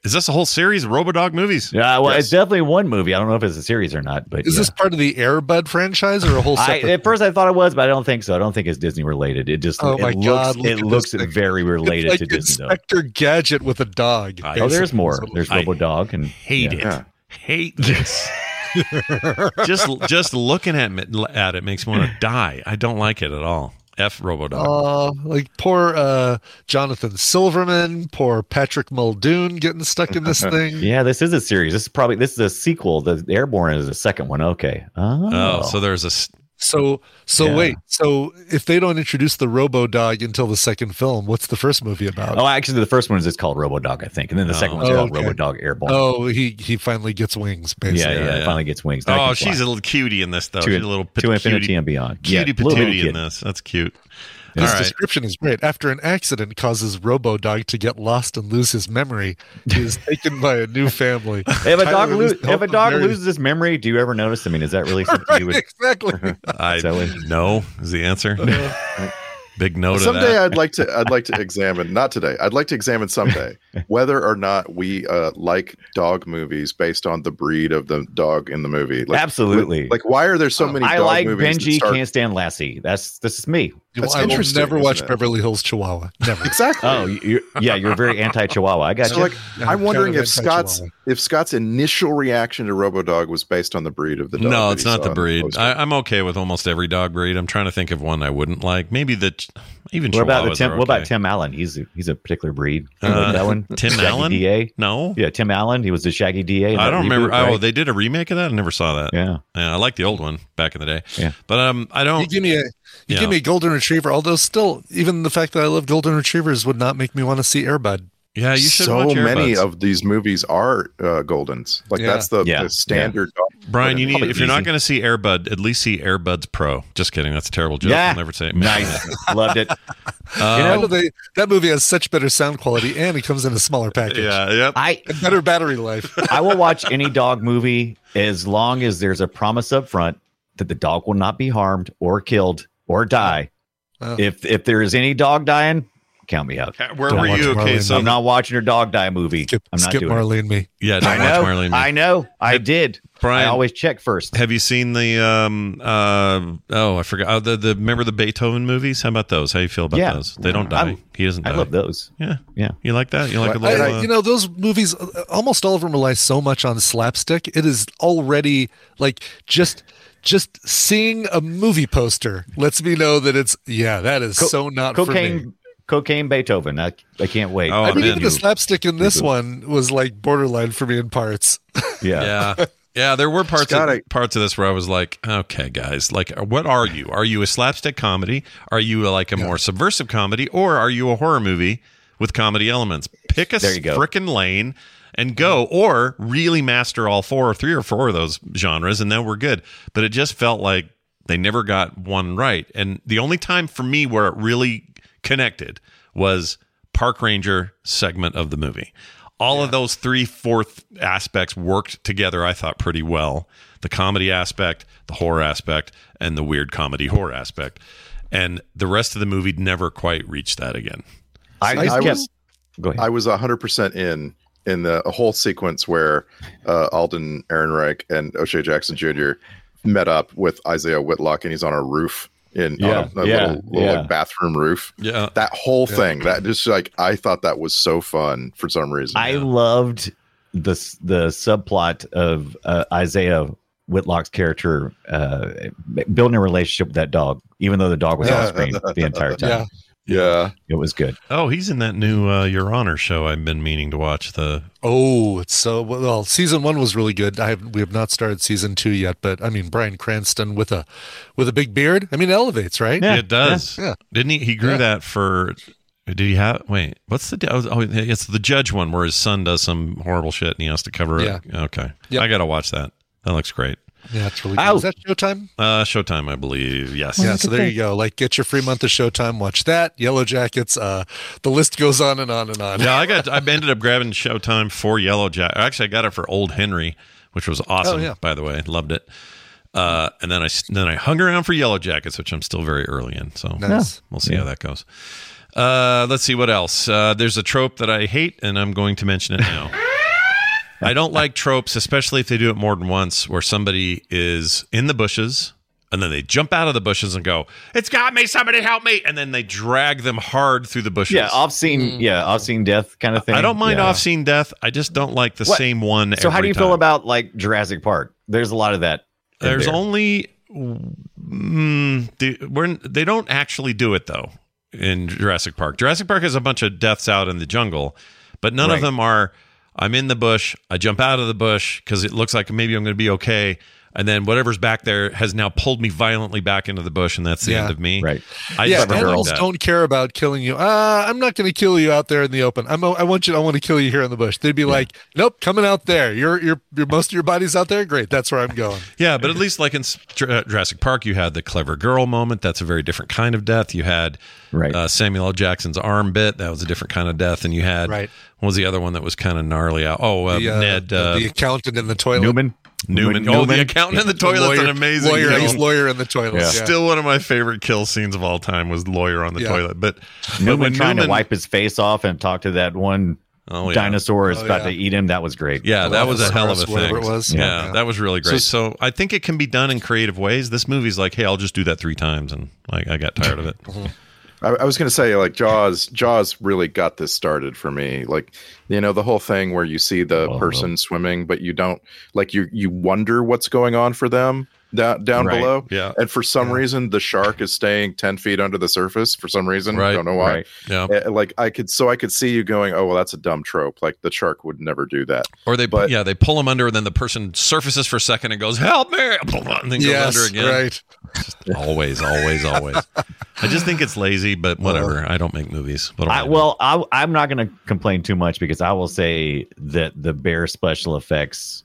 B: Is this a whole series? Robo Dog movies?
G: Yeah, well,
I: Yes.
G: it's definitely one movie. I don't know if it's a series or not, but
H: Is
G: yeah.
H: this part of the Airbud franchise or a whole
G: I,
H: separate?
G: at first I thought it was, but I don't think so. I don't think it's Disney related. It just
H: Oh
G: it
H: my
G: looks
H: God, look at
G: it
H: this
G: looks
H: thing.
G: very related
H: <laughs> it's
G: to
H: like
G: Disney. Though.
H: Inspector Gadget with a dog.
B: I-
G: Oh, there's more.
H: basically.
G: There's
B: I
G: Robo Dog and
B: hate
G: yeah.
B: it.
I: Yeah.
B: Hate
G: <laughs>
B: this. just just looking at it, at it makes me want to die. I don't like it at all. F Robodog.
H: Oh, like poor uh, Jonathan Silverman, poor Patrick Muldoon getting stuck in this
G: <laughs>
H: thing.
G: Yeah, this is a series. This is probably this is a sequel. The Airborne is the second one. Okay. Oh,
B: oh, so there's a s-
H: So so
G: Yeah.
H: wait. So if they don't introduce the Robo Dog until the second film, what's the first movie about?
G: Oh, actually, the first one is just called RoboDog, I think, and then the second one's
H: Oh,
G: called
H: okay.
G: RoboDog Airborne.
H: Oh, he he finally gets wings.
G: yeah,
H: Basically,
G: yeah,
B: yeah,
G: it
B: yeah.
G: Finally gets wings. Now it
B: Oh,
G: can fly.
B: she's a little cutie in this though.
G: To-
B: she's a little
G: to infinity and beyond. Yeah,
B: Cutie
G: little
B: patootie in
G: kid.
B: this. That's cute.
H: His
B: All right.
H: description is great. After an accident causes Robo Dog to get lost and lose his memory, he is taken by a new family.
G: <laughs> If a
H: Tyler
G: dog, lose,
H: is
G: if a
H: helped
G: dog
H: marry-
G: loses his memory, do you ever notice? I mean, is that really something you would? <laughs>
H: <laughs> exactly.
B: I
G: So it-
B: no is the answer. <laughs> Big no to
I: someday
B: that.
I: I'd like to I'd like to examine not today I'd like to examine
B: <laughs>
I: someday whether or not we uh, like dog movies based on the breed of the dog in the movie. Like,
G: Absolutely.
I: Like why are there <laughs> so many?
G: Um, I
I: dog
G: like
I: movies that
G: Benji,
I: start-
G: can't stand Lassie. That's this is me.
I: That's
H: I will
I: interesting,
H: never
I: isn't
H: watch
I: it?
H: Beverly Hills Chihuahua. Never.
I: <laughs> exactly.
G: Oh, you- you're, yeah, you're very anti-Chihuahua. I got
I: So
G: you.
I: like
H: Yeah,
I: I'm wondering
H: kind of
I: if Scott's
H: anti-Chihuahua.
I: if Scott's initial reaction to RoboDog was based on the breed of the dog.
B: No,
I: that
B: it's
I: he
B: not
I: saw
B: the
I: in
B: breed.
I: poster.
B: I, I'm okay with almost every dog breed. I'm trying to think of one I wouldn't like. Maybe the ch- even
G: what about the
B: Chihuahuas
G: Tim?
B: are
G: What about
B: okay.
G: Tim Allen? He's a, he's a particular breed. You
B: Uh,
G: know that one?
B: Tim
G: Shaggy
B: Allen?
G: Da.
B: No,
G: Yeah, Tim Allen. He was the Shaggy Da. in
B: I
G: that
B: don't remember.
G: reboot,
B: Oh,
G: right?
B: they did a remake of that. I never saw that. <laughs>
G: yeah.
B: Yeah, I like the old one back in the day.
G: Yeah.
B: but um, I
H: You
B: don't.
H: give me a you
B: Yeah.
H: give me a golden retriever. Although still, even the fact that I love golden retrievers would not make me want to see Airbud.
B: Yeah, you should
I: so
B: watch
I: many
B: Airbuds.
I: of these movies are uh, goldens. Like
H: Yeah.
I: that's the,
G: Yeah.
I: the standard. Dog
B: Brian, you
I: breed.
B: need if you're not
G: easy.
B: going to see Airbud, at least see Airbuds Pro. Just kidding. That's a terrible joke.
G: Yeah.
B: I'll never say it.
G: Nice. <laughs> Loved it.
B: Uh,
G: You
H: Why
G: know-
H: do they, that movie has such better sound quality, and it comes in a smaller package.
B: yeah, yep.
G: I
H: And better
G: <laughs>
H: battery life.
G: I will watch any dog movie as long as there's a promise up front that the dog will not be harmed or killed or die.
H: Oh.
G: If if there is any dog dying, count me out.
B: Where
H: Don't
B: were
H: watch
B: you? Okay,
H: Marlene.
B: so
G: I'm not watching your dog die movie.
H: Skip,
G: I'm not
H: skip
G: doing it.
H: Marley and me.
B: yeah, don't
G: I
B: watch
G: know.
B: Marlene.
G: I know. I
B: Hey,
G: did.
B: Brian,
G: I always check first.
B: Have you seen the um uh oh I forgot oh, the the remember the Beethoven movies? How about those? How you feel about
G: Yeah.
B: those? They don't die.
G: I'm-
B: he doesn't die.
G: I love those.
B: Yeah,
G: Yeah.
B: You like that? You like a
I: Well,
B: little?
H: I-
B: uh,
H: you know those movies uh, almost all of them rely so much on slapstick it is already like just just seeing a movie poster lets me know that it's yeah that is
G: Co-
H: so not for me
G: Cocaine, cocaine Beethoven. I, I can't wait.
B: Oh,
H: I mean,
B: man.
H: even the slapstick in this
G: Reboot.
H: one was like borderline for me in parts.
G: yeah.
B: yeah. Yeah, there were parts
I: Scott,
B: of,
I: I-
B: parts of this where I was like, okay, guys, like, what are you? Are you a slapstick comedy? Are you like a more subversive comedy, or are you a horror movie with comedy elements? Pick a
G: There you go.
B: frickin' lane and go, or really master all four or three or four of those genres, and then we're good. But it just felt like they never got one right, and the only time for me where it really connected was park ranger segment of the movie. All of those three fourth aspects worked together, I thought, pretty well. The comedy aspect, the horror aspect, and the weird comedy horror aspect. And the rest of the movie never quite reached that again.
G: I just
I: I
G: kept.
I: was-
G: go ahead.
I: I was 100% in in the whole sequence where uh, Alden Ehrenreich and O'Shea Jackson Jr. met up with Isaiah Whitlock and he's on a roof in
G: Yeah,
I: on a, a
G: yeah,
I: little, little
G: yeah.
I: bathroom roof.
B: Yeah.
I: That whole thing, that just like I thought that was so fun for some reason.
G: I loved the s- the subplot of uh, Isaiah Whitlock's character uh, building a relationship with that dog, even though the dog was off screen the
B: <laughs>
G: entire time.
H: Yeah.
I: yeah.
G: It was good.
B: Oh, he's in that new uh, Your Honor show I've been meaning to watch. The
H: Oh, it's so well. Season one was really good. I have, we have not started season two yet, but I mean Brian Cranston with a with a big beard. I mean elevates right.
G: Yeah,
B: It does.
H: yeah, yeah.
B: Didn't he? He grew
H: Yeah.
B: that for. Did he have? Wait, what's the? Oh, it's the judge one where his son does some horrible shit and he has to cover it. Okay,
H: Yep.
B: I gotta watch that. That looks great.
H: Yeah, it's really.
G: Ow.
H: Good. Is that Showtime?
B: Uh, Showtime, I believe. Yes.
H: yeah, so there you go. Like, get your free month of Showtime. Watch that. Yellow Jackets. Uh, the list goes on and on and on.
B: yeah, I got. I ended up grabbing Showtime for Yellow Jack. Actually, I got it for Old Henry, which was awesome.
H: Oh, yeah.
B: By the way, loved it. Uh, and then I s- then I hung around for Yellow Jackets, which I'm still very early in. So
H: Nice.
B: we'll see how that goes. Uh, let's see what else. Uh, there's a trope that I hate, and I'm going to mention it now. I don't like tropes, especially if they do it more than once, where somebody is in the bushes and then they jump out of the bushes and go, "It's got me! Somebody help me!" And then they drag them hard through the bushes.
G: Yeah, off scene. Yeah, off scene death kind of thing.
B: I don't mind
G: Mm. yeah.
B: off scene death. I just don't like the
G: What?
B: same one.
G: So how do
B: every
G: you
B: time.
G: feel about like Jurassic Park? There's a lot of that. in
B: There's
G: there.
B: only mm, the, we're, they don't actually do it though in Jurassic Park. Jurassic Park has a bunch of deaths out in the jungle, but none of
G: Right.
B: them are. I'm in the bush. I jump out of the bush because it looks like maybe I'm going to be okay. and then whatever's back there has now pulled me violently back into the bush, and that's the
H: Yeah.
B: end of me.
G: Right.
B: I
H: yeah,
B: just don't
H: animals
B: like that.
H: don't care about killing you. Uh, I'm not going to kill you out there in the open. I'm. I want you. I want to kill you here in the bush. They'd be like, "Nope, coming out there. Your your your most of your body's out there. Great, that's where I'm going."
B: Yeah, but at least like in S- Jur- uh, Jurassic Park, you had the clever girl moment. That's a very different kind of death. You had
G: Right.
B: uh, Samuel L. Jackson's arm bit. That was a different kind of death. And you had
H: Right.
B: what was the other one that was kind of gnarly? out? Oh, uh,
H: The, uh,
B: Ned uh,
H: the accountant in the toilet.
G: Newman.
B: Newman. Oh, the accountant in the
H: The
B: toilet's an
H: lawyer-
B: amazing
H: lawyer,
B: kill.
H: ex- lawyer in the toilet.
G: Yeah.
H: Yeah.
B: Still one of my favorite kill scenes of all time was lawyer on the
H: Yeah.
B: toilet. But but
G: Newman
B: when
G: trying to
B: Newman-
G: wipe his face off and talk to that one
B: Oh, yeah.
G: dinosaur is
H: Oh,
G: about
H: yeah.
G: to eat him. That was great.
B: Yeah, that was a hell of a
H: Brontosaurus, whatever
B: thing.
H: it was.
B: Yeah,
H: Yeah.
B: that was really great. So, I think it can be done in creative ways. This movie's like, hey, I'll just do that three times, and like I got tired of
H: <laughs>
B: it.
I: I, I was going to say, like Jaws. Jaws really got this started for me. Like, you know, the whole thing where you see the
G: Oh.
I: person swimming, but you don't like you. You wonder what's going on for them down down
G: Right,
I: below.
B: yeah.
I: And for some reason, the shark is staying ten feet under the surface. For some reason,
B: Right,
I: don't know why.
G: right.
B: Yeah,
I: Uh, Like I could, so I could see you going, "Oh well, that's a dumb trope. Like the shark would never do that."
B: or they
I: But-
B: yeah they pull him under, and then the person surfaces for a second and goes, help me, <laughs> and then goes under
H: Yes,
B: again.
H: right.
B: <laughs> Always, always, always. I just think it's lazy, but whatever. I don't make movies. What am I
G: I,
B: doing?
G: well, I, I'm not going to complain too much because I will say that the bear special effects,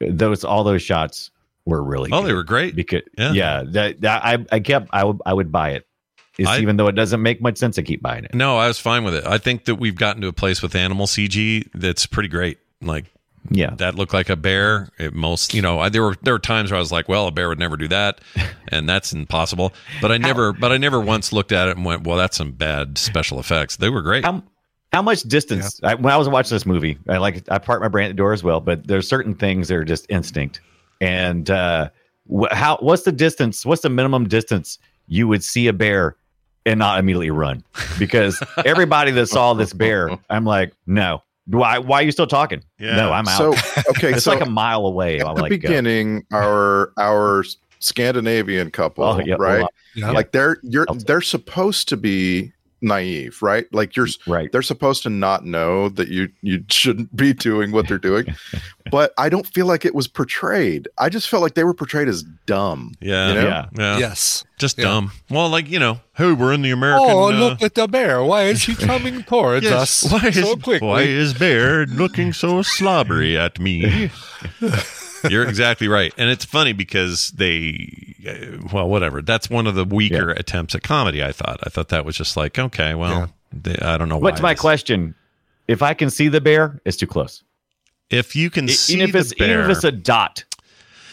G: those all those shots were really.
B: oh, they
G: good.
B: were great.
G: because
B: Yeah.
G: yeah, that, that I I kept I would I would buy it, It's
B: I-
G: even though it doesn't make much sense. I keep buying it.
B: No, I was fine with it. I think that we've gotten to a place with animal CG that's pretty great. Like
G: Yeah,
B: that looked like a bear. It most, you know, I, there were there were times where I was like, well, a bear would never do
G: <laughs>
B: that, and that's impossible. But I never, but I never once looked at it and went, well, that's some bad special effects. They were great.
G: how, how much distance? I, when I was watching this movie, I like I parked my brain at the door as well. But there's certain things that are just instinct, and uh, wh- how what's the distance? What's the minimum distance you would see a bear and not immediately run? Because everybody that saw this bear, I'm like, no. Why? Why are you still talking?
B: Yeah.
G: No, I'm out.
I: So
G: <laughs>
I: okay,
G: it's
I: so
G: like a mile away.
I: at
G: I'm
I: the
G: like, uh, go.
I: beginning, our our Scandinavian couple,
G: Oh, yeah,
I: right?
G: well,
H: Yeah.
I: like they're you're
G: Elsa.
I: they're supposed to be naive right like you're s-
G: right.
I: they're supposed to not know that you you shouldn't be doing what they're doing but i don't feel like it was portrayed i just felt like they were portrayed as dumb
B: yeah,
I: you know?
G: Yeah.
B: yeah,
H: Yes.
B: just
H: Yeah.
B: dumb. Well, like you know, hey, we're in the American.
H: oh,
B: uh,
H: look at the bear. Why is
B: <laughs>
H: he coming towards
B: yes,
H: us
B: why is,
H: so quickly?
B: why is bear looking so slobbery at
H: <laughs>
B: me? You're exactly right, and it's funny because they, uh, well, whatever. That's one of the weaker attempts at comedy. I thought. I thought that was just like, okay, well, they, I don't know.
G: What's
B: why
G: my
B: this-
G: question? If I can see the bear, it's too close.
B: If you can
G: E-
B: see
G: Even if it's
B: the bear,
G: even if it's a dot,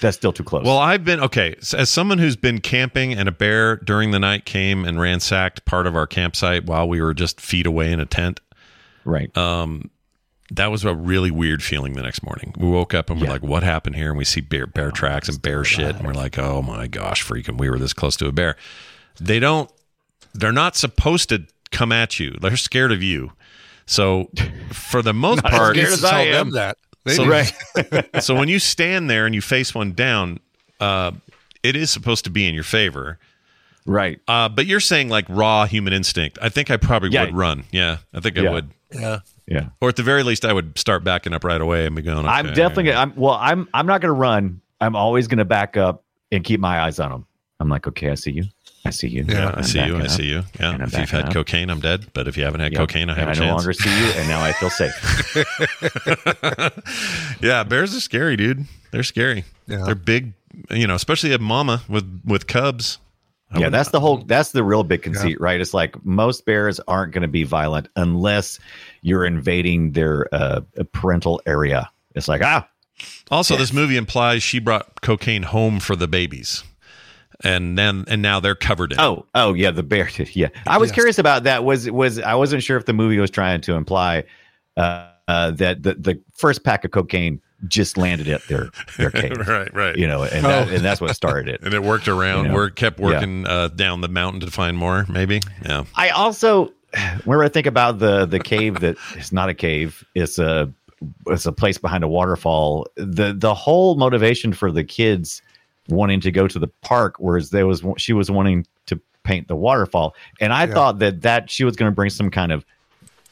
G: that's still too close.
B: well, I've been okay. s- As someone who's been camping, and a bear during the night came and ransacked part of our campsite while we were just feet away in a tent.
G: right.
B: uh, that was a really weird feeling the next morning. We woke up and we're
G: Yeah. Oh,
B: like, what happened here? And we see bear, bear tracks and bear shit. And we're like, oh my gosh, freaking, we were this close to a bear. They don't, they're not supposed to come at you. They're scared of you. So for the
G: <laughs>
B: most
G: as
B: part,
H: Needs
G: scared
H: to
G: as I
H: tell
G: am.
H: them that. They
B: So-
H: need-
B: <laughs>
G: right.
B: so when you stand there and you face one down, uh, it is supposed to be in your favor.
G: right.
B: Uh, but you're saying like raw human instinct. I think I probably
G: Yeah.
B: would run. Yeah, I think I
G: Yeah.
B: would.
H: Yeah.
G: Yeah.
B: Or at the very least, I would start backing up right away and be going. Okay,
G: I'm definitely gonna I'm well, I'm I'm not gonna run. I'm always gonna back up and keep my eyes on him. I'm like, okay, I see you. I see you.
H: Yeah,
B: Yeah, I
G: I'm
B: see you.
G: backing
B: I
G: up.
B: see you. Yeah. If
G: And I'm
B: you've
G: backing
B: had
G: up.
B: cocaine, I'm dead. But if you haven't had
G: Yep.
B: cocaine, I have
G: And
B: a
G: I no
B: chance.
G: longer see you, and now I
B: <laughs>
G: feel safe. <laughs>
B: yeah, bears are scary, dude. They're scary.
H: Yeah.
B: They're big. You know, especially a mama with with cubs. I
G: yeah,
B: would-
G: that's the whole. That's the real big conceit, right? It's like most bears aren't going to be violent unless you're invading their uh, parental area. It's like ah,
B: Also, this movie implies she brought cocaine home for the babies, and then and now they're covered in. it.
G: Oh, oh yeah, the bear did. Yeah, I was
H: Yes.
G: curious about that. Was was I wasn't sure if the movie was trying to imply uh, uh, that the, the first pack of cocaine just landed at their their cave,
B: <laughs> right, right.
G: you know, and that, and that's what started it.
B: and it worked around.
G: You know,
B: Work kept working uh, down the mountain to find more. Maybe. Yeah.
G: I also <sighs> whenever I think about the the cave that it's not a cave, it's a it's a place behind a waterfall. The the whole motivation for the kids wanting to go to the park, whereas there was she was wanting to paint the waterfall, and I
H: Yeah.
G: thought that that she was going to bring some kind of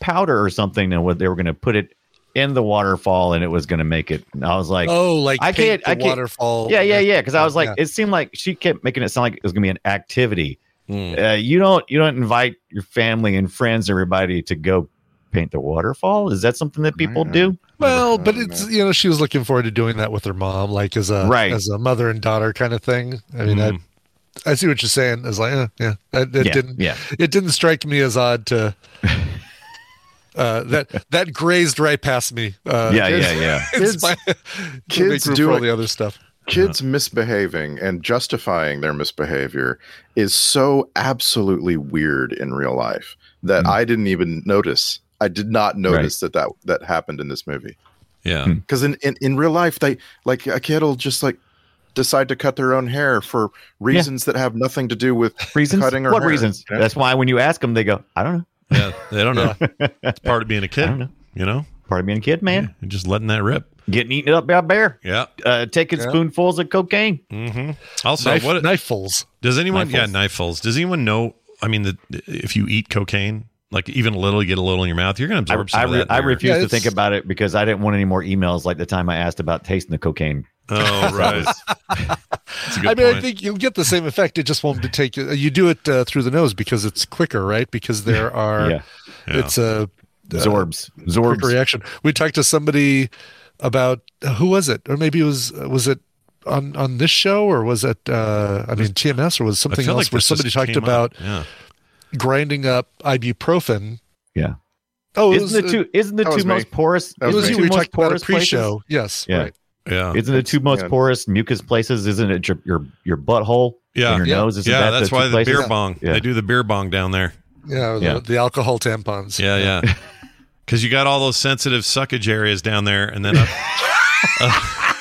G: powder or something, and what they were going to put it in the waterfall and it was going to make it. And I was like,
H: oh, like
G: I can't,
H: paint the
G: I can't.
H: waterfall.
G: Yeah, yeah, yeah. Because I was like,
H: Oh, Yeah.
G: it seemed like she kept making it sound like it was going to be an activity. Uh, you don't, you don't invite your family and friends, everybody, to go paint the waterfall. Is that something that people do?
H: Mm-hmm. Well, but it's you know she was looking forward to doing that with her mom, like as a
G: Right. Mm-hmm.
H: as a mother and daughter kind of thing. I mean,
B: Mhm.
H: I I see what you're saying. It's like, uh, yeah, it, it
G: Yeah,
H: didn't
G: yeah.
H: it didn't strike me as
G: <laughs>
H: odd to uh, that that grazed right past me. Uh, <laughs>
G: yeah, yeah, yeah.
H: Kids,
I: kids
H: <laughs> kids
I: do
H: do all
I: it.
H: the other stuff.
I: kids misbehaving and justifying their misbehavior is so absolutely weird in real life that I didn't even notice. I did not notice that, that that happened in this movie.
B: Yeah.
G: Hmm.
I: Because in, in, in real life, they like a kid will just like decide to cut their own hair for reasons that have nothing to do with
G: Reasons?
I: cutting her
G: What
I: hair,
G: reasons?
I: you know?
G: That's why when you ask them, they go, I don't know.
B: Yeah. They don't
G: <laughs>
B: know. It's part of being a
G: I
B: kid,
G: don't know.
B: you know,
G: Part of being a
B: <laughs>
G: kid, man.
B: and just letting that rip.
G: Getting eaten up by a bear.
B: Yeah.
G: Uh, taking spoonfuls of cocaine.
B: hmm Also,
H: Knife,
B: what
H: knifefuls?
B: does anyone, yeah,
G: Knifefuls.
B: knifefuls. Does anyone know? I mean, the, if you eat cocaine, like even a little, you get a little in your mouth, you're going to
G: I,
B: absorb
G: I,
B: some
G: re-
B: of that.
G: I
B: in your-
G: refuse
H: Yeah,
G: to think
H: it's-
G: about it because I didn't want any more emails like the time I asked about tasting the cocaine.
H: <laughs>
B: Oh, right. That's a good
H: I mean, I
B: point.
H: think you'll get the same effect. It just won't take you. You do it uh, through the nose because it's quicker, right? Because there are
G: Yeah.
B: Yeah.
H: it's a
G: Zorbs.
H: quick
G: Zorbs.
H: reaction. We talked to somebody about uh, who was it, or maybe it was was it on on this show, or was it uh, I mean TMS, or was it
B: I
H: something
B: feel
H: else
B: like
H: where
B: this just
H: somebody talked
B: came up.
H: about
B: Yeah.
H: grinding up ibuprofen.
G: Yeah.
H: Oh, it was,
G: Isn't the two isn't the
I: that was
G: two
I: me.
G: most porous
I: That
H: It
G: isn't
H: was
I: me.
G: the
H: you.
G: two
H: We
G: most
H: talked about
G: porous
H: it pre-show.
G: places?
H: Yes.
G: Yeah.
H: Right.
B: Yeah.
G: Isn't the two most
I: yeah.
G: porous mucus places? Isn't it your your, your butthole?
B: Yeah.
G: And your
H: Yeah.
G: nose? Isn't
B: yeah,
G: that
B: that's
G: the two
B: why the
G: places?
B: beer bong.
G: Yeah.
B: They do the beer bong down there.
H: Yeah. or the-
G: Yeah.
H: The, alcohol tampons.
B: Yeah, <laughs> yeah. Because you got all those sensitive suckage areas down there, and then up,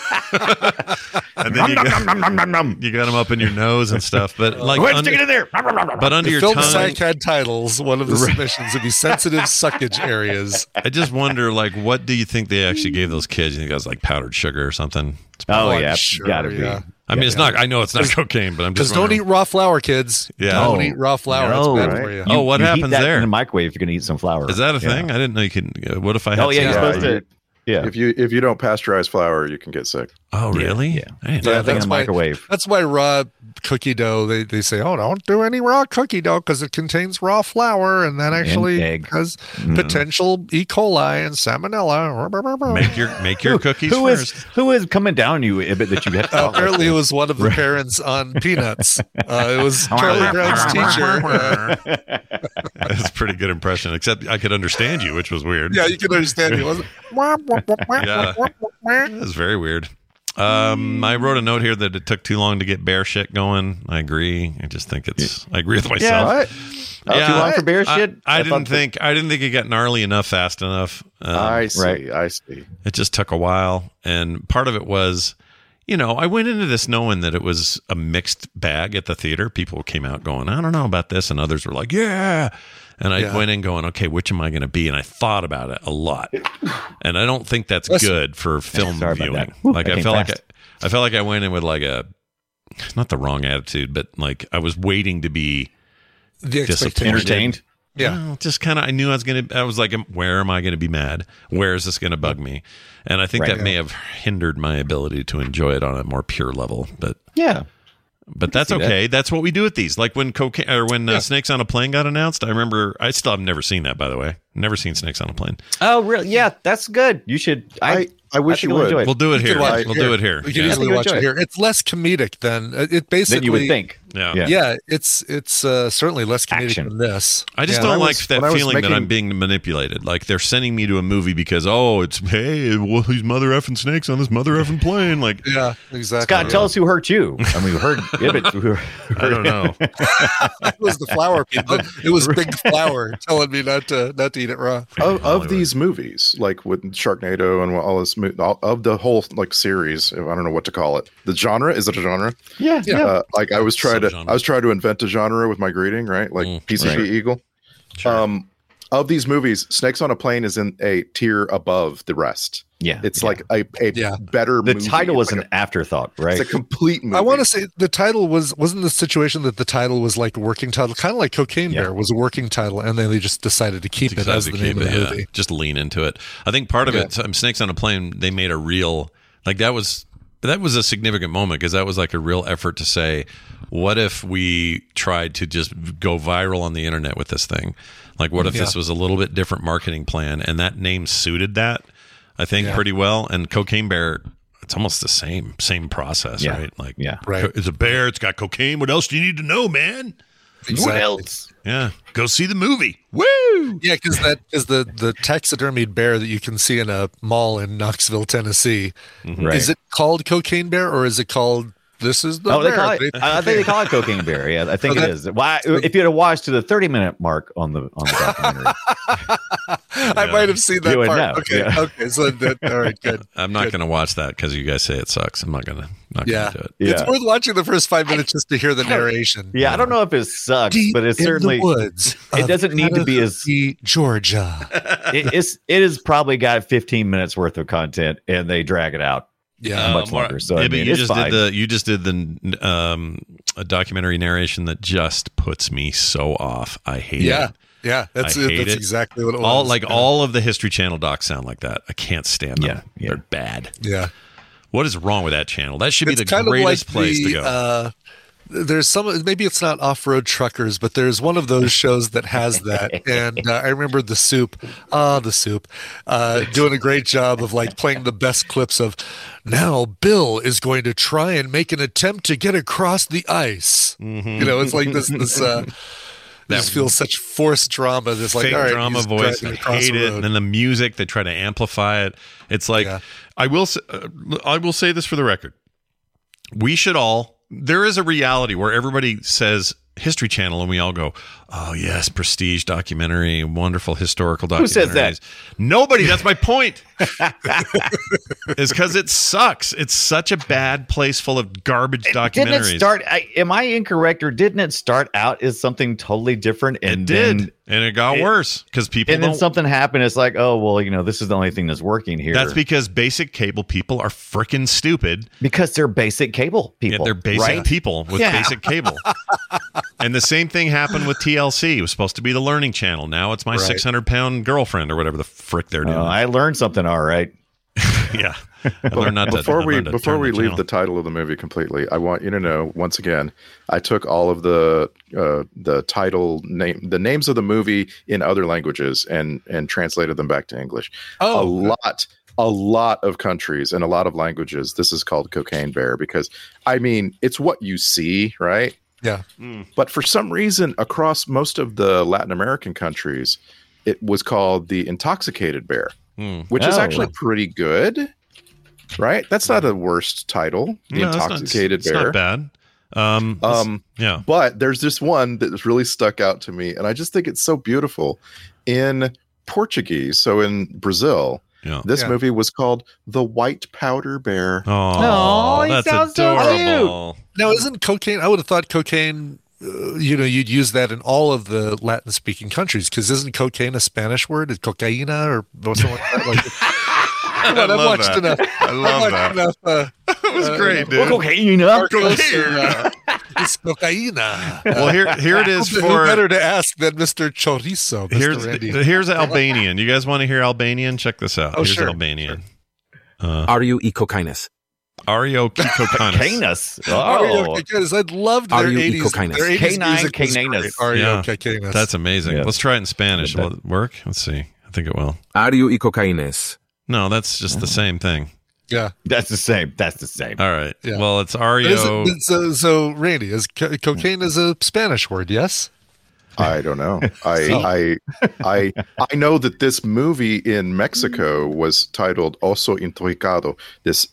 B: <laughs> and then you got, you got them up in your nose and stuff. But like,
G: Go ahead,
B: under-
G: stick it in there.
B: but under
H: If
B: your
H: Film
B: tongue,
H: Psych had titles.
B: <laughs>
H: One of the submissions would be sensitive suckage areas.
B: I just wonder, like, what do you think they actually gave those kids? You think that was like powdered sugar or something? It's prob-
G: Oh
H: I'm
G: yeah,
H: sure,
G: gotta be.
H: yeah.
B: I mean, it's not. I know it's not cocaine, but I'm
H: Because
B: just
H: don't eat
B: wondering-
H: raw flour, kids.
B: Yeah.
H: Don't
B: No.
H: eat raw flour.
G: No,
H: That's bad
G: right?
H: for you.
B: Oh, what
G: You heat
B: happens
G: that
B: there?
G: in the microwave if you're gonna eat some flour?
B: Is that a
G: Yeah.
B: thing? I didn't know you can. Uh, what if I had?
G: Oh yeah, you're
B: some-
G: supposed
I: Yeah,
G: to. Yeah.
I: If you if you don't pasteurize flour, you can get sick.
B: Oh really? I
G: Yeah.
B: didn't
G: Put
B: know
H: Yeah,
G: that thing in
H: that's
G: the
H: why-
G: microwave.
H: That's why raw cookie dough. They they say, oh, don't do any raw cookie dough because it contains raw flour, and that actually
G: egg. Mm.
H: has potential E. coli and salmonella.
B: that. Make your make your cookies
G: Who is
B: first. <laughs>
G: who is coming down on you a bit that you had?
H: Uh, <laughs> apparently, it was one of the parents
G: <laughs>
H: on Peanuts. Uh, it was Charlie Brown's teacher. Uh,
G: <laughs>
B: That's a pretty good impression. Except I could understand you, which was weird.
H: yeah, you can understand. It wasn't.
B: Yeah. That was very weird. Um, I wrote a note here that it took too long to get bear shit going. I agree. I just think it's. I agree with myself.
I: What?
G: too long for bear
B: I,
G: shit.
B: I
G: thought
B: didn't
G: that-
B: think. I didn't think it got gnarly enough fast enough. Um,
I: I see.
G: right.
I: I see.
B: it just took a while, and part of it was, you know, I went into this knowing that it was a mixed bag at the theater. People came out going, I don't know about this, and others were like, Yeah. And I
H: Yeah.
B: went in going, okay, which am I going to be? And I thought about it a
G: <laughs>
B: lot, and I don't think that's
H: Listen-
B: good for film
G: Sorry about
B: viewing.
G: that. Whew,
B: like
G: that
B: I
G: came
B: felt like
G: fast.
B: I, I felt like I went in with like a not the wrong attitude, but like I was waiting to be
H: The expectation.
B: disappointed.
G: entertained.
H: Yeah.
B: Well, just kind of, I knew I was going to, I was like, "Am- where am I going to be mad? Where is this going to bug me? And I think
G: Right.
B: that may have hindered my ability to enjoy it on a more pure level, but,
G: Yeah.
B: but that's
G: that.
B: okay. That's what we do with these. Like when cocaine or when uh,
H: Yeah.
B: snakes on a plane got announced, I remember, I still have never seen that by the way, never seen snakes on a plane.
G: Oh, really? Yeah, that's good. You should. I
I: I, I wish
G: think
I: you
G: I'll
I: would.
G: enjoy it.
B: We'll do it
H: We
B: here.
H: could watch
B: We'll do it here.
H: We can
B: Yeah.
H: easily
G: I think I
H: watch
G: enjoy
H: it
G: it.
H: here. It's less comedic than uh, it. Basically,
G: Then you would think.
B: Yeah.
G: Yeah.
H: Yeah, it's it's uh, certainly less comedic
G: Action.
H: than this.
B: I just
H: Yeah.
B: don't
I: When I
B: like
I: was-
B: that
I: when I was
B: feeling that
I: making-
B: I'm being manipulated. Like they're sending me to a movie because oh, it's hey, well, these mother effing snakes on this mother effing plane. Like
H: Yeah, exactly.
G: Scott, tell us who hurt you. I mean, we heard Ibbot. Who,
B: I don't know.
H: <laughs> it was the flour people. It was big flour telling me not to not to eat it raw.
I: of,
B: Hollywood.
I: of these movies, like with Sharknado and all this, mo- all, of the whole like series, I don't know what to call it. The genre is it a genre?
G: <laughs> yeah, yeah.
I: Uh, like I was trying to,
B: Subgenre.
I: I was trying to invent a genre with my greeting, right? Like
B: Mm,
I: PCP
G: right.
I: Eagle.
B: Sure.
I: Um, of these movies, Snakes on a Plane is in a tier above the rest.
G: Yeah,
I: It's like a, a better
G: The
I: movie.
G: title was
I: It's like
G: an afterthought,
I: a-
G: right?
I: It's a complete movie.
H: I want to say the title was wasn't the situation that the title was like a working title, kind of like Cocaine
G: Yeah.
H: Bear was a working title, and then they just decided to keep it
B: Decided
H: as
B: to
H: the name of
B: keep
H: the
B: it, yeah.
H: movie.
B: Just lean into it. I think part of it, um, Snakes on a Plane, they made a real like that was that was a significant moment because that was like a real effort to say, what if we tried to just go viral on the internet with this thing? Like, what if this was a little bit different marketing plan? And that name suited that, I think, pretty well. And Cocaine Bear. It's almost the same, same process,
G: Yeah.
B: right? Like,
G: Yeah.
H: Right.
B: co- it's a bear. It's got cocaine. What else do you need to know, man?
H: Exactly.
B: Yeah, go see the movie. Woo!
H: Yeah, because that is the the taxidermied bear that you can see in a mall in Knoxville, Tennessee.
G: Right.
H: Is it called Cocaine Bear or is it called This is the
G: oh, they
H: bear?
G: call it,
H: They-
G: I I think they call it cocaine beer. Yeah, I think
H: Oh,
G: it
H: that-
G: is. Why? If you had watched to the thirty minute mark on the on the
H: <laughs>
G: documentary,
H: I might have seen that
G: You would
H: part.
G: know,
H: Okay,
G: yeah.
H: okay. So that, all right,
G: <laughs>
H: good.
B: I'm not
H: Good.
B: going to watch that because you guys say it sucks. I'm not going to not
H: Yeah.
B: gonna do it.
G: yeah,
H: It's worth watching the first five minutes just to hear the narration.
G: yeah. I don't know if it sucks,
H: Deep
G: but it's
H: in the
G: certainly
H: woods.
G: it
H: of
G: doesn't need to be as-
H: Tennessee,
G: <laughs>
H: Georgia.
G: it, it's it has probably got fifteen minutes worth of content, and they drag it out.
H: Yeah,
B: Uh,
G: much longer, so I
B: maybe
G: mean,
B: you
G: it's
B: just
G: fine.
B: did the you just did the um, a documentary narration that just puts me so off. I hate
H: yeah,
B: it.
H: yeah. That's
B: I
H: it.
B: hate
H: That's
B: it.
H: exactly what it was.
B: All like
H: Yeah.
B: all of the History Channel docs sound like that. I can't stand them.
G: Yeah, yeah.
B: They're bad.
H: Yeah,
B: What is wrong with that channel? That should be
H: it's
B: the
H: kind of like
B: greatest place
H: the,
B: to go.
H: Uh, there's some maybe it's not off-road truckers but there's one of those shows that has that and uh, i remember the soup ah the soup uh, doing a great job of like playing the best clips of now bill is going to try and make an attempt to get across the ice you know it's like this
B: <laughs>
H: this uh
B: Mm-hmm. That
H: this feels such forced drama this like
B: fake
H: all right,
B: drama
H: he's
B: voice. I
H: driving across
B: hate
H: the
B: it.
H: road.
B: And then the music, they try to amplify it. It's like
H: Yeah.
B: I will. s- Uh, I will say this for the record: we should all. There is a reality where everybody says History Channel, and we all go, "Oh yes, prestige documentary, wonderful historical documentaries."
G: Who says that?
B: Nobody. That's my point. <laughs> is because it sucks. It's such a bad place full of garbage
G: Didn't it
B: documentaries.
G: start? I, am I incorrect, or didn't it start out as something totally different?
B: It
G: And
B: did,
G: then-
B: and it got
G: it-
B: worse because people
G: and then
B: don't
G: something happened. It's like, oh well, you know, this is the only thing that's working here.
B: That's because basic cable people are freaking stupid.
G: because they're basic cable people.
B: Yet they're basic
G: right?
B: people with
G: Yeah.
B: basic
G: <laughs>
B: cable. and the same thing happened with TLC. It was supposed to be the learning channel. Now it's my 600 pound girlfriend or whatever the frick
I: Oh,
B: they're doing.
G: Uh, I learned something. All right.
B: <laughs>
I: <laughs>
B: yeah. I learned not to-
I: before
B: I
I: we
B: learned to
I: before
B: turn
I: we leave
B: channel.
I: the title of the movie completely, I want you to know once again, I took all of the uh, the title name the names of the movie in other languages and and translated them back to English.
H: Oh.
I: a lot a lot of countries and a lot of languages. This is called Cocaine Bear because I mean it's what you see, right?
H: yeah
B: Mm.
I: But for some reason, across most of the Latin American countries, it was called the intoxicated bear,
H: Hmm.
I: which is
G: Oh.
I: actually pretty good, right? That's not the worst title, the
B: No, it's not-
I: intoxicated
B: it's
I: bear.
B: not bad. Um,
I: Um,
B: yeah.
I: but there's this one that really stuck out to me, and I just think it's so beautiful in Portuguese. So in Brazil,
B: Yeah.
I: this
H: Yeah.
I: movie was called the white powder bear.
B: Oh,
G: he
B: that's
G: sounds so cute.
B: adorable.
H: Now, isn't cocaine? I would have thought cocaine. Uh, you know, you'd use that in all of the Latin-speaking countries because isn't cocaine a Spanish word? Is cocaína or
B: <laughs>
H: something like that? Like, come on, I've
B: love
H: watched
B: that.
H: enough.
B: I love
H: I've
B: that.
H: watched enough. Uh,
B: That was great, dude.
G: Cocaine up.
H: Narcos and, uh, it's cocaína.
B: <laughs> Well, here here it
I: <laughs>
B: is
H: <laughs> Who
B: for
H: better to ask than Mr. Chorizo, Mr.
B: here's
H: Randy?
B: here's Albanian. You guys want to hear Albanian? Check this out.
H: Oh,
B: here's
H: sure.
B: Albanian. Uh,
J: Ariu e cocainus.
B: Ario
G: <laughs>
B: Kikokanis.
G: Canis.
H: Ario
G: Oh,
H: Cacanas. I'd love their
J: Are you
H: 80s.
J: ecocainus?
H: Their 80s
G: Canine
H: music was
G: caninas.
H: great. Ario
B: Yeah.
H: Cacanas.
B: That's amazing.
G: Yeah.
B: Let's try it in Spanish.
G: Yeah,
B: Will it work? Let's see. I think it will.
J: Ariu e cocaines.
B: No, that's just the same thing.
H: yeah.
G: that's the same. That's the same.
B: All right.
H: Yeah.
B: Well, it's
H: But is it-
B: Ario.
H: so, so, Randy, is co- cocaine is a Spanish word? Yes.
I: I don't know. I I I I know that this movie in Mexico was titled "Oso Intoxicado," this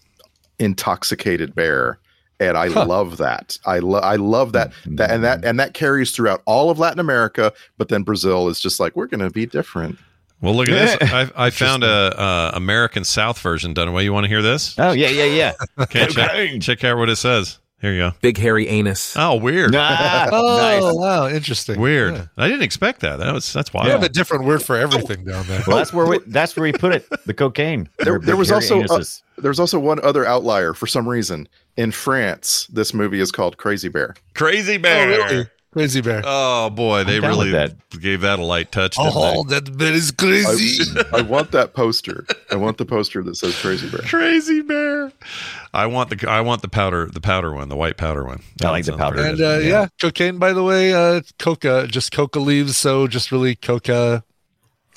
I: intoxicated bear, and I love that. I lo- I love that that and that and that carries throughout all of Latin America. But then Brazil is just like we're going to be different.
B: Well, look at this. I, I found a, uh
G: <laughs>
B: American South version done away. You want to hear this? <laughs>
G: Oh yeah, yeah, yeah.
B: Okay, check,
G: Cocaine.
B: check out what it says. Here you go.
J: Big hairy anus.
B: Oh, weird.
H: Ah, Oh, nice. wow, interesting.
B: Weird.
H: Yeah.
B: I didn't expect that. That was that's wild.
H: We have a different word for everything down there.
G: Well, that's where we, that's where we put it. The cocaine.
I: There, there was also uh,
G: anuses.
I: there was also one other outlier for some reason in France. This movie is called Crazy Bear.
B: Crazy bear. Oh,
H: really? Crazy bear.
B: boy, they
G: down
B: really
G: with
B: gave that a light touch. Didn't
H: Oh,
B: they?
H: that bear is
I: I,
H: crazy.
I: I want that poster. I want the poster that says Crazy Bear.
B: Crazy bear. I want the I want the powder the powder one the white powder one.
G: I like the
B: sounds
G: powder.
B: very
H: And
B: good.
H: uh, yeah. cocaine. By the way, uh, coca, just coca leaves. So just really coca,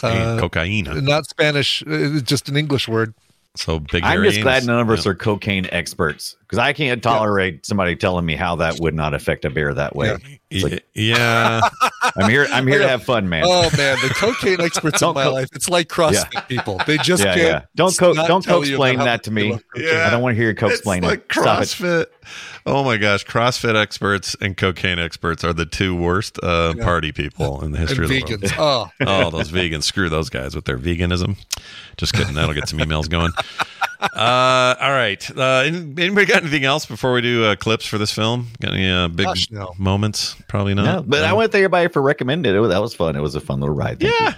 B: Hey,
H: uh,
B: cocaina.
H: not Spanish. uh, Just an English word.
B: So big.
G: I'm
B: hairy
G: just glad
B: anus.
G: none of us
B: Yeah.
G: are cocaine experts because I can't tolerate somebody telling me how that would not affect a bear that way. It's like-
B: yeah.
G: I'm here. I'm
B: <laughs>
G: here to have fun,
B: Uh,
G: man.
H: Oh man, the
G: <laughs>
H: cocaine experts in
G: Don't
H: my
G: co-
H: life. It's like CrossFit people. They just
G: yeah,
H: can't.
G: yeah. Don't co-
H: not
G: don't
H: tell you
G: explain
H: about how
G: that to
H: they
G: me.
H: love cocaine.
B: Yeah.
G: I don't want to hear you co-explain
B: It's like
G: it. Stop it.
B: CrossFit. Oh my gosh, CrossFit experts and cocaine experts are the two worst uh, party people in the
H: And
B: history of the world.
H: vegans.
G: <laughs>
H: Oh,
B: Oh, those vegans. Screw those guys with their veganism. Just kidding. That'll get some emails going. Uh, all right. Uh, an- anybody got anything else before we do uh, clips for this film? Got any uh, big
H: Gosh, no.
B: moments? Probably not.
G: No, but I want to thank everybody for recommending it. Oh, that was fun. It was a fun little ride. Thank
B: Yeah.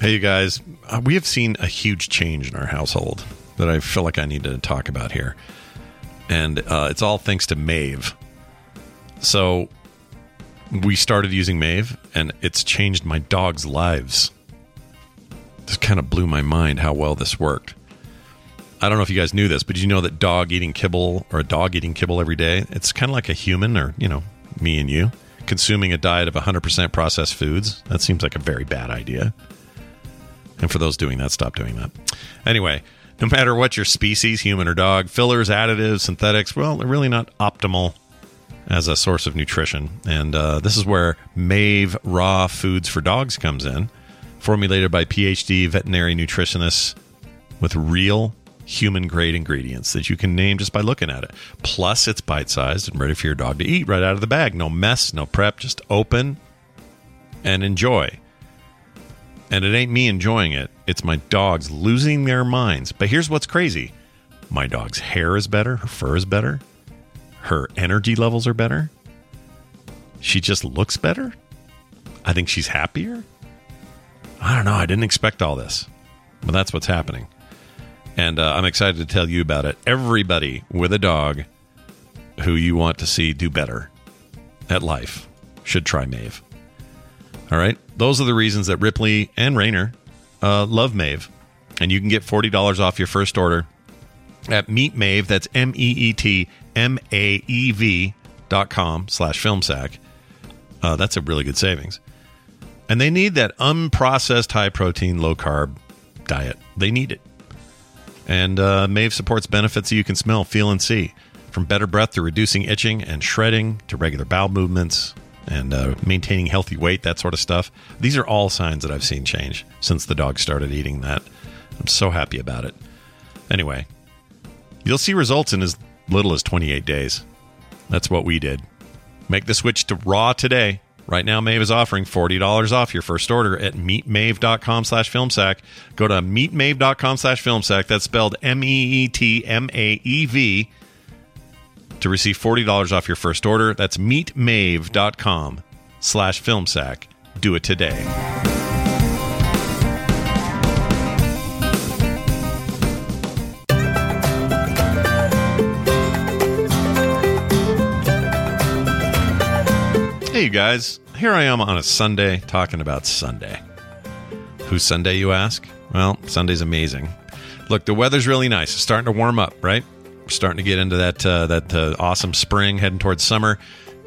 B: Hey, you guys. Uh, we have seen a huge change in our household that I feel like I need to talk about here. And uh, it's all thanks to Maeve. So we started using Maeve, and it's changed my dog's lives. This kind of blew my mind how well this worked. I don't know if you guys knew this, but did you know that dog eating kibble or a dog eating kibble every day, it's kind of like a human or, you know, me and you consuming a diet of 100% processed foods. That seems like a very bad idea. And for those doing that, stop doing that. Anyway, no matter what your species, human or dog, fillers, additives, synthetics, well, they're really not optimal as a source of nutrition. And uh, this is where Mave Raw Foods for Dogs comes in, formulated by PhD veterinary nutritionists with real human grade ingredients that you can name just by looking at it. Plus, it's bite sized and ready for your dog to eat right out of the bag. No mess, no prep, just open and enjoy. And it ain't me enjoying it, it's my dogs losing their minds. But here's what's crazy my dog's hair is better, her fur is better, her energy levels are better, she just looks better. I think she's happier. I don't know. I didn't expect all this, but that's what's happening and uh, I'm excited to tell you about it. Everybody with a dog who you want to see do better at life should try Mave. All right, those are the reasons that Ripley and Rayner uh, love Mave, and you can get forty dollars off your first order at Meet Mave. That's M E E T M A E V dot com slash filmsack. Uh, that's a really good savings. And they need that unprocessed high protein, low carb diet. They need it. And uh, Mave supports benefits that you can smell, feel, and see from better breath to reducing itching and shredding to regular bowel movements and uh, maintaining healthy weight, that sort of stuff. These are all signs that I've seen change since the dog started eating that. I'm so happy about it. Anyway, you'll see results in as little as 28 days. That's what we did. Make the switch to Raw today. Right now, Mave is offering $40 off your first order at meetmave.com slash filmsack. Go to meetmave.com slash filmsack. That's spelled E M-E-E-T-M-A-E-V E to receive $40 off your first order. That's meetmave.com slash filmsack. Do it today. Hey, you guys. Here I am on a Sunday talking about Sunday. Who's Sunday, you ask? Well, Sunday's amazing. Look, the weather's really nice. It's starting to warm up, right? We're starting to get into that uh, that uh, awesome spring, heading towards summer,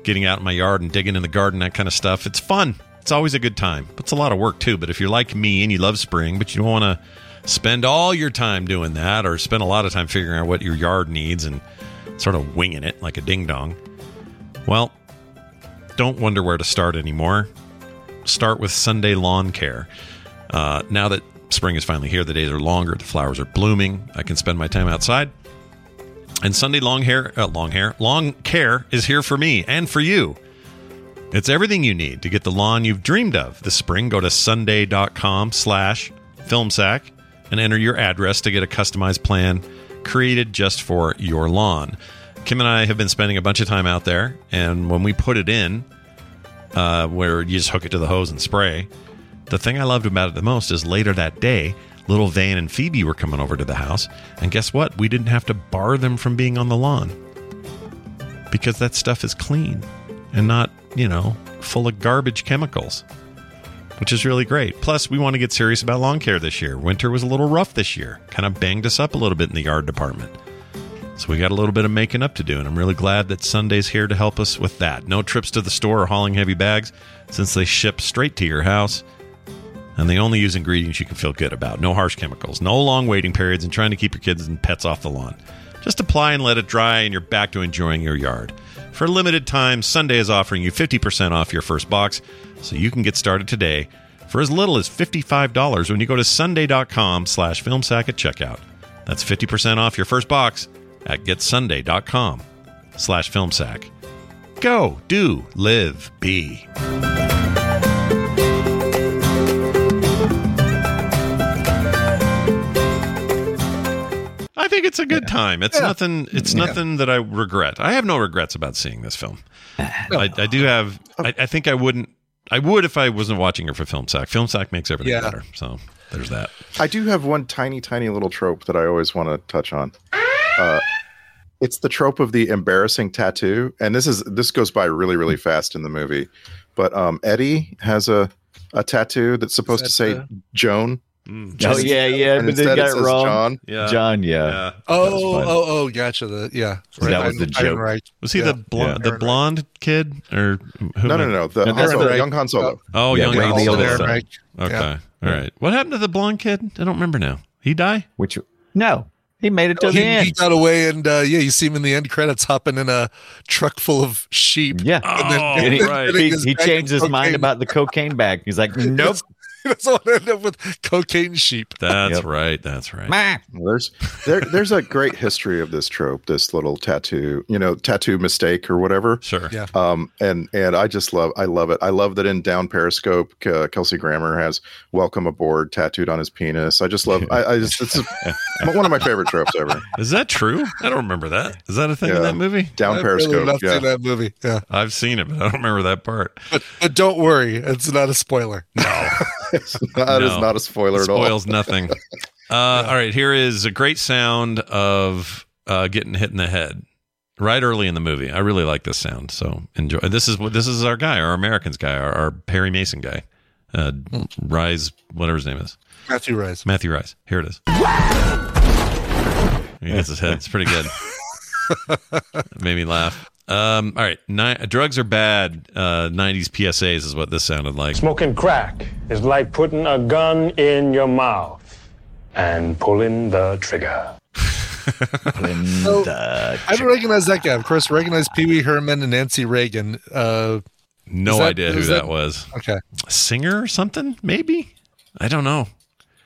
B: getting out in my yard and digging in the garden, that kind of stuff. It's fun. It's always a good time. It's a lot of work too. But if you're like me and you love spring, but you don't want to spend all your time doing that, or spend a lot of time figuring out what your yard needs and sort of winging it like a ding dong, well, don't wonder where to start anymore. Start with Sunday lawn care. Uh, now that spring is finally here, the days are longer, the flowers are blooming. I can spend my time outside. And Sunday long hair, uh, long hair, long care is here for me and for you. It's everything you need to get the lawn you've dreamed of this spring. Go to sunday.com slash filmsack and enter your address to get a customized plan created just for your lawn. Kim and I have been spending a bunch of time out there, and when we put it in, uh, where you just hook it to the hose and spray, the thing I loved about it the most is later that day, little Van and Phoebe were coming over to the house, and guess what? We didn't have to bar them from being on the lawn because that stuff is clean and not, you know, full of garbage chemicals, which is really great. Plus, we want to get serious about lawn care this year. Winter was a little rough this year, kind of banged us up a little bit in the yard department. So we got a little bit of making up to do, and I'm really glad that Sunday's here to help us with that. No trips to the store or hauling heavy bags since they ship straight to your house. And they only use ingredients you can feel good about. No harsh chemicals, no long waiting periods, and trying to keep your kids and pets off the lawn. Just apply and let it dry, and you're back to enjoying your yard. For a limited time, Sunday is offering you 50% off your first box, so you can get started today for as little as $55 when you go to sunday.com slash filmsack at checkout. That's 50% off your first box at getsunday.com slash filmsack. Go, do, live, be. I think it's a good time. It's
H: Yeah.
B: nothing. It's
H: Yeah.
B: nothing that I regret. I have no regrets about seeing this film. I, I
H: uh,
B: do have. I, I think I wouldn't. I would if I wasn't watching it for Film Sack. Film Sack makes everything
I: Yeah.
B: better. So there's that.
I: I do have one tiny, tiny little trope that I always want to touch on. Uh, it's the trope of the embarrassing tattoo, and this is this goes by really,
H: Hmm.
I: really fast in the movie. But um, Eddie has a a tattoo that's supposed
H: that
I: to say
H: the-
I: Joan.
G: Oh yeah, yeah,
I: And
G: but they
I: instead
G: got
I: it
G: it
I: says
G: wrong.
I: John.
B: Yeah.
G: John, yeah.
H: Oh, oh, oh, gotcha. The yeah,
G: That was the
H: I'm
G: joke.
H: Right.
B: Was he
H: Yeah.
B: the blonde? The blonde kid or who?
I: No,
B: am
I: no,
B: I-
I: no, no. The
B: No,
I: Han
B: that's
I: Solo,
H: right.
I: young Han Solo.
B: Oh,
G: Yeah,
B: young
G: yeah,
B: Han
G: the
B: Solo.
G: older
B: Okay.
H: Eric. Yeah.
B: All right. What happened to the blonde kid? I don't remember now. He die?
G: Which no, he made it to the
H: Oh, He,
G: end.
H: he got away, and uh, yeah, you see him in the end credits hopping in a truck full of sheep.
G: yeah.
H: And then-
B: Oh,
G: <laughs> And he,
B: right.
G: he,
H: his
G: he
H: bag
G: changed
H: of
G: his mind
H: cocaine.
G: about the cocaine bag. He's like,
H: <laughs>
G: nope.
H: He doesn't want to end up with cocaine sheep.
B: That's
G: Yep.
B: right. That's right.
G: Meh.
I: Well, There's there, there's a great history of this trope, this little tattoo, you know, tattoo mistake or whatever.
B: Sure.
H: Yeah.
I: Um, and and I just love I love it. I love that in Down Periscope, K- Kelsey Grammer has "Welcome aboard" tattooed on his penis. I just love. I, I just it's a- one of my favorite tropes
H: <laughs>
I: ever.
B: Is that true? I don't remember that. Is that a thing
I: Yeah.
B: in that movie?
I: Down
H: I really
I: Periscope.
H: loved
I: yeah.
H: seeing that movie. Yeah,
B: I've seen it, but I don't remember that part.
H: but, but don't worry, it's not a spoiler.
I: <laughs> That is
B: No.
I: not a spoiler at all.
B: Spoils nothing. Uh, All right, here is a great sound of uh, getting hit in the head right early in the movie. I really like this sound, so enjoy. This is this is our guy, our Americans guy, our, our Perry Mason guy, uh, Rise, whatever his name is,
H: Matthew Rice.
B: Matthew Rise. Here it is. He hits his head. It's pretty
H: <laughs>
B: good. It made me laugh. Um, all right, Ni- drugs are bad. Uh, 90s PSAs is what this sounded like.
K: Smoking crack is like putting a gun in your mouth and pulling the trigger.
G: Linda.
H: I don't recognize that guy. Of course, recognize Pee Wee Herman and Nancy Reagan. Uh,
B: No
H: Is that-
B: idea who
H: is
B: that
H: that-
B: was.
H: okay.
B: singer or something, maybe. I don't know.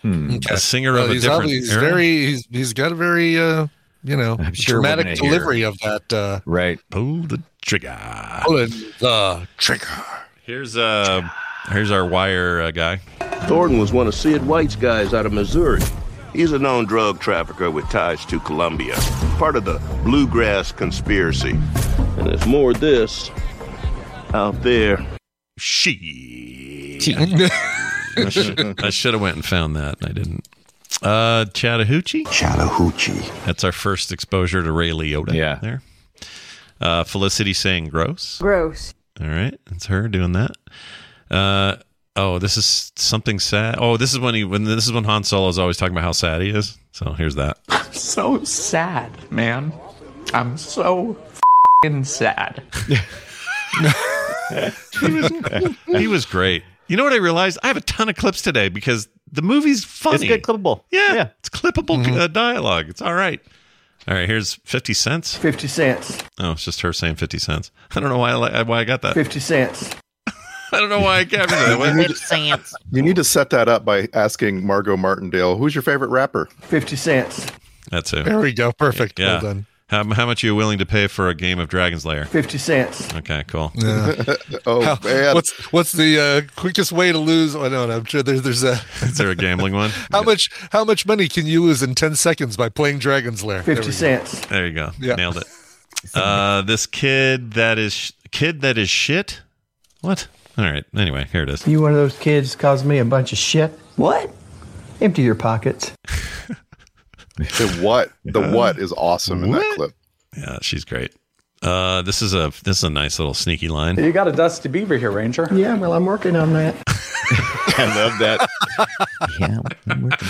B: A singer
H: Hmm. Well,
B: of a
H: he's
B: different
H: obvi- he's
B: era.
H: very he's he's got a very uh, you know
G: I'm sure we're
H: dramatic
G: gonna hear.
H: delivery of that uh,
G: Right.
B: Pull the trigger.
H: pulling the trigger.
B: Here's uh, here's our wire uh, guy.
L: Thornton was one of Sid White's guys out of Missouri. He's a known drug trafficker with ties to Colombia, part of the Bluegrass Conspiracy. And there's more of this out there.
B: She. I should have went and found that, and I didn't. Uh, Chattahoochee.
D: Chattahoochee.
B: That's our first exposure to Ray Liotta.
G: Yeah.
B: There. Uh, Felicity saying gross.
M: Gross.
B: All right, it's her doing that. Uh, oh, this is something sad. Oh, this is when he when this is when Han Solo is always talking about how sad he is. So here's that.
E: <laughs> So sad, man. I'm so fing
G: <laughs>
E: sad.
B: <laughs> he was great. You know what I realized? I have a ton of clips today because the movie's
G: It's
B: funny.
G: good clippable.
B: yeah,
G: Yeah. Mm-hmm.
B: it's clippable uh, dialogue. It's all right. All right, here's fifty cents.
E: 50 cents.
B: Oh, it's just her saying fifty cents. <laughs> I don't know why I li- why I got that.
E: 50 cents.
B: <laughs> I don't know why I captured that. What-
H: <laughs>
I: You need to set that up by asking Margot Martindale, "Who's your favorite rapper?"
E: 50 cents.
B: That's it.
H: There we go. Perfect.
B: Yeah.
H: Well done.
B: How, how much are you willing to pay for a game of Dragon's Lair?
H: <laughs>
M: 50 cents.
B: Okay, cool.
H: Yeah.
I: oh
H: How-
I: man,
H: What's what's the uh, quickest way to lose? Oh, no, no, I'm sure there's there's a
B: Is there a gambling one?
H: <laughs> how much how much money can you lose in ten seconds by playing Dragon's Lair? There we go.
B: There you go.
H: Yeah.
B: Nailed it. Uh, this kid that is sh- kid that is shit. What? All right. Anyway, here it is.
M: You one of those kids caused me a bunch of shit. What? Empty your pockets.
I: the what? The what is awesome in that clip.
B: Yeah, she's great. Uh, this is a this is a nice little sneaky line.
M: You got a dusty beaver here, Ranger. Yeah, well, I'm working on that.
B: I love that.
I: <laughs>
B: yeah,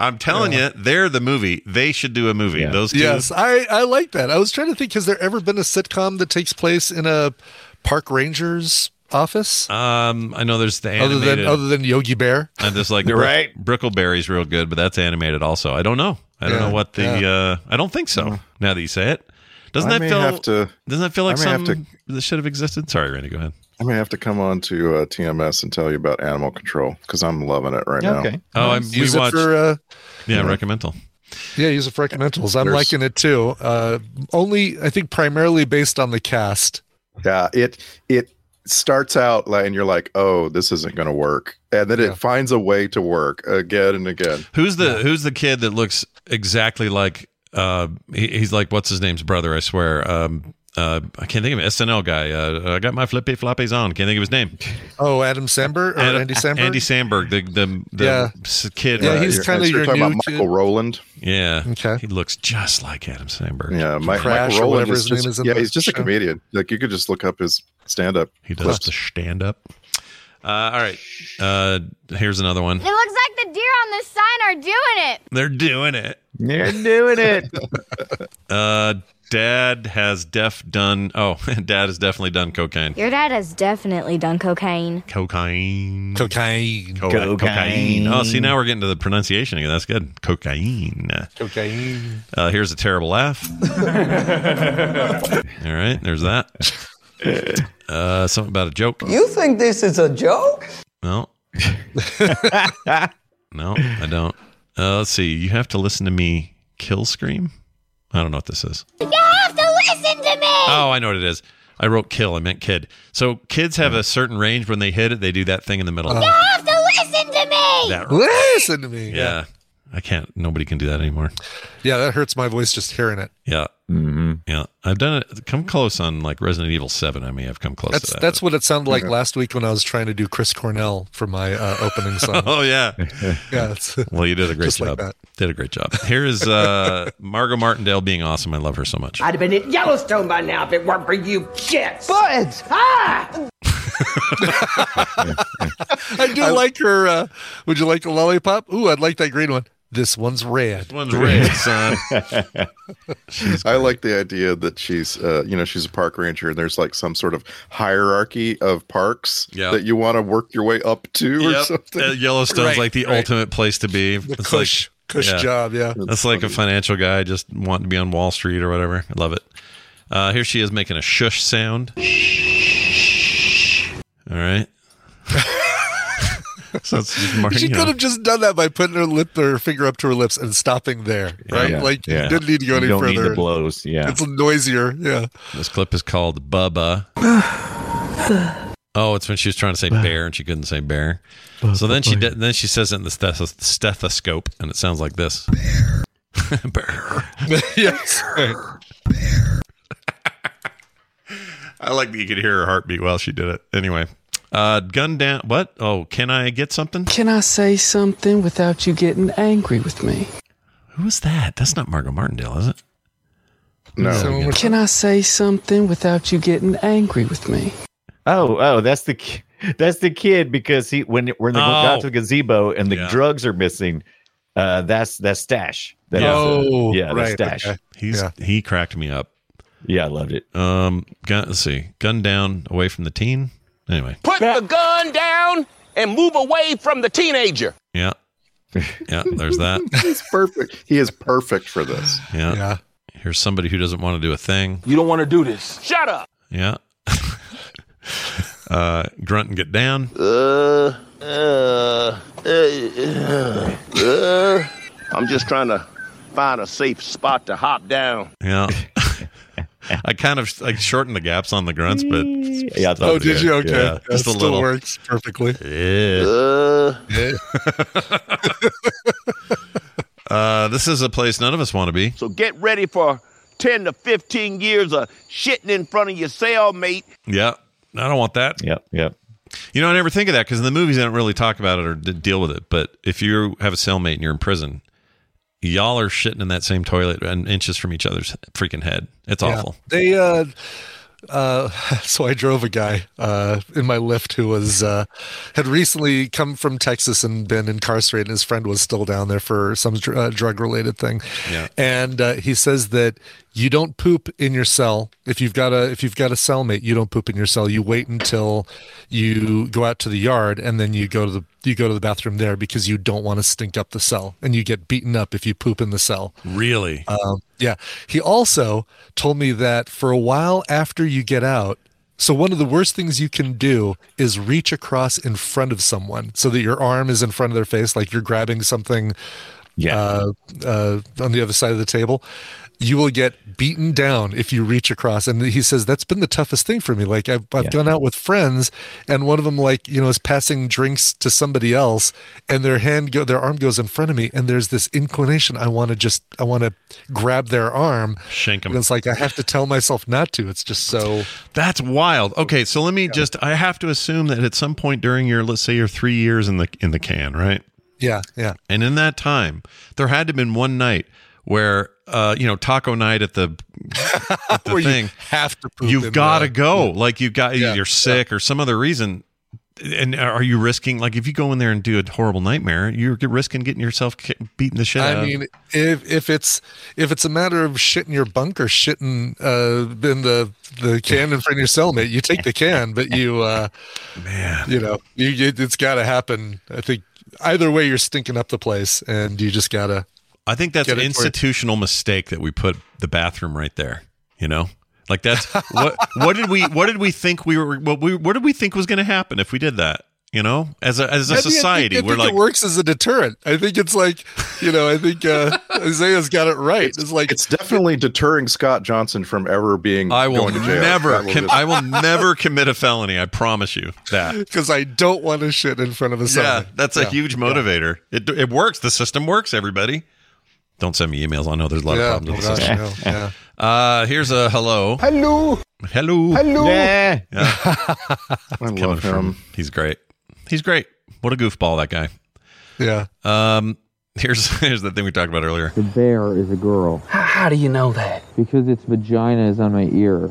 B: I'm telling you, they're the movie. They should do a movie. Those two.
H: Yes, I I like that. I was trying to think, has there ever been a sitcom that takes place in a park ranger's office
B: Um, I know there's the
H: other
B: animated.
H: than other than Yogi Bear?
B: And there's like
H: You're
B: Brick-
H: right.
B: Brickleberry's real good, but that's animated also. I don't know. I don't
I: Yeah,
B: know what the.
I: yeah.
B: Uh, I don't think so.
H: Mm.
B: Now that you say it, doesn't
I: I
B: that
I: may
B: feel?
I: have to-
B: doesn't that feel like
I: I may have
B: something that should have existed? Sorry, Randy. Go ahead.
I: I'm gonna have to come on to uh, TMS and tell you about Animal Control because I'm loving it right
H: Okay.
I: now.
B: Oh, I'm, we
H: Use it
B: watched.
H: for, uh,
B: yeah, recommendal.
H: Yeah, use it for recommendals. I'm
I: There's-
H: liking it too. Uh, only I think primarily based on the cast.
I: Yeah, it it starts out like, and you're like, oh, this isn't gonna work, and then it finds a way to work again and again.
B: Who's the Who's the kid that looks exactly like? Uh, he, he's like what's his name's brother? I swear. Um, uh, I can't think of it. SNL guy. Uh, I got my flippy floppies on. Can't think of his name.
H: Oh, Adam Samber or
B: Ad-
H: Andy Samberg?
B: Andy Samberg, the the, the
H: Yeah.
B: s- kid.
H: Yeah,
B: right
H: he's
B: here.
H: kinda
I: You're
H: your
I: talking
H: new
I: about
H: kid.
I: Michael Rowland.
B: Yeah.
H: Okay.
B: He looks just like Adam Sandberg.
I: Yeah, Mike,
H: Crash
I: Michael
H: or
I: Rowland
H: whatever
I: is
H: his
I: just,
H: name is in
I: yeah,
H: the
I: he's just a
H: show.
I: comedian. Like you could just look up his stand up.
B: He does the stand up. Uh, all right. Uh, here's another one.
N: It looks like the deer on this sign are doing it.
B: They're doing it.
G: They're doing it.
B: Uh, dad has def done. Oh, <laughs> dad has definitely done cocaine.
N: Your dad has definitely done cocaine.
B: Cocaine.
H: Cocaine.
B: Co- cocaine. Oh, see, now we're getting to the pronunciation again. That's good. Cocaine.
H: Cocaine.
B: Uh, here's a terrible laugh. <laughs> All right. There's that.
H: <laughs>
B: Uh, something about a joke.
O: You think this is a joke?
B: No. no, I don't. Uh, let's see. You have to listen to me kill scream. I don't know what this is.
N: You have to listen to me!
B: Oh, I know what it is. I wrote kill. I meant kid. So kids have a certain range when they hit it. They do that thing in the middle.
N: You have to listen to me!
B: That-
H: Listen to me.
B: yeah. I can't. Nobody can do that anymore.
H: Yeah, that hurts my voice just hearing it.
B: Yeah. Mm-hmm. Yeah. I've done it. Come close on like Resident Evil 7. I may have come close
H: That's
B: to that.
H: that's what it sounded like
B: Yeah.
H: last week when I was trying to do Chris Cornell for my uh, opening song.
B: <laughs> oh, yeah.
H: yeah, it's,
B: Well, you did a great
H: Just like
B: job.
H: that.
B: did a great job. Here is uh, <laughs> Margot Martindale being awesome. I love her so much.
O: I'd have been at Yellowstone by now if it weren't for you shits. Buds! Ah!
H: I do like her. Uh, would you like a lollipop? Ooh, I'd like that green one. This one's red. This
B: one's
N: <laughs>
B: red, son.
I: I like the idea that she's, uh, you know, she's a park ranger, and there's like some sort of hierarchy of parks
B: Yeah.
I: that you want to work your way up to or
B: Yep.
I: something.
B: Uh, Yellowstone's
I: Right,
B: like the
I: right.
B: ultimate place to be.
H: The
B: It's
H: cush- cush job, yeah.
B: That's,
H: That's
B: like a financial guy just wanting to be on Wall Street or whatever. I love it. Uh, here she is making a shush sound. All right. <laughs> so it's just Marty,
H: She
B: you
H: could
B: know.
H: have just done that by putting her lip, her finger up to her lips, and stopping there. Right?
G: Yeah,
H: like
G: yeah.
H: you didn't need to <laughs> go
G: You
H: any
G: don't need
H: further.
G: the blows, yeah.
H: it's noisier. Yeah.
B: This clip is called
I: <sighs>
B: Bubba. Oh, it's when she was trying to say bear and she couldn't say bear. So then she did, then she says it in the steth- stethoscope and it sounds like this. <laughs>
H: <laughs> yes.
B: I like that you could hear her heartbeat while she did it. Anyway, uh, gun down. What? Oh, can I get something?
P: Can I say something without you getting angry with me?
B: Who is that? That's not Margot Martindale, is it?
I: No.
P: Can I say something without you getting angry with me?
G: Oh, oh, that's the ki- that's the kid because he when when they
P: Oh.
G: got to the gazebo and the
P: Yeah.
G: drugs are missing. Uh, that's that's stash. That's,
B: Yeah.
G: uh,
B: Oh,
G: yeah, that's
B: right,
G: stash.
B: okay. He's he cracked me up.
G: Yeah, I loved it.
B: Um, gun, let's see, gun down away from the teen. Anyway,
Q: Put the gun down and move away from the teenager.
B: yeah, yeah.
Q: <laughs>
B: There's that.
I: He's perfect. He is perfect
B: <sighs>
I: for this.
B: Yeah. Here's somebody who doesn't want to do a thing.
Q: You don't want to do this. Shut up.
B: Yeah. <laughs> uh, grunt and get down.
L: Uh, uh, uh, uh, uh, I'm just trying to find a safe spot to hop down.
B: Yeah. <laughs> I kind of like shortened the gaps on the grunts, but yeah,
H: oh, did you? Okay.
B: yeah,
H: that
B: just a
H: still
B: little.
H: works perfectly.
B: Yeah. <laughs> uh, this is a place none of us want to be.
L: So get ready for 10 to 15 years of shitting in front of your cellmate.
B: Yeah, I don't want that.
G: Yep, yep.
B: You know, I never think of that because in the movies they don't really talk about it or d- deal with it. But if you have a cellmate and you're in prison, y'all are shitting in that same toilet and inches from each other's freaking head. It's
H: Yeah.
B: awful.
H: They uh uh <laughs> so I drove a guy uh in my lift who was uh had recently come from Texas and been incarcerated and his friend was still down there for some dr- uh, drug related thing.
B: Yeah.
H: And uh, he says that you don't poop in your cell. If you've got a if you've got a cellmate, you don't poop in your cell. You wait until you go out to the yard and then you go to the you go to the bathroom there because you don't want to stink up the cell and you get beaten up if you poop in the cell.
B: Really?
H: Um, yeah. He also told me that for a while after you get out, so one of the worst things you can do is reach across in front of someone so that your arm is in front of their face, like you're grabbing something uh, uh, on the other side of the table. You will get beaten down if you reach across. And he says, that's been the toughest thing for me. Like, I've, I've gone out with friends, and one of them, like, you know, is passing drinks to somebody else, and their hand, go, their arm goes in front of me, and there's this inclination. I want to just, I want to grab their arm.
B: Shank 'em.
H: And it's like, I have to tell myself not to. It's just so.
B: That's wild. Okay, so let me just I have to assume that at some point during your let's say your 3 years in the in the can, right?
H: Yeah, yeah.
B: And in that time, there had to have been one night where uh, you know, taco night at
H: <laughs>
B: the, at the
H: Where you
B: thing.
H: have to poop
B: You've
H: in
B: got to
H: the-
B: go. Like you got you're sick or some other reason. And are you risking like if you go in there and do a horrible nightmare, you're risking getting yourself ki- beating the shit out
H: I
B: of.
H: mean, if if it's if it's a matter of shitting your bunk or shitting uh, in the the can in front of your cellmate, you take the can, but you, uh,
B: man,
H: you know, you it, it's got to happen. I think either way, you're stinking up the place, and you just gotta.
B: I think that's
H: Get
B: an
H: it for-
B: institutional mistake that we put the bathroom right there. You know, like that's what what did we what did we think we were what we what did we think was going to happen if we did that? You know, as a as a
H: Maybe I think-
B: society,
H: I
B: we're
H: think
B: like
H: it works as a deterrent. I think it's like, you know, I think
B: <laughs>
H: uh, Isaiah's got it right. It's, like
I: it's definitely deterring Scott Johnson from ever being.
B: I will
I: going to jail.
B: never
I: That will
B: com-
I: just-
B: I will never commit a felony. I promise you that.
H: <laughs> because I don't want to shit in front of a
B: Yeah,
H: cellmate.
B: that's a huge motivator. It it works. The system works. Everybody, don't send me emails. I know there's a lot
H: Yeah,
B: of problems
H: oh
B: with the <laughs>
H: gosh,
B: system.
H: no,
B: Uh, here's a hello.
H: Hello.
B: Hello.
H: Hello.
G: Yeah.
B: I love him. He's great. He's great. What a goofball that guy.
H: Yeah.
B: Um. <laughs> Here's here's the thing we talked about earlier.
R: The bear is a girl.
P: How, how do you know that?
R: Because its vagina is on my
B: <laughs>
H: <laughs>
R: ear.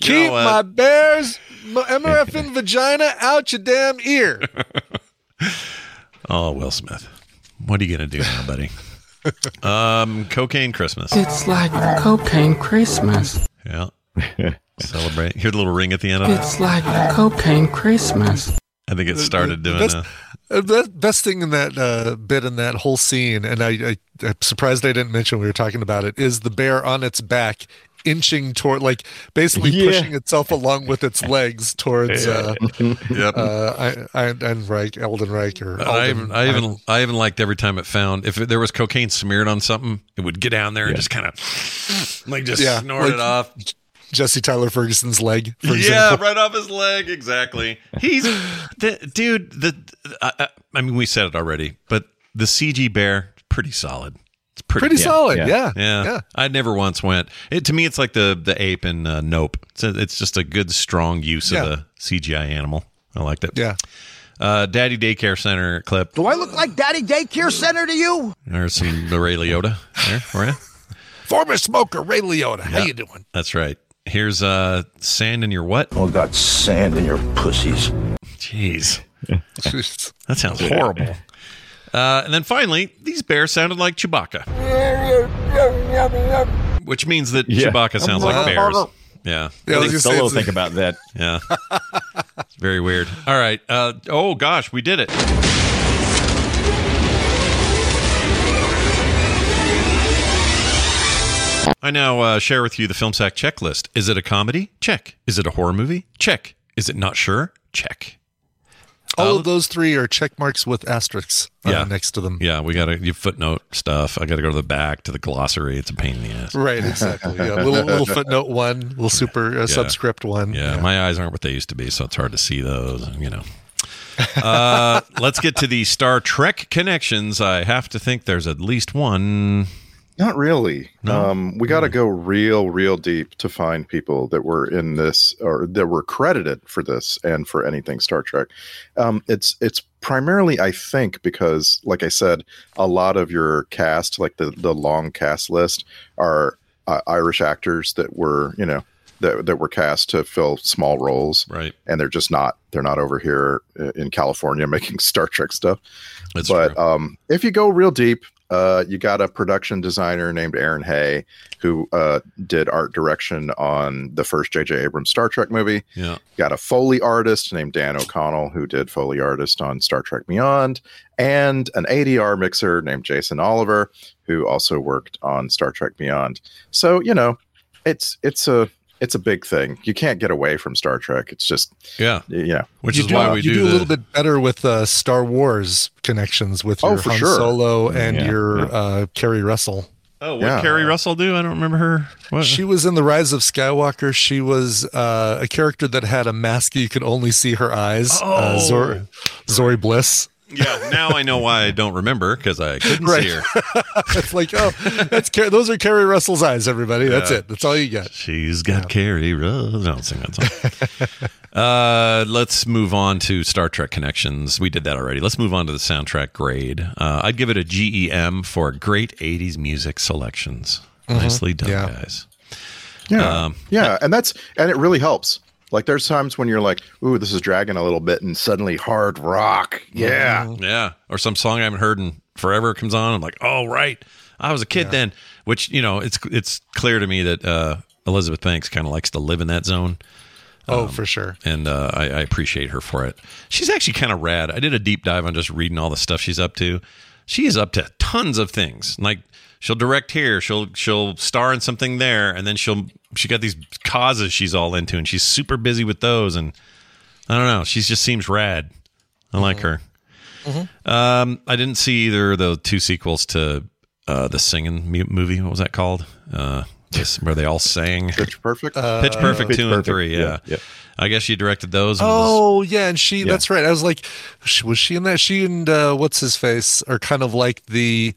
H: Keep my bears, my MRF in vagina out your damn
B: <laughs>
H: ear.
B: Oh, Will Smith. What are you gonna do now,
H: <laughs>
B: buddy? um, cocaine Christmas.
P: It's like cocaine Christmas.
B: Yeah. Celebrate. Hear the little ring at the end of
P: It's
B: it.
P: like cocaine Christmas.
B: I think it started doing
H: That's-
B: that.
H: Uh, Best, best thing in that uh, bit in that whole scene, and I, I, I'm surprised I didn't mention when we were talking about it, is the bear on its back inching toward, like basically
G: Yeah.
H: pushing itself along with its legs towards uh,
B: <laughs> Yep.
H: uh, I, I, Reich, Elden Reich, or
B: I
H: Alden-
B: even, I even I even liked every time it found if there was cocaine smeared on something, it would get down there and just kind of like just
H: Yeah,
B: snort it
H: like-
B: off.
H: Jesse Tyler Ferguson's leg. For
B: yeah,
H: example.
B: right off his leg. Exactly.
H: <laughs>
B: He's the dude. The I, I- I mean, we said it already, but the CG bear pretty solid. It's pretty,
H: Pretty solid, yeah,
B: yeah.
H: yeah.
B: I never once went. It, to me, it's like the the ape in uh, Nope. It's, a, it's just a good strong use
H: Yeah.
B: of a CGI animal. I liked it.
H: Yeah.
B: Uh, Daddy daycare center clip.
S: Do I look like Daddy Daycare Center to you?
B: There's some the Ray Liotta
S: <laughs>
B: there for you.
H: Former smoker Ray Liotta, how
B: Yeah.
H: you doing? <laughs>
B: That's right. Here's uh sand in your what? Oh, got sand in your pussies. Jeez, that sounds horrible. Uh, and then finally, these bears sounded like Chewbacca, which means that
G: Yeah.
B: Chewbacca sounds like bears. Yeah,
G: Yeah, I was
B: They
G: gonna say
B: solo
G: it's-
B: think about that. Yeah, It's very weird. All right. Uh, oh gosh, we did it. I now uh, share with you the film sack checklist. Is it a comedy? Check. Is it a horror movie? Check. Is it not sure? Check.
H: All of those three are check marks with asterisks uh,
B: Uh, Yeah.
H: next to them.
B: Yeah, we got to you footnote stuff. I got to go to the back to the glossary. It's a pain in the ass.
H: Right, exactly.
B: <laughs>
H: Yeah, little little footnote one, little super uh,
B: Yeah.
H: subscript one.
B: Yeah, my eyes aren't what they used to be, so it's hard to see those. You know. <laughs> uh, let's get to the Star Trek connections. I have to think there's at least one.
I: Not really.
B: No?
I: Um, we got to go real, real deep to find people that were in this or that were credited for this and for anything Star Trek. Um, it's it's primarily, I think, because like I said, a lot of your cast, like the the long cast list, are uh, Irish actors that were you know that that were cast to fill small roles,
B: right?
I: And they're just not they're not over here uh, in California <laughs> making Star Trek stuff.
B: That's
I: but um, if you go real deep, uh, you got a production designer named Aaron Hay who uh, did art direction on the first J.J. Abrams Star Trek movie.
B: Yeah.
I: Got a Foley artist named Dan O'Connell who did Foley artist on Star Trek Beyond, and an ADR mixer named Jason Oliver who also worked on Star Trek Beyond. So you know, it's it's a it's a big thing. You can't get away from Star Trek. It's just
B: yeah,
I: yeah.
B: Which
H: you do, you do, a little bit better with uh, Star Wars connections with
I: Oh,
H: your
I: for
H: Han
I: sure.
H: Solo
B: Mm,
H: and
I: Yeah,
H: your
I: yeah.
H: Uh,
B: <laughs>
H: Carrie Russell.
B: Oh,
H: Yeah.
B: what Carrie Russell do? I don't remember her. What?
H: She was in The Rise of Skywalker. She was uh, a character that had a mask you could only see her eyes. Uh,
B: Oh.
H: Zor- Zori Bliss.
B: <laughs>
H: <laughs>
B: yeah, now I know why I don't remember because I <laughs> couldn't
H: Right.
B: see her.
H: it's like, oh, that's Car- those are Carrie Russell's eyes, everybody. That's
B: Yeah.
H: it. That's all you get.
B: She's got Carrie Russell. I don't sing that song. uh, let's move on to Star Trek connections. We did that already. Let's move on to the soundtrack grade. Uh, I'd give it a GEM for great '80s music selections.
I: Mhm.
B: Nicely done,
I: Yeah.
B: guys.
I: Yeah.
B: Um,
I: yeah. And that's, and it really helps. Like there's times when you're like, ooh, this is dragging a little bit and suddenly hard rock. Yeah.
B: Yeah. Or some song I haven't heard in forever comes on. I'm like, oh, right. I was a kid then, which, you know, it's it's clear to me that uh, Elizabeth Banks kind of likes to live in that zone. Um,
H: Oh, for sure.
B: And uh, I, I appreciate her for it. She's actually kind of rad. I did a deep dive on just reading all the stuff she's up to. She is up to tons of things. Like she'll direct here, she'll she'll star in something there, and then she'll she got these causes she's all into, and she's super busy with those. And I don't know, she just seems rad. I like her. Um, I didn't see either of the two sequels to uh, the singing mu- movie. What was that called? Uh, this, where they all sang.
I: Pitch Perfect.
B: Pitch Perfect
H: Uh, Pitch
B: two and
H: Perfect,
B: three. Yeah.
H: yeah, yeah.
B: I guess she directed those. and was-
H: Oh yeah, and she
B: Yeah.
H: that's right. I was like, sh- was she in that? She and uh, what's his face are kind of like the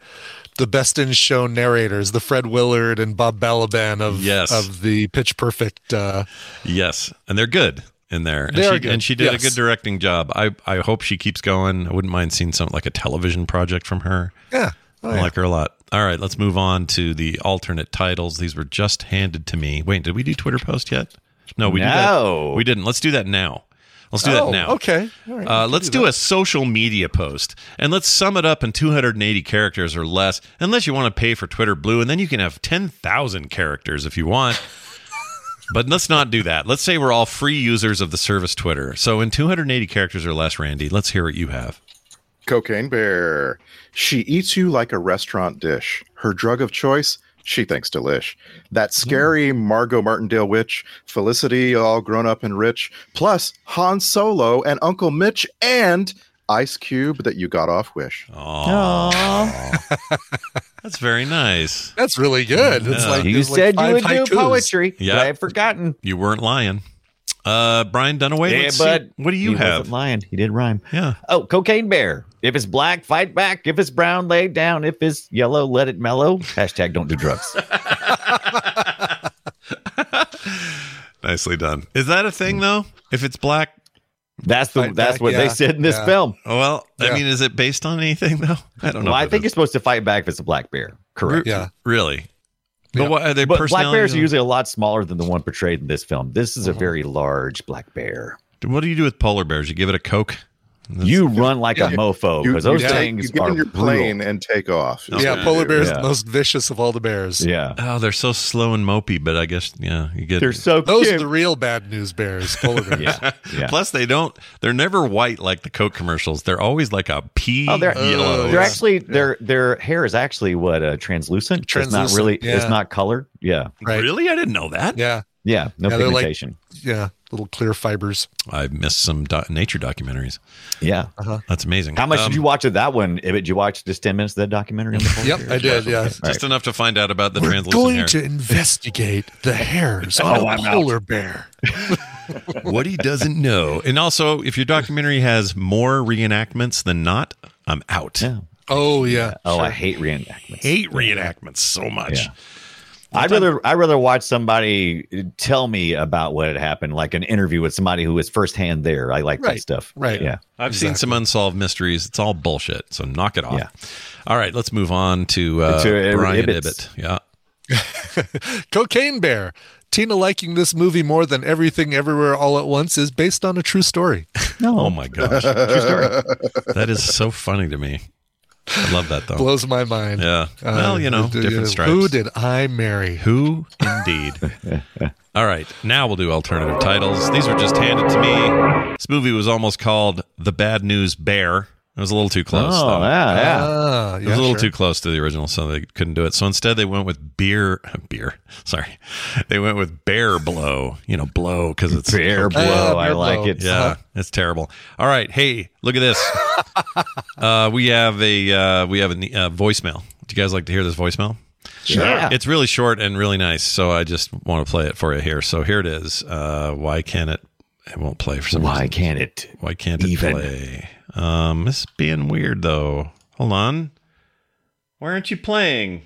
H: the best in show narrators, the Fred Willard and Bob Balaban of
B: Yes.
H: of the Pitch Perfect. Uh,
B: yes, and they're good in there. And
H: They
B: she,
H: are good,
B: And she did
H: yes.
B: a good directing job. I I hope she keeps going. I wouldn't mind seeing something like a television project from her.
H: yeah. Oh,
B: I
H: yeah.
B: like her a lot. All right, let's move on to the alternate titles. These were just handed to me. Wait, did we do Twitter post yet? No, we
G: No.
B: did we didn't. Let's do that now. Let's do
H: Oh,
B: that now.
H: Okay. All right, we
B: Uh,
H: can
B: let's
H: do
B: do a social media post and let's sum it up in 280 characters or less, unless you want to pay for Twitter Blue, and then you can have 10,000 characters if you want. <laughs> but let's not do that. Let's say we're all free users of the service Twitter. So, in 280 characters or less, Randy, let's hear what you have.
I: Cocaine Bear. She eats you like a restaurant dish. Her drug of choice, she thinks delish. That scary Margot Martindale witch, Felicity all grown up and rich, plus Han Solo and Uncle Mitch and Ice Cube that you got off Wish.
B: Oh, that's very nice.
H: That's really good. It's
B: Yeah.
H: like
B: You
H: there's like
B: said you
H: five
B: would do
H: haikus.
B: poetry.
G: Yeah,
B: Yeah.
G: I had forgotten.
B: You weren't lying. Uh, Brian Dunaway,
G: Yeah,
B: let's see-
G: but
B: what do you
G: he
B: have?
G: Wasn't lying. He did rhyme.
B: Yeah.
G: Oh, cocaine bear. If it's black, fight back. If it's brown, lay down. If it's yellow, let it mellow. Hashtag don't do drugs.
B: Nicely done. Is that a
G: Hmm.
B: thing though? If it's black,
G: that's the
B: Fight
G: that's
B: back,
G: what they
B: yeah,
G: said in this
B: yeah.
G: film.
B: Well, I
G: Yeah.
B: mean, is it based on anything though? I don't know.
G: Well, I
B: if it
G: think you're supposed to fight back if it's a black bear. Correct.
B: Re- Really? But what are they?
G: But black bears are
B: personalities?
G: usually a lot smaller than the one portrayed in this film. This is a very large black bear.
B: What do you do with polar bears? You give it a coke.
G: you run like a mofo
I: You-
G: because those
I: you take-
G: things
I: you get
G: are
I: in your
G: brutal.
I: plane and take off.
B: Okay.
H: Yeah, polar bears
B: Yeah.
H: the most vicious of all the bears.
G: Yeah.
B: Oh, they're so slow and mopey, but I guess yeah, you get.
G: <laughs>
H: Those are the real bad news
B: <laughs>
H: bears, polar bears.
B: Yeah. Plus, they don't. They're never white like the Coke commercials. They're always like a pea
G: Oh, they're
B: yellow.
G: they're actually their their hair is actually what uh, translucent. It's not
B: Translucent,
G: really. It's
B: yeah.
G: not colored. Yeah.
B: Really, I didn't know that.
H: Yeah.
G: Yeah, no
H: Yeah, they're like-
G: pigmentation.
H: yeah, little clear fibers.
B: I've missed some do- nature documentaries.
G: yeah.
B: That's amazing.
G: How much
B: Um,
G: did you watch of that one? Ibbot, Did you watch just 10 minutes of that documentary? On the phone?
H: <laughs> Yep, I did, yeah.
G: All
B: Just
G: right.
B: enough to find out about the translucent
H: Going
B: hair.
H: to investigate the hairs
B: <laughs> Oh,
H: on a
B: I'm out.
H: polar bear.
B: what he doesn't know. And also, if your documentary has more reenactments than not, I'm out.
H: Oh yeah.
G: Oh, I hate reenactments.
B: Hate reenactments so much.
G: Yeah. I'd rather I'd rather watch somebody tell me about what had happened, like an interview with somebody who was firsthand there. I like that
B: Right,
G: stuff.
B: right.
G: Yeah.
B: I've seen some unsolved mysteries. It's all bullshit. So knock it off.
G: Yeah.
B: All right, let's move on to, uh,
G: To, uh,
B: Brian
G: Ibbot's.
B: Ibbot. Yeah.
H: Cocaine Bear. Tina liking this movie more than everything, everywhere, all at once is based on a true story.
G: No.
B: Oh my gosh. True
G: <laughs> Oh,
B: story. That is so funny to me. I love that though.
H: <laughs> Blows my mind.
B: Yeah.
H: Uh,
B: well, you know,
H: d-
B: different
H: d-
B: stripes.
H: Who did I marry?
B: Who
G: <laughs>
B: indeed? All right, now we'll do alternative titles. These were just handed to me. This movie was almost called The Bad News Bear. It was a little too close.
G: Oh,
B: though.
G: yeah, yeah.
B: It
H: Ah,
B: was a
H: yeah,
B: little
H: sure.
B: too close to the original, so they couldn't do it. So instead, they went with beer. <laughs> Beer. Sorry, they went with bear blow. You know, blow because it's
G: Bear blow.
H: Ah,
G: I
H: bear
G: like
H: blow.
G: it.
B: Yeah, it's terrible. All right, hey, look at this. uh, we have a uh, we have a ne- uh, voicemail. Do you guys like to hear this voicemail?
G: Sure. Yeah.
B: It's really short and really nice, so I just want to play it for you here. So here it is. Uh, why can't it? It won't play for some
G: Why
B: reason.
G: can't it?
B: Why can't it
G: even?
B: play? Um, it's being weird though. Hold on. Why aren't you playing?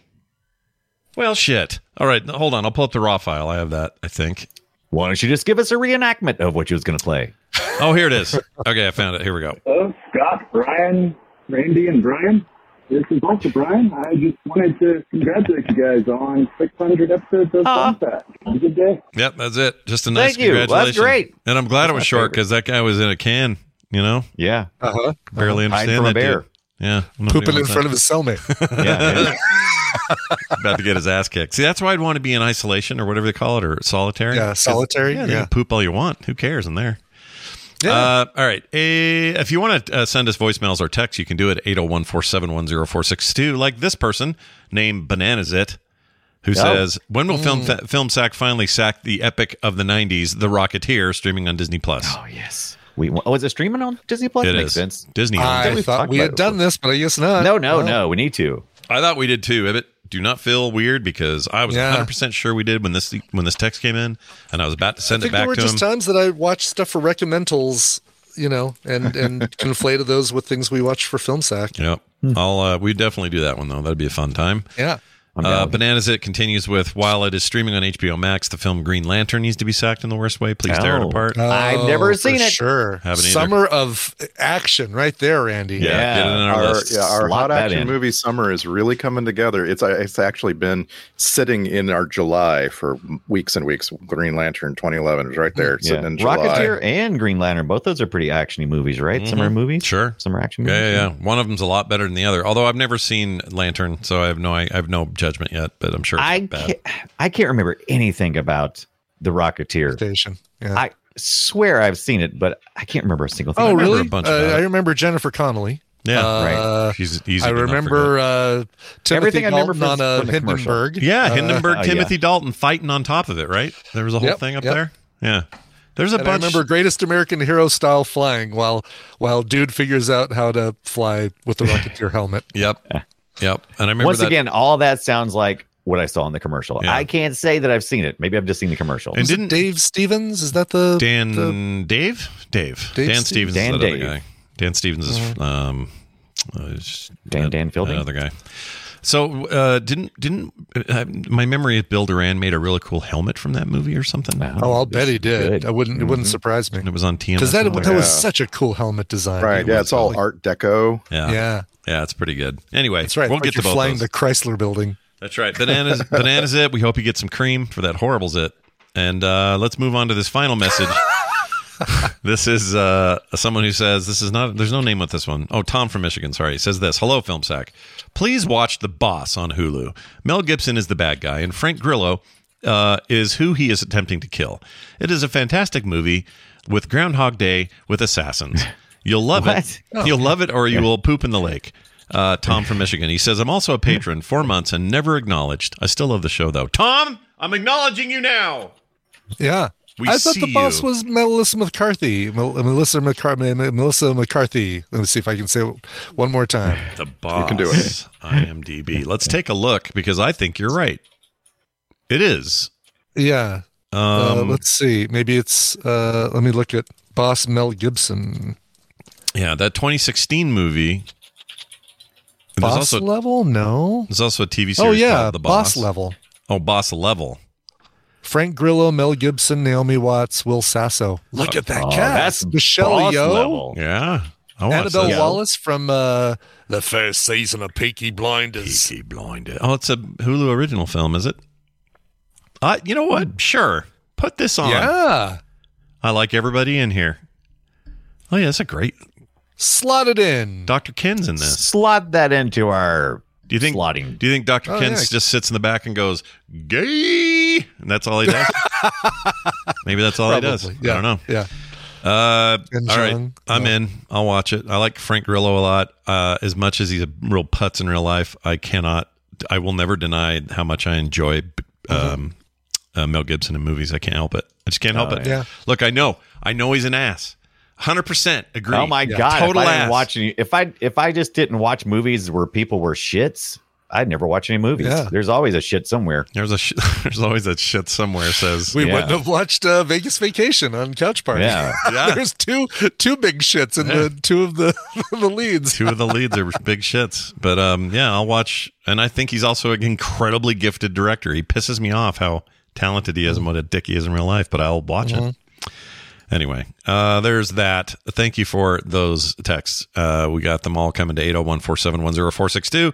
B: Well, shit. All right, hold on. I'll pull up the raw file. I have that. I think.
G: Why don't you just give us a reenactment of what you was going to play?
B: Oh, here it
G: <laughs>
B: is. Okay, I found it. Here we go.
T: Hello, Scott, Brian, Randy, and Brian. This is Dr. Brian. I just wanted to congratulate you guys on 600 episodes of Fun Fact. Have a good day.
B: Yep, that's it. Just a nice
G: Thank you. That's
B: congratulations.
G: great.
B: And I'm glad it was
G: my
B: short because that guy was in a can, you know?
G: Yeah.
H: Uh-huh.
B: Barely
G: Hiding
B: understand
G: from a
B: that
G: bear.
B: dude. Yeah. Nobody
H: Pooping in
B: wants
H: front of
B: that.
H: his
B: <laughs>
H: cellmate.
G: Yeah.
B: about to get his ass kicked. See, that's why I'd want to be in isolation or whatever they call it, or solitary.
H: Yeah,
B: 'Cause-
H: solitary,
B: Yeah, you
H: yeah.
B: can poop all you want. Who cares in there?
H: Yeah.
B: Uh, all right. Eh, if you want to uh, send us voicemails or texts, you can do it at 801 471 0462, like this person named Bananas It, who
G: Oh.
B: says, When will Film,
H: Mm.
B: Film Sack finally sack the epic of the 90s, The Rocketeer, streaming on Disney Plus?
G: oh yes. We wa- oh, is it streaming on Disney Plus?
B: It
G: Makes
B: is. Uh,
G: sense.
B: Disney. owns it.
H: I
G: we
H: thought
G: talked
H: we
G: about
H: had
G: it
H: done this, but I guess not.
G: No, no,
H: Well,
G: no. We need to.
B: I thought we did too, Ibbit. Do not feel weird because I was
H: Yeah.
B: 100 percent sure we did when this when this text came in, and I was about to
H: I
B: send it
H: think there
B: back
H: were
B: to
H: just
B: him.
H: times that I watched stuff for recommendals, you know,
B: <laughs>
H: and and conflated those with things we watched for film sack.
B: Yep. I'll uh, we definitely do that one though. That'd be a fun time.
H: Yeah.
G: I'm
B: Uh,
G: down.
B: Bananas It continues with while it is streaming on HBO Max, the film Green Lantern needs to be sacked in the worst way. Please tear it
G: Oh.
B: apart.
G: I've
H: Oh,
G: never
H: for
G: seen it.
H: Sure.
B: Haven't either.
H: Summer of action right there, Andy.
B: Yeah,
G: Yeah.
B: get it in our,
I: Our,
B: list.
I: yeah, our
G: Slot
I: hot
G: that
I: action
G: in.
I: movie summer is really coming together. It's uh, it's actually been sitting in our July for weeks and weeks. Green Lantern 2011 was right there, sitting in July.
G: Rocketeer and Green Lantern, both those are pretty actiony movies, right? Some are movies,
B: Sure.
G: Some are action movies.
B: Yeah, yeah, yeah. One of them's a lot better than the other. Although I've never seen Lantern, so I have no I, I have no judgment yet. But I'm sure it's
G: I
B: bad.
G: can't, I can't remember anything about the Rocketeer.
H: Station. Yeah.
G: I swear I've seen it, but I can't remember a single thing.
H: oh,
B: remember
H: really?
B: a bunch
H: uh,
B: about
H: I
B: it.
H: remember Jennifer Connolly.
B: Yeah,
H: Uh,
B: She's easy.
H: I
B: to not
H: remember uh, Timothy
G: Everything I remember
H: Dalton
G: from-
H: on uh,
G: from the commercial.
H: Hindenburg.
B: Yeah,
H: Uh,
B: Hindenburg,
G: yeah.
B: Timothy Dalton fighting on top of it, right? There was a whole
H: Yep,
B: thing up
H: yep.
B: there. Yeah. There's a
H: and I
B: bunch.
H: remember Greatest American Hero style flying while while dude figures out how to fly with
B: <laughs>
H: the Rocketeer helmet.
B: yep. Yep. And I remember
G: Once
B: that-
G: again, all that sounds like what I saw in the commercial.
B: Yeah.
G: I can't say that I've seen it. Maybe I've just seen the commercial.
B: And
H: Is it
B: didn't-
H: Dave Stevens? Is that the
B: Dan,
H: the-
B: Dave, Dave,
H: Dave Mm-hmm.
B: Dan
H: Stevens.
B: Stevens,
G: Dan
B: is that other
G: Dave.
B: guy. Dan Stevens is um, uh,
G: Dan- Dan Fielding?
B: another guy. So uh, didn't didn't uh, my memory of Bill Duran made a really cool helmet from that movie or something?
H: Oh, I'll bet he
G: good.
H: did. I wouldn't. It wouldn't surprise me
B: And Mm-hmm. it was on TMS.
H: because that that
I: Yeah.
H: was such a cool helmet design.
I: Right. Yeah, it's all Art Deco.
B: yeah. yeah,
H: Yeah,
B: it's pretty good. Anyway,
H: that's right.
B: We'll get
H: Like
B: to both
H: you're flying
B: those.
H: the Chrysler Building.
B: That's right. Bananas, <laughs> bananas it. We hope you get some cream for that horrible zit. And uh, let's move on to this final message. this is uh, someone who says this is not. There's no name with this one. Oh, Tom from Michigan. Sorry, he says this. Hello, film sack. Please watch The Boss on Hulu. Mel Gibson is the bad guy, and Frank Grillo uh, is who he is attempting to kill. It is a fantastic movie with Groundhog Day with assassins. You'll love it.
G: What?
B: You'll love it, or you will poop in the lake. Uh, Tom from Michigan. He says, "I'm also a patron, four months and never acknowledged. I still love the show, though." Tom, I'm acknowledging you now.
H: Yeah.
B: We
H: I thought
B: see
H: the boss
B: you.
H: was Melissa McCarthy. Mel- uh, Melissa McCarthy. Melissa McCarthy. Let me see if I can say it one more time.
B: The boss.
H: can do it.
B: IMDb. Let's take a look because I think you're right. It is.
H: Yeah.
B: Um,
H: uh, let's see. Maybe it's. Uh, let me look at Boss Mel Gibson.
B: yeah, that 2016 movie. And There's
H: Boss
B: also,
H: level? No.
B: there's also a TV series
H: Oh yeah,
B: called The
H: boss.
B: Boss.
H: level.
B: Oh, Boss Level.
H: Frank Grillo, Mel Gibson, Naomi Watts, Will Sasso. Look at that
B: Oh,
H: cast.
G: that's
H: Michelle
G: boss
H: Yeoh,
G: level.
B: Yeah. I watched
H: Annabelle
B: that.
H: Wallace from uh, the first season of Peaky Blinders.
B: Peaky Blinders. Oh, it's a Hulu original film, is it? Uh, you know what? Sure. Put this on.
H: Yeah,
B: I like everybody in here. Oh, yeah, that's a great.
H: slot it in.
B: Dr. Ken's in this.
G: Slot that into our
B: Do you think
G: slotting.
B: Do you think Dr.
H: Oh,
B: Ken
H: yeah.
B: just sits in the back and goes, gay? And that's all he
H: <laughs>
B: does? Maybe that's all he does.
H: Probably. Yeah.
B: I don't know.
H: Yeah.
B: Uh,
H: Ken
B: all right.
H: Jeong,
B: I'm
H: no.
B: in. I'll watch it. I like Frank Grillo a lot. Uh, as much as he's a real putz in real life, I cannot, I will never deny how much I enjoy um, uh, Mel Gibson in movies. I can't help it. I just can't help
G: Oh,
B: it.
H: Mm-hmm. yeah.
B: Look, I know. I know he's an ass. 100% agree.
G: Oh my god!
B: Total
G: if I
B: ass.
G: didn't watch any, if I if I just didn't watch movies where people were shits, I'd never watch any movies.
H: Yeah.
G: There's always a shit somewhere.
B: There's a sh- <laughs> there's always that shit somewhere says
H: We
G: Yeah.
H: wouldn't have watched uh, Vegas Vacation on Couch Party. <laughs>
G: Yeah.
B: Yeah.
H: There's two two big shits in the two of the <laughs> the leads.
B: <laughs> two of the leads are big shits. But um, yeah, I'll watch. And I think he's also an incredibly gifted director. He pisses me off how talented he is and what a dick he is in real life. But I'll watch it anyway. Uh, there's that. Thank you for those texts. Uh, we got them all coming to 801 471 0462.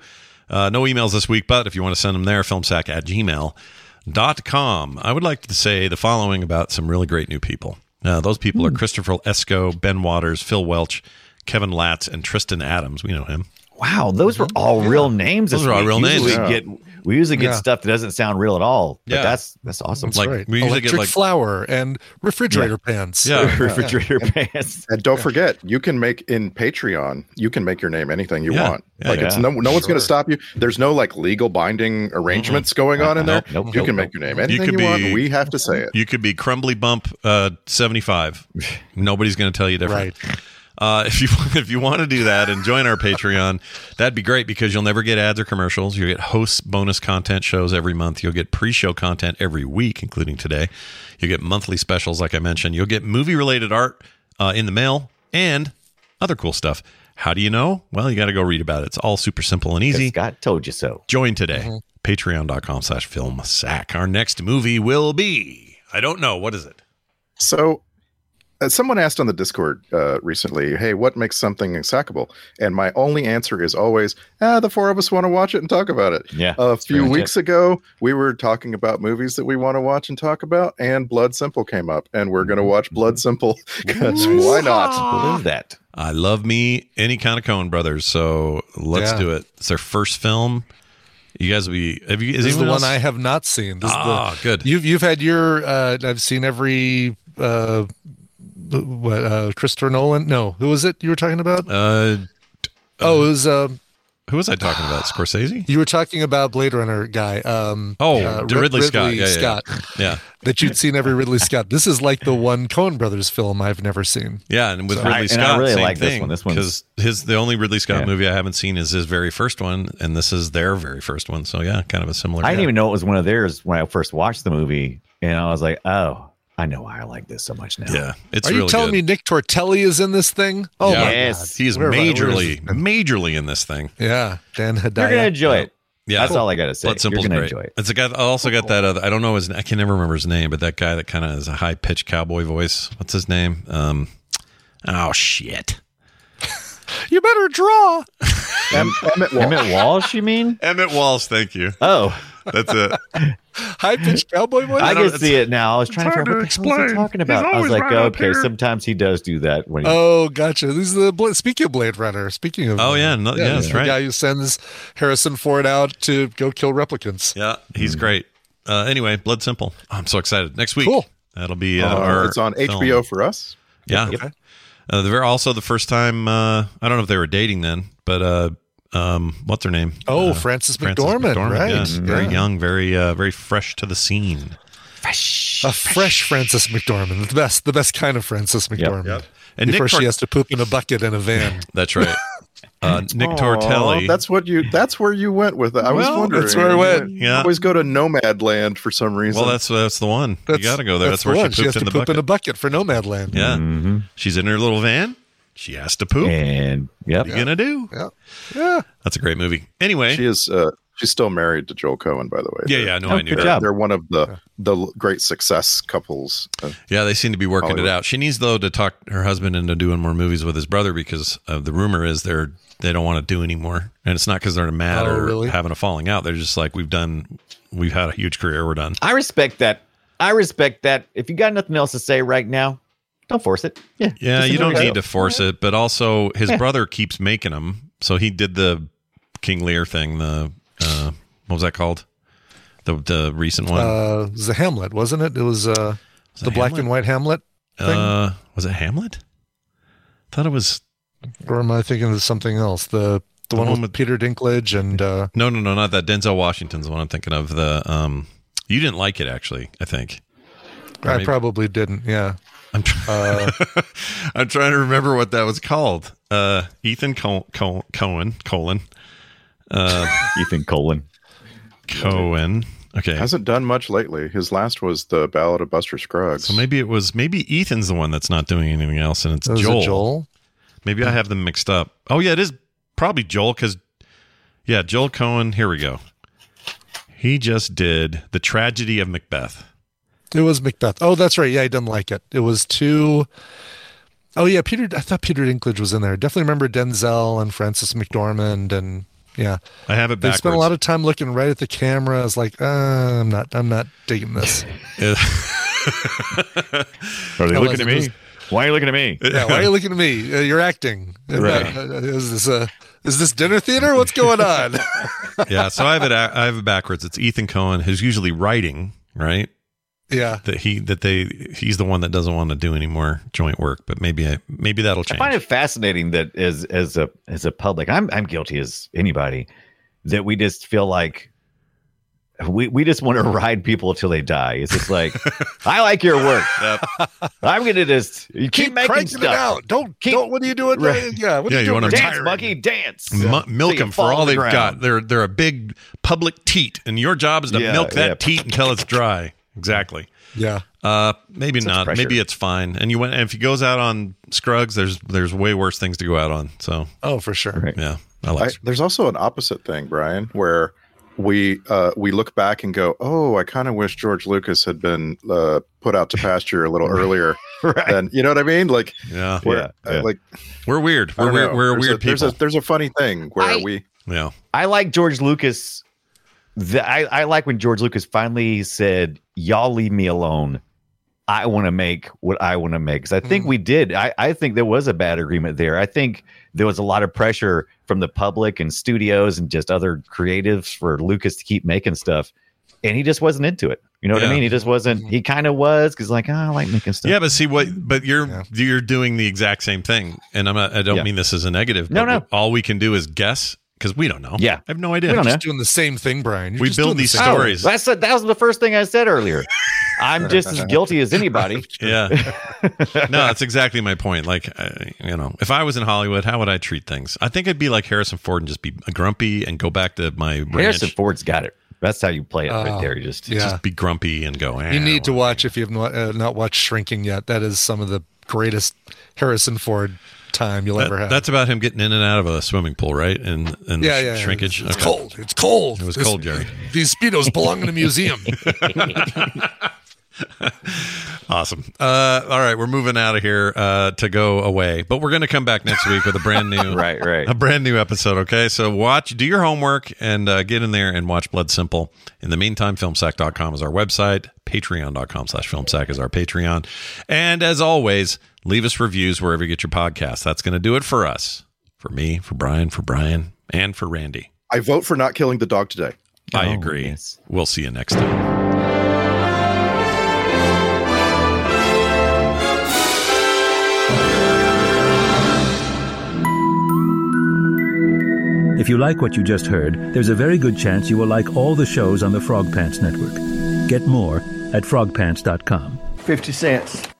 B: Uh, no emails this week, but if you want to send them there, filmsack at gmail.com. I would like to say the following about some really great new people. Uh, those people are Christopher Esco, Ben Waters, Phil Welch, Kevin Latz, and Tristan Adams. We know him.
G: Wow, those were all real names.
B: Those
G: this
B: are all
G: week.
B: real names.
G: Usually We
B: Yeah.
G: get Mm-hmm. we usually get
H: Yeah.
G: stuff that doesn't sound real at all. But
B: Yeah.
G: that's that's awesome.
H: That's
B: like,
H: right.
B: we usually
H: Electric
B: get, like-
H: flower and refrigerator pants.
B: Yeah.
G: <laughs> refrigerator pants.
I: And don't forget, you can make in Patreon, you can make your name anything you
B: Yeah.
I: want.
B: Yeah,
I: like it's
G: yeah.
I: no no one's
H: Sure.
I: gonna stop you. There's no like legal binding arrangements going on in there.
G: Nope, Uh-uh. nope,
I: you
G: nope,
I: can
G: nope.
I: make your name
B: You
I: anything you,
B: could be-
I: want. We have to say it.
B: You could be Crumbly Bump uh, 75. Nobody's going to tell you different. Uh, <laughs> if you if you want to do that and join our Patreon, that'd be great because you'll never get ads or commercials. You get hosts bonus content shows every month. You'll get pre-show content every week, including today. You get monthly specials, like I mentioned. You'll get movie related art uh, in the mail and other cool stuff. How do you know? Well, you got to go read about it. It's all super simple and easy.
G: Scott told you so.
B: Join today. Patreon.com slash film sack. Our next movie will be I don't know. What is it?
I: So, uh, someone asked on the Discord uh, recently, "Hey, what makes something sackable?" And my only answer is always, "Ah, the four of us want to watch it and talk about it."
G: Yeah,
I: A
G: that's
I: few
G: pretty much
I: weeks ago, we were talking about movies that we want to watch and talk about, and Blood Simple came up, and we're
G: Mm-hmm.
I: going to watch Blood Simple <laughs> because why not?
G: Believe that.
B: I love me any kind of Cohen brothers. So let's
H: Yeah.
B: do it. It's their first film. You guys will be. Have you? Is
H: This is the
B: anyone
H: one
B: else?
H: I have not seen. This
B: Ah,
H: is the,
B: good.
H: You've you've had your. Uh, I've seen every. Uh, what uh, Christopher Nolan? No, who was it you were talking about?
B: uh,
H: oh, it was. Uh,
B: who was I talking about? Scorsese.
H: you were talking about Blade Runner guy. Um,
B: Oh,
H: uh,
B: the
H: Rid-
B: Ridley, Scott. Yeah, yeah,
H: Scott.
B: yeah. yeah,
H: That you'd seen every Ridley Scott. This is like the one Coen Brothers film I've never seen.
B: yeah. And with
G: So I-
B: Ridley
G: and I
B: Scott,
G: really
B: same
G: like this
B: thing.
G: one. This one's-
B: because his the only Ridley Scott
G: Yeah.
B: movie I haven't seen is his very first one, and this is their very first one. So yeah, kind of a similar.
G: I didn't
B: guy.
G: even know it was one of theirs when I first watched the movie, and I was like, oh, I know why I like this so much now.
B: Yeah, it's
H: Are you
B: really
H: telling
B: good.
H: me Nick Tortelli is in this thing? Oh
B: Yeah.
H: my
G: Yes.
H: god,
B: He is
H: Where have I- where is
B: majorly, majorly in this thing.
H: this? Yeah, Dan Hedaya.
G: You're gonna enjoy it.
B: Yeah,
G: That's all I gotta say.
B: Blood
G: You're
B: Simple's
G: gonna
B: great.
G: enjoy it.
B: It's a guy. I also got that other. I don't know his. I can never remember his name, but that guy that kind of has a high pitched cowboy voice. What's his name? Um, oh shit,
H: You better draw.
I: Em- Emmett Walsh.
G: Emmett Walsh, you mean?
B: Emmett Walsh. Thank you.
G: <laughs> Oh,
B: That's it.
G: <laughs>
H: High pitched cowboy voice.
G: I,
B: don't-
G: can see it now. I was trying to figure out what the hell is he
H: hard to explain.
G: talking about. I was
H: always
G: like,
H: right up
G: okay,
H: here.
G: sometimes he does do that when he.
H: Oh, gotcha. This is the Bla- speaking of Blade Runner. Speaking of
B: <laughs> Oh, yeah, no- yeah, that's
H: this is the
B: right.
H: guy who sends Harrison Ford out to go kill replicants.
B: Yeah, he's great. Uh, anyway, Blood Simple. Oh, I'm so excited. Next week,
H: Cool.
B: that'll be. Uh,
I: Uh,
B: our
I: it's on
B: film.
I: HBO for us.
B: Yeah.
H: Okay.
B: Uh, they're also the first time. Uh, I don't know if they were dating then, but uh, um, what's her name?
H: Oh,
B: Uh,
H: Frances McDormand, right.
B: yeah. Very
H: Yeah.
B: young, very uh, very fresh to the scene.
H: fresh, a fresh Frances McDormand, the best, the best kind of Frances McDormand.
B: yep. And
H: And
B: Nick
H: before
B: Tor-
H: she has to poop in a bucket in
B: <laughs>
H: a van.
B: That's
H: <laughs>
B: right. Uh, Nick
I: Aw,
B: Tortelli.
I: That's what you. That's where you went with it. I was
B: Well,
I: wondering.
B: that's where I went. Yeah.
I: Yeah. Always go to Nomad Land for some reason.
B: well, that's that's the one. you got to go there. That's,
H: the
B: where
H: one.
B: she pooped
H: has to
B: in the
H: poop
B: bucket.
H: in Mm-hmm. a bucket for Nomadland.
B: yeah, she's in her little van. She has to poop.
G: And
B: What
G: yep.
B: you gonna do?
H: Yeah. Yeah.
B: That's a great movie. Anyway,
I: she is. Uh, she's still married to Joel Cohen, by the way.
B: Yeah,
I: They're-
B: yeah, I know, I Oh, knew good that.
I: They're,
B: job.
I: they're one of the the l- great success couples. Uh,
B: Yeah, they seem to be working
I: Hollywood.
B: it out. She needs though to talk her husband into doing more movies with his brother because uh, the rumor is they're they don't want to do anymore, and it's not because they're mad
G: Oh,
B: or
G: really?
B: having a falling out. They're just like we've done, we've had a huge career, we're done.
G: I respect that. I respect that. If you got nothing else to say right now, don't force it. Yeah.
B: Yeah,
G: Just
B: you don't
G: enjoy
B: need to force it, but also his
G: Yeah.
B: brother keeps making them, so he did the King Lear thing. The uh, what was that called? The the recent one. Uh,
H: Uh, it was the Hamlet, wasn't it? It was uh, the black and white Hamlet thing.
B: Uh, was it Hamlet? Thought it was
H: or am I thinking of something else? The the, one, with Peter Dinklage and uh,
B: no, no, no, not that. Denzel Washington's the one I'm thinking of. The um, you didn't like it actually. I think. Or
H: I
B: maybe-
H: probably didn't. Yeah.
B: I'm, tr- <laughs> I'm trying to remember what that was called. Uh, Ethan Col- Col- Cohen. Colon. Uh,
G: Ethan Colon.
B: Cohen. Okay.
I: Hasn't done much lately. His last was the Ballad of Buster Scruggs.
B: So maybe it was maybe Ethan's the one that's not doing anything else, and it's
H: Oh, is it
B: Joel.
H: Joel?
B: Maybe I have them mixed up. Oh yeah, it is probably Joel because yeah, Joel Cohen. Here we go. He just did the tragedy of Macbeth.
H: It was Macbeth. Oh, that's right. Yeah, I didn't like it. It was too. Oh yeah, Peter. I thought Peter Dinklage was in there. Definitely remember Denzel and Francis McDormand and yeah.
B: I have it
H: They spent a
B: backwards. <laughs>
H: lot of time looking right at the camera. I was like, uh, I'm not. I'm not
B: <laughs>
H: digging this.
G: Are they
H: I
G: looking at
H: wasn't
G: me?
H: just-
G: Why are you looking at me?
H: yeah, why are you looking at me? Uh, you're acting.
B: Right.
H: Uh, is this a is this dinner theater? What's going on?
B: <laughs> yeah, so I have it. a- I have it backwards. It's Ethan Cohen who's usually writing, right?
H: yeah.
B: That he that they he's the one that doesn't want to do any more joint work. But maybe I, maybe that'll
G: I
B: change.
G: find it fascinating that as as a as a public, I'm I'm guilty as anybody, that we just feel like we we just want to <laughs> ride people till they die. It's
B: <laughs>
G: just like I like your work. I'm gonna just you keep, making
H: cranking
G: stuff.
H: it out. Don't don't. What are you doing?
G: Right.
H: Yeah. What
B: Yeah,
H: are
B: you
H: you, doing?
B: wanna
G: Dance,
B: tiring.
G: monkey, dance.
B: M- milk
G: Till you
B: them for
G: fall
B: all
G: to the
B: they've got.
G: ground.
B: They're they're a big public teat, and your job is to
G: Yeah,
B: milk that
G: yeah.
B: teat until it's dry. Exactly.
H: Yeah.
B: Uh, maybe
G: Such
B: not.
G: pressure.
B: Maybe it's fine. And you went. And if he goes out on Scruggs, there's there's way worse things to go out on. So
H: Oh, for sure.
B: yeah, I
I: I,
B: like.
I: there's also an opposite thing, Brian, where we uh, we look back and go, "Oh, I kind of wish George Lucas had been uh, put out to pasture
B: <laughs>
I: a little earlier."
G: <laughs> Right.
I: than you know what I mean? Like,
B: yeah,
I: where,
G: Yeah, yeah.
I: uh, like
B: we're weird.
I: I
B: We're
I: don't
B: weird.
I: know.
B: We're
I: there's
B: weird
I: a, There's
B: people.
I: a there's a funny thing where
G: I-
I: we
B: yeah.
G: I like George Lucas. The, I, I like when George Lucas finally said, "Y'all leave me alone. I want to make what I want to make." 'Cause I think
B: Mm-hmm.
G: we did. I, I think there was a bad agreement there. I think there was a lot of pressure from the public and studios and just other creatives for Lucas to keep making stuff, and he just wasn't into it. You know what
B: Yeah. Mm-hmm.
G: I mean? He just wasn't. He kind of was because like, oh, I like making stuff.
B: Yeah, but see what? But you're you're doing the exact same thing, and I'm not, I don't
G: Yeah.
B: mean this as a negative.
G: No,
B: but
G: no.
B: All we can do is guess because we don't know.
G: Yeah.
B: I have no idea.
G: We don't
B: Just-
G: know.
H: Just doing the same thing, Brian. You're
B: We
H: just
B: build
H: doing the
B: these
H: same-
B: stories.
G: Oh, that's that was the first thing I said earlier. I'm just as guilty
B: <laughs>
G: as anybody.
B: Yeah.
G: <laughs>
B: no, that's exactly my point. Like, I, you know, if I was in Hollywood, how would I treat things? I think I'd be like Harrison Ford and just be grumpy and go back to my ranch.
G: Harrison Ford's got it. That's how you play it
H: Oh,
G: right there. You just
H: yeah.
B: Just be grumpy and go.
H: You
B: "Eh,
H: need to
B: well."
H: watch if you have not, uh, not watched Shrinking yet. That is some of the greatest Harrison Ford time you'll
B: That-
H: ever have.
B: that's about him getting in and out of a swimming pool, right? And and
H: yeah,
B: sh-
H: yeah.
B: shrinkage.
H: It's
B: Okay.
H: cold. It's cold.
B: It was
H: This-
B: cold, Jerry.
H: These speedos belong in
B: <laughs>
H: a museum.
B: Awesome. Uh, all right, we're moving out of here uh, to go away, but we're going to come back next week with a brand new,
G: <laughs> Right, right.
B: a brand new episode. Okay, so watch, do your homework, and uh, get in there and watch Blood Simple. In the meantime, filmsack.com is our website. Patreon.com/slash filmsack is our Patreon, and as always, leave us reviews wherever you get your podcast. That's going to do it for us, for me, for Brian, for Brian, and for Randy.
I: I vote for not killing the dog today.
B: I
G: Oh,
B: agree.
G: yes.
B: We'll see you next time.
U: If you like what you just heard, there's a very good chance you will like all the shows on the Frog Pants Network. Get more
V: at frogpants.com.
C: 50 cents.